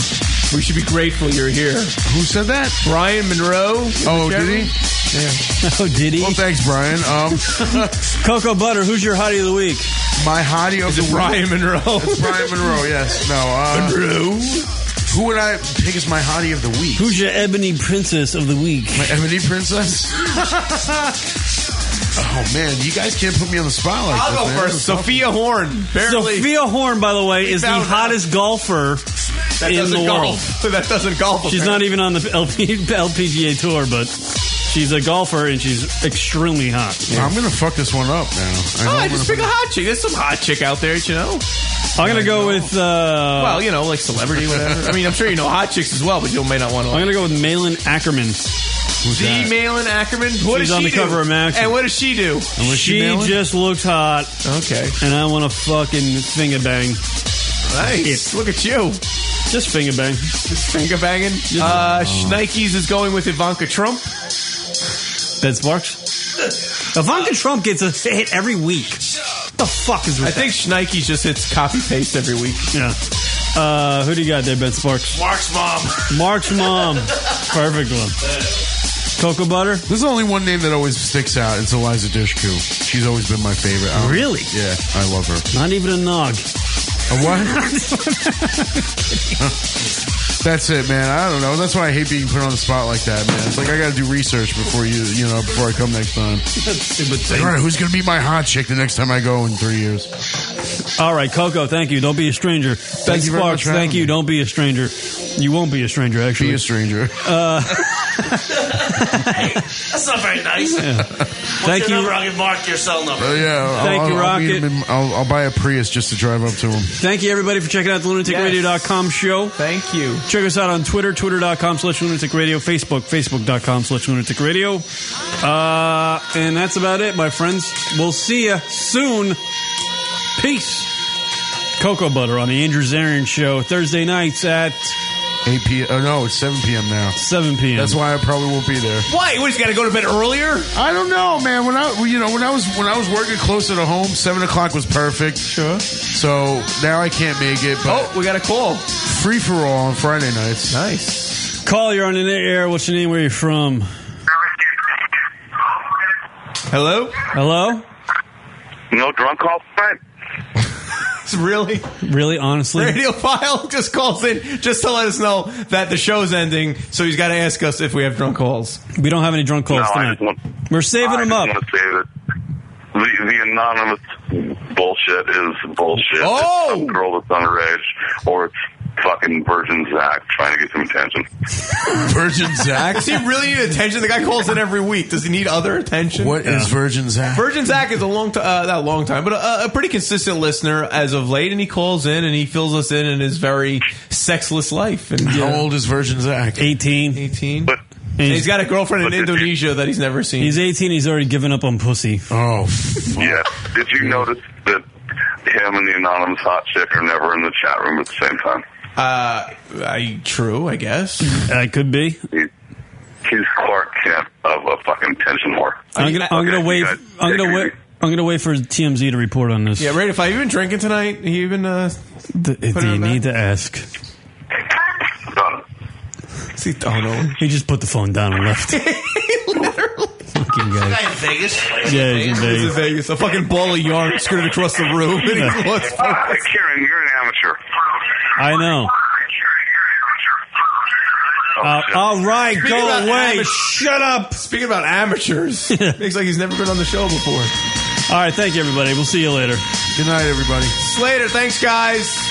[SPEAKER 32] we should be grateful you're here. Who
[SPEAKER 12] said that?
[SPEAKER 32] Brian Monroe.
[SPEAKER 12] Oh, did he?
[SPEAKER 11] Yeah. Oh, did he?
[SPEAKER 12] Well, thanks, Brian. Um,
[SPEAKER 11] Cocoa Butter, who's your hottie of the week?
[SPEAKER 12] My hottie of
[SPEAKER 11] Is
[SPEAKER 12] the
[SPEAKER 11] it Brian
[SPEAKER 12] week.
[SPEAKER 11] Monroe?
[SPEAKER 12] It's Brian Monroe. Yes. No. Uh,
[SPEAKER 11] Monroe?
[SPEAKER 12] Who would I pick as my hottie of the week?
[SPEAKER 11] Who's your ebony princess of the week?
[SPEAKER 12] My ebony princess? Oh man, you guys can't put me on the spot like
[SPEAKER 2] I'll
[SPEAKER 12] this,
[SPEAKER 2] go
[SPEAKER 12] man.
[SPEAKER 2] first. Sophia Horn. Barely.
[SPEAKER 11] Sophia Horn, by the way, is the
[SPEAKER 2] found her.
[SPEAKER 11] hottest golfer
[SPEAKER 2] That
[SPEAKER 11] in
[SPEAKER 2] doesn't
[SPEAKER 11] the world.
[SPEAKER 2] golf. That doesn't golf.
[SPEAKER 11] She's not even on the LP, LPGA tour, but she's a golfer and she's extremely hot.
[SPEAKER 12] I'm gonna fuck this one up now.
[SPEAKER 2] Oh, I
[SPEAKER 12] I'm
[SPEAKER 2] just
[SPEAKER 12] gonna-
[SPEAKER 2] pick a hot chick. There's some hot chick out there, you know.
[SPEAKER 11] I'm gonna go with. Uh,
[SPEAKER 2] well, you know, like celebrity, whatever. I mean, I'm sure you know hot chicks as well, but you may not want to.
[SPEAKER 11] I'm gonna go with Malin Ackerman.
[SPEAKER 2] The Malin Ackerman. What
[SPEAKER 11] She's
[SPEAKER 2] does
[SPEAKER 11] on the
[SPEAKER 2] she do?
[SPEAKER 11] cover of Maxim.
[SPEAKER 2] And what does she do?
[SPEAKER 11] she just looks hot.
[SPEAKER 2] Okay.
[SPEAKER 11] And I want to fucking finger bang.
[SPEAKER 2] Nice. Look at you.
[SPEAKER 11] Just finger bang.
[SPEAKER 2] Just finger banging.
[SPEAKER 11] Oh.
[SPEAKER 2] Uh, Schneikes is going with Ivanka Trump.
[SPEAKER 11] Ben Sparks. Ivanka Trump gets a hit every week. What the fuck is with
[SPEAKER 2] I think Schneikes just hits copy paste every week.
[SPEAKER 11] Yeah. Uh, who do you got there, Ben Sparks?
[SPEAKER 2] Mark's mom.
[SPEAKER 11] Mark's mom. Perfect one. Cocoa butter.
[SPEAKER 12] There's only one name that always sticks out. It's Eliza Dushku. She's always been my favorite. I don't-
[SPEAKER 11] Really?
[SPEAKER 12] Yeah, I love her.
[SPEAKER 11] Not even a nog.
[SPEAKER 12] A what? That's it, man. I don't know. That's why I hate being put on the spot like that, man. It's like I got to do research before you, you know, before I come next time. Like, all right, who's gonna be my hot chick the next time I go in three years?
[SPEAKER 11] All right, Coco, thank you. Don't be a stranger. Ben
[SPEAKER 12] you very much
[SPEAKER 11] Sparks,
[SPEAKER 12] for
[SPEAKER 11] thank
[SPEAKER 12] having
[SPEAKER 11] you. Don't be a stranger. You won't be a stranger, actually. Be a
[SPEAKER 12] stranger.
[SPEAKER 11] Uh,
[SPEAKER 13] That's not very nice.
[SPEAKER 11] Yeah.
[SPEAKER 13] What's
[SPEAKER 11] Thank
[SPEAKER 13] your
[SPEAKER 11] you.
[SPEAKER 13] number? I'll get Mark your cell number.
[SPEAKER 12] Oh yeah.
[SPEAKER 11] Thank you,
[SPEAKER 12] I'll meet
[SPEAKER 11] Rocket.
[SPEAKER 12] him in- I'll, I'll buy a Prius just to drive up to him.
[SPEAKER 11] Thank you, everybody, for checking out the lunaticradio.com show.
[SPEAKER 2] Thank you.
[SPEAKER 11] Check us out on Twitter, twitter.com slash lunatic radio, Facebook, facebook.com slash lunatic radio. Uh, and that's about it, my friends. We'll see you soon. Peace. Cocoa Butter on the Andrew Zarian Show, Thursday nights at
[SPEAKER 12] 8 p.m. Oh, no, it's 7 p.m. now.
[SPEAKER 11] 7 p.m.
[SPEAKER 12] That's why I probably won't be there.
[SPEAKER 2] Why? What, he's got to go to bed earlier?
[SPEAKER 12] I don't know, man. When I, you know, when I was when I was working closer to home, seven o'clock was perfect. Sure. So now I can't make it. But
[SPEAKER 2] oh, we got a call.
[SPEAKER 12] Free for all on Friday nights.
[SPEAKER 2] Nice.
[SPEAKER 11] Call, you're on the air. What's your name? Where you from?
[SPEAKER 2] Hello?
[SPEAKER 11] Hello?
[SPEAKER 33] No drunk call friend.
[SPEAKER 2] really?
[SPEAKER 11] Really? Honestly?
[SPEAKER 2] Radiophile just calls in just to let us know that the show's ending, so he's got to ask us if we have drunk calls.
[SPEAKER 11] We don't have any drunk calls
[SPEAKER 2] No, I
[SPEAKER 11] tonight.
[SPEAKER 2] just want-
[SPEAKER 11] We're saving them up.
[SPEAKER 33] to say that the, the anonymous bullshit is bullshit.
[SPEAKER 2] Oh!
[SPEAKER 33] It's some girl that's underage, or it's fucking Virgin Zach trying to get some attention.
[SPEAKER 12] Virgin Zach?
[SPEAKER 2] Does he really need attention? The guy calls in every week. Does he need other attention?
[SPEAKER 12] What is Virgin Zach?
[SPEAKER 2] Virgin Zach is a long time, uh, not a long time, but a, a pretty consistent listener as of late, and he calls in and he fills us in in his very sexless life. And
[SPEAKER 12] How old is Virgin Zach?
[SPEAKER 11] 18.
[SPEAKER 2] 18. And he's got a girlfriend in Indonesia that he's never seen.
[SPEAKER 11] He's 18. He's already given up on pussy.
[SPEAKER 12] Oh,
[SPEAKER 33] yeah. Did you notice that him and the anonymous hot chick are never in the chat room at the same time?
[SPEAKER 2] Uh, I, true, I guess.
[SPEAKER 11] I could be.
[SPEAKER 33] He's Clark Kent of a fucking pension whore.
[SPEAKER 11] I'm gonna, I'm gonna wait. I'm gonna wait. I'm gonna wait for TMZ to report on this.
[SPEAKER 2] Yeah, right. If I even drinking tonight, he even uh,
[SPEAKER 11] D- do you need to ask?
[SPEAKER 2] See, oh, Donald.
[SPEAKER 11] He just put the phone down and left. Fucking guy.
[SPEAKER 13] Guy in Vegas.
[SPEAKER 11] Yeah, he's in
[SPEAKER 2] He's in
[SPEAKER 11] Vegas.
[SPEAKER 2] Vegas. A fucking ball of yarn skirted across the room. And he lost-
[SPEAKER 33] Karen, you're an amateur.
[SPEAKER 11] I know.
[SPEAKER 2] Oh,
[SPEAKER 11] Uh, all right,
[SPEAKER 2] Speaking
[SPEAKER 11] go
[SPEAKER 2] about
[SPEAKER 11] away.
[SPEAKER 2] amateur-
[SPEAKER 11] Shut up.
[SPEAKER 2] Speaking about amateurs, makes like he's never been on the show before.
[SPEAKER 11] All right, thank you, everybody. We'll see you later.
[SPEAKER 12] Good night, everybody.
[SPEAKER 2] Slater, thanks, guys.